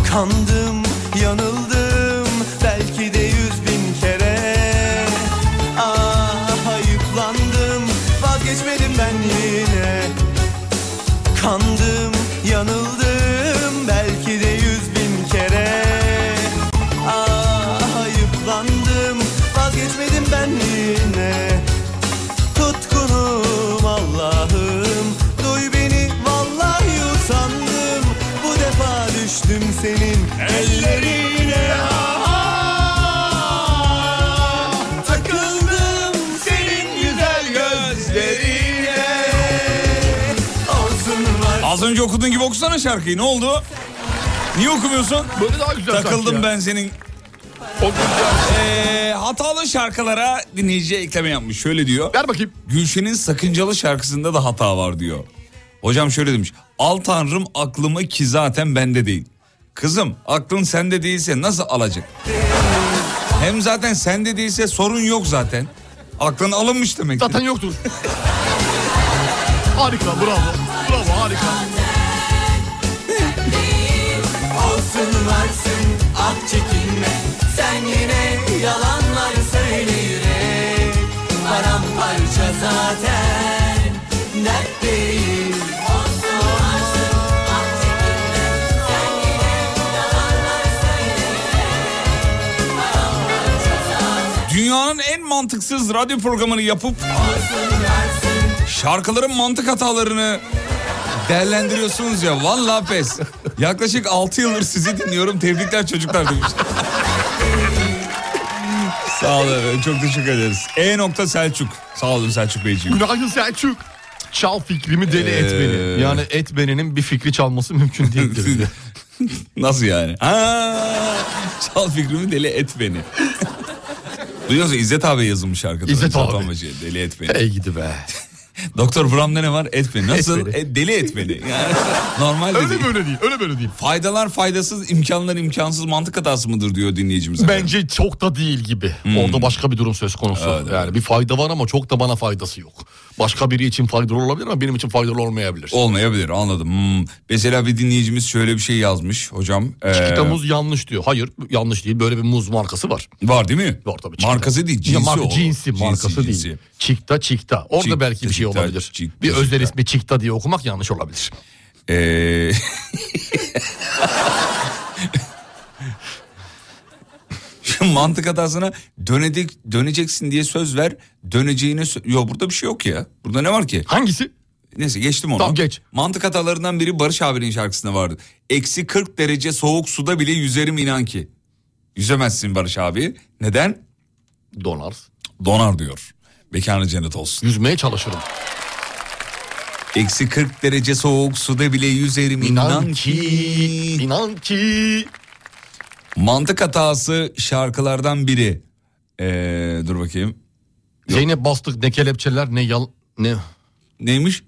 [SPEAKER 1] Kandım, yanıldım belki de yüz bin kere Ah ayıplandım, vazgeçmedim ben yine Kandım, yanıldım belki de yüz bin kere Ah ayıplandım, vazgeçmedim ben yine Tutkunum Allah'ım Duy beni vallahi usandım Bu defa düştüm senin ellerine ah. Takıldım senin güzel gözlerine Olsun var
[SPEAKER 3] Az önce okuduğun gibi okusana şarkıyı. Ne oldu? Niye okumuyorsun?
[SPEAKER 4] Böyle daha güzel
[SPEAKER 3] Takıldım
[SPEAKER 4] sanki ya.
[SPEAKER 3] ben senin. Ee, hatalı şarkılara dinleyiciye ekleme yapmış. Şöyle diyor. Ver bakayım. Gülşen'in sakıncalı şarkısında da hata var diyor. Hocam şöyle demiş. Al tanrım aklımı ki zaten bende değil. Kızım aklın sende değilse nasıl alacak? Hem zaten sende değilse sorun yok zaten. Aklın alınmış demek. Zaten
[SPEAKER 4] yoktur. Harika bravo. Bravo harika.
[SPEAKER 1] Olsun varsın ah çekinme Sen yine yalanlar söyleyerek Paramparça zaten dert değil Olsun varsın ah çekinme Sen yine yalanlar söyleyerek Paramparça zaten
[SPEAKER 3] Dünyanın en mantıksız radyo programını yapıp şarkıların mantık hatalarını değerlendiriyorsunuz ya. Vallahi pes. Yaklaşık 6 yıldır sizi dinliyorum. Tebrikler çocuklar demiş. Sağ olun efendim. Çok teşekkür ederiz. E. nokta Selçuk. Sağ olun Selçuk Beyciğim.
[SPEAKER 4] Günaydın Selçuk. Çal fikrimi deli et
[SPEAKER 3] Ee.
[SPEAKER 4] beni. Yani et beninin bir fikri çalması mümkün değildir.
[SPEAKER 3] Nasıl yani? Ha, çal fikrimi deli et beni. Duyuyorsun İzzet abi yazılmış şarkıda.
[SPEAKER 4] İzzet abi.
[SPEAKER 3] Atamacı, deli et beni.
[SPEAKER 4] Ey gidi be.
[SPEAKER 3] Doktor Bram'da ne var? Et beni. Nasıl?
[SPEAKER 4] beni.
[SPEAKER 3] E, deli et beni. Yani normal de
[SPEAKER 4] öyle
[SPEAKER 3] değil.
[SPEAKER 4] böyle değil. Öyle böyle değil.
[SPEAKER 3] Faydalar faydasız, imkanlar imkansız mantık hatası mıdır diyor dinleyicimiz. Hmm.
[SPEAKER 4] Bence çok da değil gibi. Orada başka bir durum söz konusu. Yani bir fayda var ama çok da bana faydası yok. Başka biri için faydalı olabilir ama benim için faydalı olmayabilir.
[SPEAKER 3] Olmayabilir anladım. Hmm. Mesela bir dinleyicimiz şöyle bir şey yazmış hocam. ee,
[SPEAKER 4] Çikita muz yanlış diyor. Hayır yanlış değil. Böyle bir muz markası var.
[SPEAKER 3] Var değil mi?
[SPEAKER 4] Var tabii.
[SPEAKER 3] Markası değil,
[SPEAKER 4] Ya
[SPEAKER 3] cinsi
[SPEAKER 4] marka-
[SPEAKER 3] o.
[SPEAKER 4] Cinsi
[SPEAKER 3] Cinsi,
[SPEAKER 4] markası değil.
[SPEAKER 3] cinsi.
[SPEAKER 4] Çikta çikta. Orada
[SPEAKER 3] Çikta,
[SPEAKER 4] belki bir şey
[SPEAKER 3] çikta,
[SPEAKER 4] olabilir.
[SPEAKER 3] çikta,
[SPEAKER 4] bir özel
[SPEAKER 3] çikta.
[SPEAKER 4] ismi çikta diye okumak yanlış olabilir.
[SPEAKER 3] Ee, Şu mantık hatasına dönecek, döneceksin diye söz ver. Döneceğine sö- Yok burada bir şey yok ya. Burada ne var ki?
[SPEAKER 4] Hangisi?
[SPEAKER 3] Neyse geçtim onu.
[SPEAKER 4] Tamam, geç.
[SPEAKER 3] Mantık hatalarından biri Barış abinin şarkısında vardı. Eksi 40 derece soğuk suda bile yüzerim inan ki. Yüzemezsin Barış abi. Neden?
[SPEAKER 4] Donar.
[SPEAKER 3] Donar diyor. Mekanı cennet olsun.
[SPEAKER 4] Yüzmeye çalışırım.
[SPEAKER 3] Eksi 40 derece soğuk suda bile yüzerim inan,
[SPEAKER 4] İnan
[SPEAKER 3] ki.
[SPEAKER 4] İnan ki.
[SPEAKER 3] Mantık hatası şarkılardan biri. Ee, dur bakayım.
[SPEAKER 4] Zeynep Bastık ne kelepçeler ne yal... Ne?
[SPEAKER 3] Neymiş?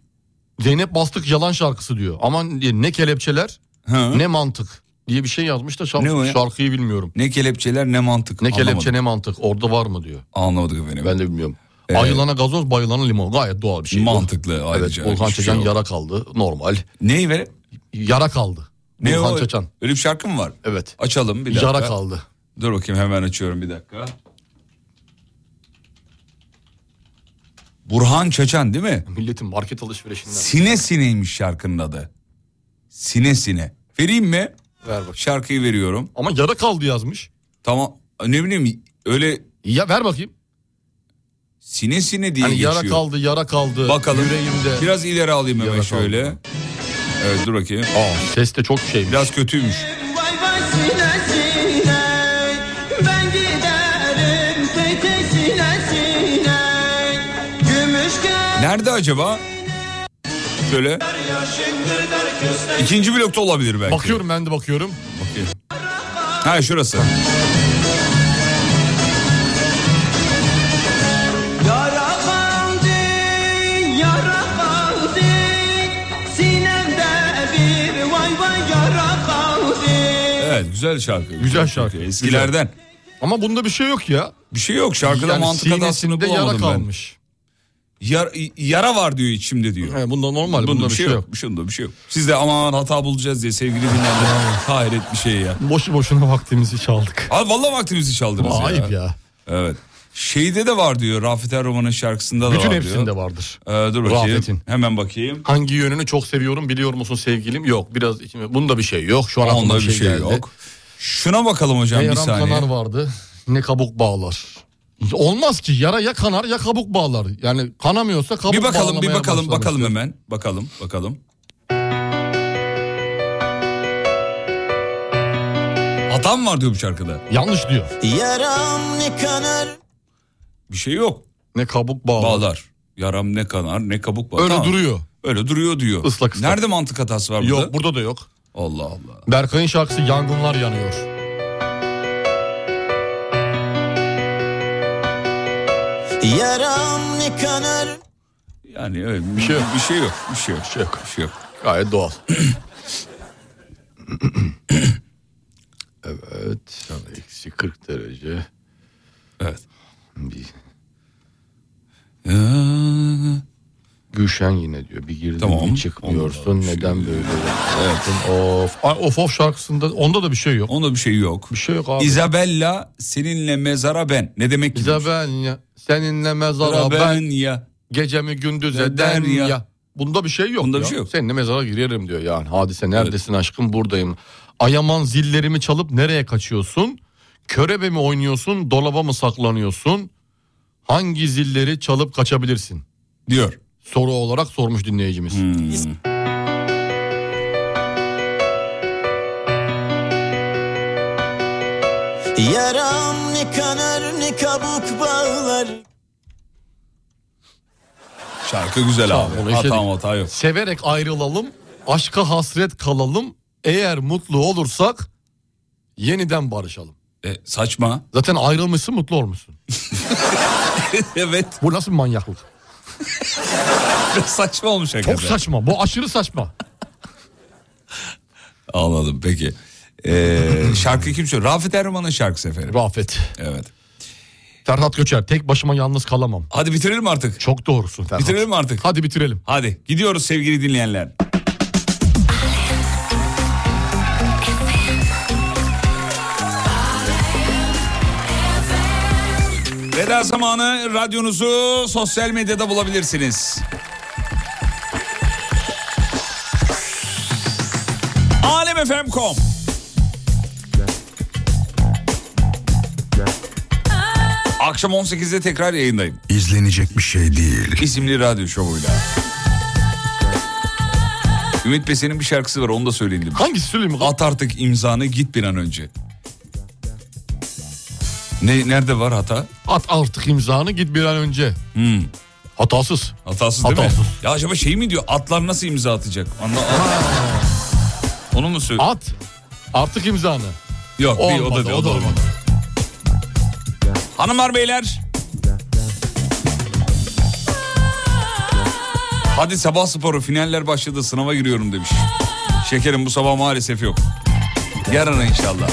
[SPEAKER 4] Zeynep Bastık yalan şarkısı diyor. Aman diye ne kelepçeler ne mantık diye bir şey yazmış da şarkı-
[SPEAKER 3] Ne o ya?
[SPEAKER 4] şarkıyı bilmiyorum.
[SPEAKER 3] Ne kelepçeler ne mantık.
[SPEAKER 4] Ne kelepçe
[SPEAKER 3] Anlamadım.
[SPEAKER 4] ne mantık orada var mı diyor.
[SPEAKER 3] Anlamadık efendim.
[SPEAKER 4] Ben de bilmiyorum.
[SPEAKER 3] Ee,
[SPEAKER 4] Ayılana gazoz bayılana limon gayet doğal bir şey. bu.
[SPEAKER 3] Mantıklı ayrıca.
[SPEAKER 4] Evet, Orhan
[SPEAKER 3] Hiçbir
[SPEAKER 4] Çeçen
[SPEAKER 3] şey yok.
[SPEAKER 4] yara kaldı normal.
[SPEAKER 3] Neyi ve?
[SPEAKER 4] Yara kaldı.
[SPEAKER 3] Ne
[SPEAKER 4] Burhan
[SPEAKER 3] o?
[SPEAKER 4] Çeçen.
[SPEAKER 3] Öyle bir şarkı mı var?
[SPEAKER 4] Evet.
[SPEAKER 3] Açalım bir dakika.
[SPEAKER 4] Yara kaldı.
[SPEAKER 3] Dur bakayım hemen açıyorum bir dakika. Burhan Çeçen değil mi?
[SPEAKER 4] Milletin market alışverişinden.
[SPEAKER 3] Sine Sine'ymiş şarkının adı. Sine Sine. Vereyim mi?
[SPEAKER 4] Ver bak.
[SPEAKER 3] Şarkıyı veriyorum.
[SPEAKER 4] Ama yara kaldı yazmış.
[SPEAKER 3] Tamam. Ne bileyim öyle...
[SPEAKER 4] Ya ver bakayım.
[SPEAKER 3] Sine Sine diye
[SPEAKER 4] Hani
[SPEAKER 3] geçiyor.
[SPEAKER 4] yara kaldı yara kaldı.
[SPEAKER 3] Bakalım.
[SPEAKER 4] Yüreğimde.
[SPEAKER 3] Biraz ileri alayım hemen
[SPEAKER 4] Yara kaldı.
[SPEAKER 3] şöyle. Evet dur bakayım.
[SPEAKER 4] ses de çok şeymiş.
[SPEAKER 3] Biraz kötüymüş.
[SPEAKER 8] Sine sine ben giderim sete sine sine gümüş
[SPEAKER 3] Nerede acaba? Şöyle. İkinci blokta olabilir belki.
[SPEAKER 4] Bakıyorum ben de bakıyorum.
[SPEAKER 3] Bakayım. Ha şurası.
[SPEAKER 8] Yara kaldı, yara kaldı Sinemde bir vay vay yara kaldı
[SPEAKER 3] Evet güzel şarkı.
[SPEAKER 4] Güzel şarkı.
[SPEAKER 3] Eskilerden.
[SPEAKER 4] Ama bunda bir şey yok ya.
[SPEAKER 3] Bir şey yok şarkıda
[SPEAKER 4] Yani
[SPEAKER 3] mantık hatasını
[SPEAKER 4] sinesinde
[SPEAKER 3] bulamadım
[SPEAKER 4] yara
[SPEAKER 3] ben.
[SPEAKER 4] kalmış.
[SPEAKER 3] Yar- yara var diyor içimde diyor.
[SPEAKER 4] He, bunda normal.
[SPEAKER 3] Bunda, bir şey yok.
[SPEAKER 4] yok.
[SPEAKER 3] Bir şey, bunda bir şey yok. Siz de aman hata bulacağız diye sevgili dinleyenler. Hayret bir şey ya.
[SPEAKER 4] Boşu boşuna vaktimizi çaldık.
[SPEAKER 3] Abi vallahi vaktimizi çaldınız ya.
[SPEAKER 4] Ayıp ya.
[SPEAKER 3] Evet. Şeyde de var diyor. Rafet Erroman'ın şarkısında da
[SPEAKER 4] Bütün
[SPEAKER 3] var
[SPEAKER 4] hepsinde
[SPEAKER 3] diyor.
[SPEAKER 4] vardır.
[SPEAKER 3] Ee, dur bakayım.
[SPEAKER 4] Rafet'in.
[SPEAKER 3] Hemen bakayım.
[SPEAKER 4] Hangi yönünü çok seviyorum biliyor musun sevgilim? Yok biraz içime. Bunda bir şey yok. Şu an aklımda
[SPEAKER 3] Onda
[SPEAKER 4] bir şey, geldi.
[SPEAKER 3] yok. Şuna bakalım hocam
[SPEAKER 4] ne
[SPEAKER 3] bir
[SPEAKER 4] yaram
[SPEAKER 3] saniye.
[SPEAKER 4] kanar vardı ne kabuk bağlar. Olmaz ki yara ya kanar ya kabuk bağlar. Yani kanamıyorsa kabuk
[SPEAKER 3] Bir bakalım, bir
[SPEAKER 4] bağlamaya
[SPEAKER 3] bakalım,
[SPEAKER 4] başlamış.
[SPEAKER 3] bakalım hemen. Bakalım, bakalım. Adam var diyor bu şarkıda.
[SPEAKER 4] Yanlış diyor.
[SPEAKER 9] Yaram ne kanar
[SPEAKER 3] Bir şey yok.
[SPEAKER 4] Ne kabuk bağlar.
[SPEAKER 3] Bağlar. Yaram ne kanar ne kabuk bağlar.
[SPEAKER 4] Öyle
[SPEAKER 3] Tamam.
[SPEAKER 4] duruyor.
[SPEAKER 3] Öyle duruyor diyor.
[SPEAKER 4] Islak ıslak.
[SPEAKER 3] Nerede mantık hatası var burada?
[SPEAKER 4] Yok burada da yok.
[SPEAKER 3] Allah Allah.
[SPEAKER 4] Berkay'ın şarkısı Yangınlar Yanıyor.
[SPEAKER 9] Yaram ne kanar
[SPEAKER 3] Yani öyle
[SPEAKER 4] Bir şey yok.
[SPEAKER 3] bir şey yok. Bir şey yok.
[SPEAKER 4] Bir şey yok.
[SPEAKER 3] Bir şey yok.
[SPEAKER 4] Gayet doğal. evet. Eksi 40 derece.
[SPEAKER 3] Evet.
[SPEAKER 4] Bir...
[SPEAKER 3] Ee,
[SPEAKER 4] Gülşen yine diyor. Bir girdin
[SPEAKER 3] Tamam.
[SPEAKER 4] bir çıkmıyorsun. Neden böyle yaptın? Of. Ay, Of of şarkısında onda da bir şey yok.
[SPEAKER 3] Onda bir şey yok.
[SPEAKER 4] Bir şey yok abi.
[SPEAKER 3] Isabella seninle mezara ben. Ne demek ki?
[SPEAKER 4] ben ya seninle mezara
[SPEAKER 3] Mezara ben
[SPEAKER 4] ben,
[SPEAKER 3] ya.
[SPEAKER 4] gecemi gündüz
[SPEAKER 3] Neden
[SPEAKER 4] eden ya.
[SPEAKER 3] ya?
[SPEAKER 4] Bunda bir şey yok.
[SPEAKER 3] Bunda
[SPEAKER 4] ya.
[SPEAKER 3] bir şey yok.
[SPEAKER 4] Seninle mezara girerim diyor yani. Hadise neredesin aşkım buradayım. Ayaman zillerimi çalıp nereye kaçıyorsun? Körebe mi oynuyorsun dolaba mı saklanıyorsun? Hangi zilleri çalıp kaçabilirsin?
[SPEAKER 3] Diyor. Hmm.
[SPEAKER 4] Soru olarak sormuş dinleyicimiz.
[SPEAKER 9] Yaram ne kanar ne kabuk bağlar
[SPEAKER 3] Şarkı güzel
[SPEAKER 4] Tamam,
[SPEAKER 3] abi.
[SPEAKER 4] onu işledik.
[SPEAKER 3] Hata hata yok.
[SPEAKER 4] Severek ayrılalım, aşka hasret kalalım. Eğer mutlu olursak yeniden barışalım.
[SPEAKER 3] E, saçma.
[SPEAKER 4] Zaten ayrılmışsın mutlu olmuşsun.
[SPEAKER 3] evet.
[SPEAKER 4] Bu nasıl bir manyaklık?
[SPEAKER 3] saçma şey olmuş hakikaten.
[SPEAKER 4] Çok saçma. Bu aşırı saçma.
[SPEAKER 3] Anladım E, peki. Ee, şarkı kim söylüyor? Rafet Erman'ın şarkısı efendim.
[SPEAKER 4] Rafet.
[SPEAKER 3] Evet.
[SPEAKER 4] Ferhat Göçer tek başıma yalnız kalamam.
[SPEAKER 3] Hadi bitirelim artık.
[SPEAKER 4] Çok doğrusun Ferhat.
[SPEAKER 3] Bitirelim artık.
[SPEAKER 4] Hadi bitirelim.
[SPEAKER 3] Hadi gidiyoruz sevgili dinleyenler. Veda zamanı radyonuzu sosyal medyada bulabilirsiniz. Alemfm.com Akşam 18'de tekrar yayındayım.
[SPEAKER 17] İzlenecek bir şey değil.
[SPEAKER 3] İsimli radyo şovuyla. Ümit Besen'in bir şarkısı var onu da söyleyelim.
[SPEAKER 4] Hangisi söyleyeyim?
[SPEAKER 3] At artık imzanı git bir an önce. Ne, nerede var hata?
[SPEAKER 4] At artık imzanı git bir an önce.
[SPEAKER 3] Hmm.
[SPEAKER 4] Hatasız.
[SPEAKER 3] Hatasız değil mi?
[SPEAKER 4] Hatasız.
[SPEAKER 3] Ya acaba şey mi diyor atlar nasıl imza atacak? Anla, Onu mu söylüyor?
[SPEAKER 4] At artık imzanı.
[SPEAKER 3] Yok değil, o da
[SPEAKER 4] Olmadı,
[SPEAKER 3] değil.
[SPEAKER 4] o
[SPEAKER 3] O
[SPEAKER 4] da
[SPEAKER 3] da olmadı. Hanımlar beyler. Hadi sabah sporu finaller başladı sınava giriyorum demiş. Şekerim bu sabah maalesef yok. Yarın inşallah.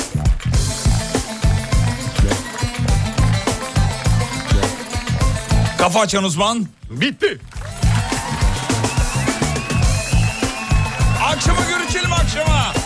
[SPEAKER 3] Kafa açan uzman.
[SPEAKER 4] Bitti.
[SPEAKER 3] Akşama görüşelim akşama.